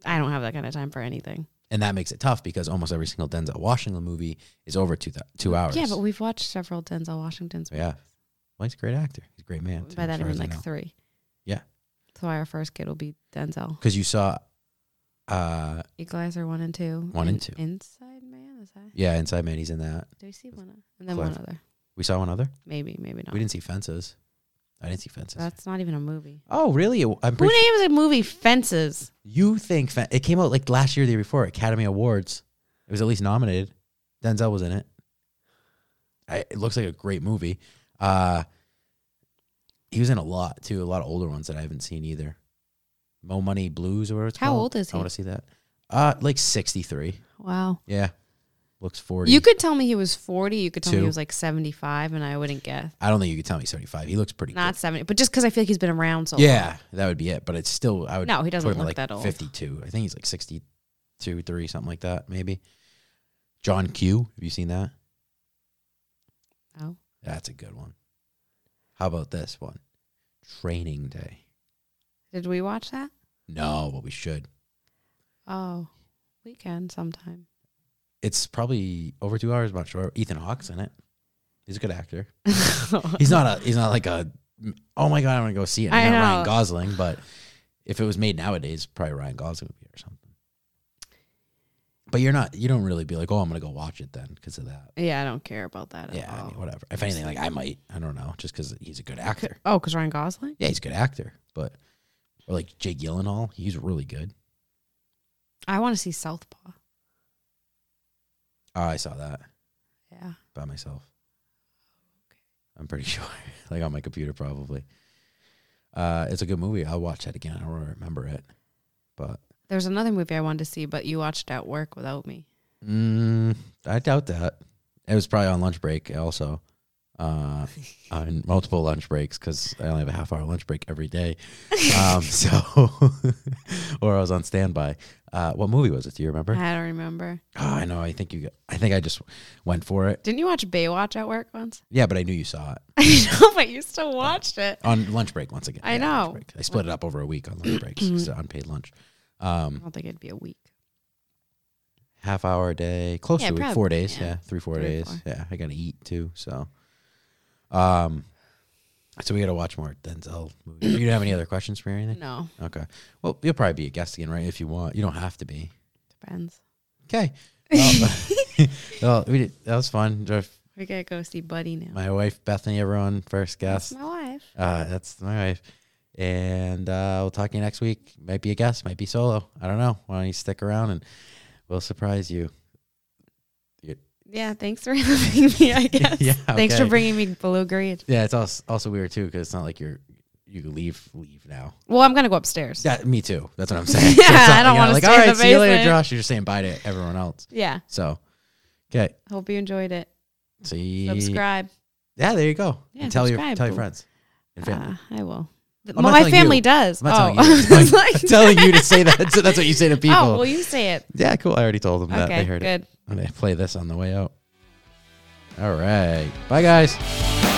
Speaker 2: I don't have that kind of time for anything.
Speaker 1: and that makes it tough because almost every single Denzel Washington movie is over two thou- two hours.
Speaker 2: Yeah, but we've watched several Denzel Washingtons.
Speaker 1: yeah, well, he's a great actor. He's a great man. Too,
Speaker 2: By that I mean like three.
Speaker 1: Yeah.
Speaker 2: So our first kid will be Denzel.
Speaker 1: because you saw, uh,
Speaker 2: Equalizer one and two.
Speaker 1: One and two.
Speaker 2: Inside Man is that?
Speaker 1: yeah, Inside Man. He's in that.
Speaker 2: Do we see one? o- And then
Speaker 1: Clive.
Speaker 2: one other.
Speaker 1: We saw one other.
Speaker 2: Maybe, maybe not.
Speaker 1: We didn't see Fences. I didn't see Fences.
Speaker 2: That's not even a movie.
Speaker 1: oh, really? I'm
Speaker 2: Who
Speaker 1: pretty. sure-
Speaker 2: names a movie Fences?
Speaker 1: you think Fen- it came out like last year, the year before Academy Awards? It was at least nominated. Denzel was in it. I, it looks like a great movie. Uh, he was in a lot too, a lot of older ones that I haven't seen either. Mo Money Blues or whatever it's
Speaker 2: How
Speaker 1: called.
Speaker 2: old is
Speaker 1: I
Speaker 2: he?
Speaker 1: want to see that. Uh, like sixty three.
Speaker 2: Wow.
Speaker 1: Yeah, looks forty.
Speaker 2: You could tell me he was 40. You could tell me
Speaker 1: Two.
Speaker 2: he was like 75, and I wouldn't guess.
Speaker 1: I don't think you could tell me seventy five. He looks pretty.
Speaker 2: Not 70, but just because I feel like he's been around so
Speaker 1: Good. Yeah, that would be it. But it's still I would.
Speaker 2: long. No, he doesn't
Speaker 1: Put him
Speaker 2: look
Speaker 1: at, like
Speaker 2: that old.
Speaker 1: Fifty two. I think he's like sixty two, three, something like that. Maybe. John Q. Have you seen that?
Speaker 2: Oh.
Speaker 1: That's a good one. How about this one? Training Day.
Speaker 2: Did we watch that?
Speaker 1: No, but we should.
Speaker 2: Oh, we can sometime.
Speaker 1: It's probably over two hours. I'm not sure. Ethan Hawke's in it. He's a good actor. He's not a. He's not like a. Oh my god, I want to go see it.
Speaker 2: I
Speaker 1: Not
Speaker 2: know.
Speaker 1: Ryan Gosling, but if it was made nowadays, probably Ryan Gosling would be or something. But you're not. You don't really be like, oh, I'm gonna go watch it then because of that.
Speaker 2: yeah, I don't care about that at
Speaker 1: Yeah, I
Speaker 2: all.
Speaker 1: mean, whatever. If anything, like I might, I don't know, just because he's a good actor.
Speaker 2: oh, because Ryan Gosling?
Speaker 1: Yeah, he's a good actor, but or like Jake Gyllenhaal, he's really good.
Speaker 2: I want to see Southpaw.
Speaker 1: Oh, I saw that
Speaker 2: Yeah.
Speaker 1: by myself. I'm pretty sure, like on my computer, probably. Uh, it's a good movie. I'll watch that again. I don't really remember it, but
Speaker 2: There's another movie I wanted to see, but you watched it at work without me.
Speaker 1: mm, I doubt that. It was probably on lunch break, also, uh, on multiple lunch breaks because I only have a half hour lunch break every day. um, so, or I was on standby. Uh, what movie was it? Do you remember?
Speaker 2: I don't remember.
Speaker 1: Oh, I know. I think you. got- I think I just went for it.
Speaker 2: Didn't you watch Baywatch at work once?
Speaker 1: Yeah, but I knew you saw it
Speaker 2: I know, but you still watched it.
Speaker 1: on lunch break once again.
Speaker 2: I
Speaker 1: Yeah, lunch
Speaker 2: know.
Speaker 1: break. I split it up over a week on lunch breaks, so unpaid lunch. Um,
Speaker 2: I don't think it'd be a week.
Speaker 1: half hour a day, close
Speaker 2: Yeah,
Speaker 1: to a week,
Speaker 2: prob-
Speaker 1: four days. Yeah,
Speaker 2: yeah.
Speaker 1: three four
Speaker 2: Three,
Speaker 1: days.
Speaker 2: four.
Speaker 1: Yeah, I gotta eat too. So, um, so we gotta watch more Denzel movies. you don't have any other questions for me or anything?
Speaker 2: No,
Speaker 1: Okay. Well, you'll probably be a guest again, right? If you want, you don't have to be.
Speaker 2: depends.
Speaker 1: Okay. Well, well, we did, that was fun.
Speaker 2: We gotta go see Buddy now.
Speaker 1: My wife, Bethany, everyone, first
Speaker 2: That's
Speaker 1: guest.
Speaker 2: my wife.
Speaker 1: Uh, that's my wife. And uh, we'll talk to you next week. Might be a guest, might be solo. I don't know. Why don't you stick around and we'll surprise you?
Speaker 2: Yeah, thanks for having me. I guess.
Speaker 1: yeah.
Speaker 2: Thanks for
Speaker 1: okay.
Speaker 2: bringing me below grade.
Speaker 1: Yeah, it's also, also weird too because it's not like you're you can leave leave now.
Speaker 2: Well, I'm gonna go upstairs.
Speaker 1: Yeah, me too. That's what I'm saying. So
Speaker 2: Yeah,
Speaker 1: it's not-
Speaker 2: I
Speaker 1: you're
Speaker 2: don't
Speaker 1: not
Speaker 2: wanna
Speaker 1: like
Speaker 2: stay
Speaker 1: all
Speaker 2: in
Speaker 1: right.
Speaker 2: the
Speaker 1: see you later,
Speaker 2: basement."
Speaker 1: Josh. You're just saying bye to everyone else.
Speaker 2: Yeah.
Speaker 1: So, okay.
Speaker 2: Hope you enjoyed it.
Speaker 1: See.
Speaker 2: Subscribe.
Speaker 1: Yeah, there you go.
Speaker 2: Yeah,
Speaker 1: and tell your
Speaker 2: subscribe.
Speaker 1: tell your friends and family.
Speaker 2: Uh, I will. Th-
Speaker 1: I'm not
Speaker 2: my
Speaker 1: telling
Speaker 2: family
Speaker 1: you.
Speaker 2: does.
Speaker 1: I'm not
Speaker 2: oh,
Speaker 1: telling you.
Speaker 2: I was
Speaker 1: I'm
Speaker 2: like,
Speaker 1: telling you to say that. So that's what you say to people.
Speaker 2: Oh, well, you say it.
Speaker 1: yeah, cool. I already told them that. They
Speaker 2: Okay,
Speaker 1: heard it.
Speaker 2: good.
Speaker 1: I'm going to play this on the way out. All right. Bye, guys.
Speaker 2: Bye.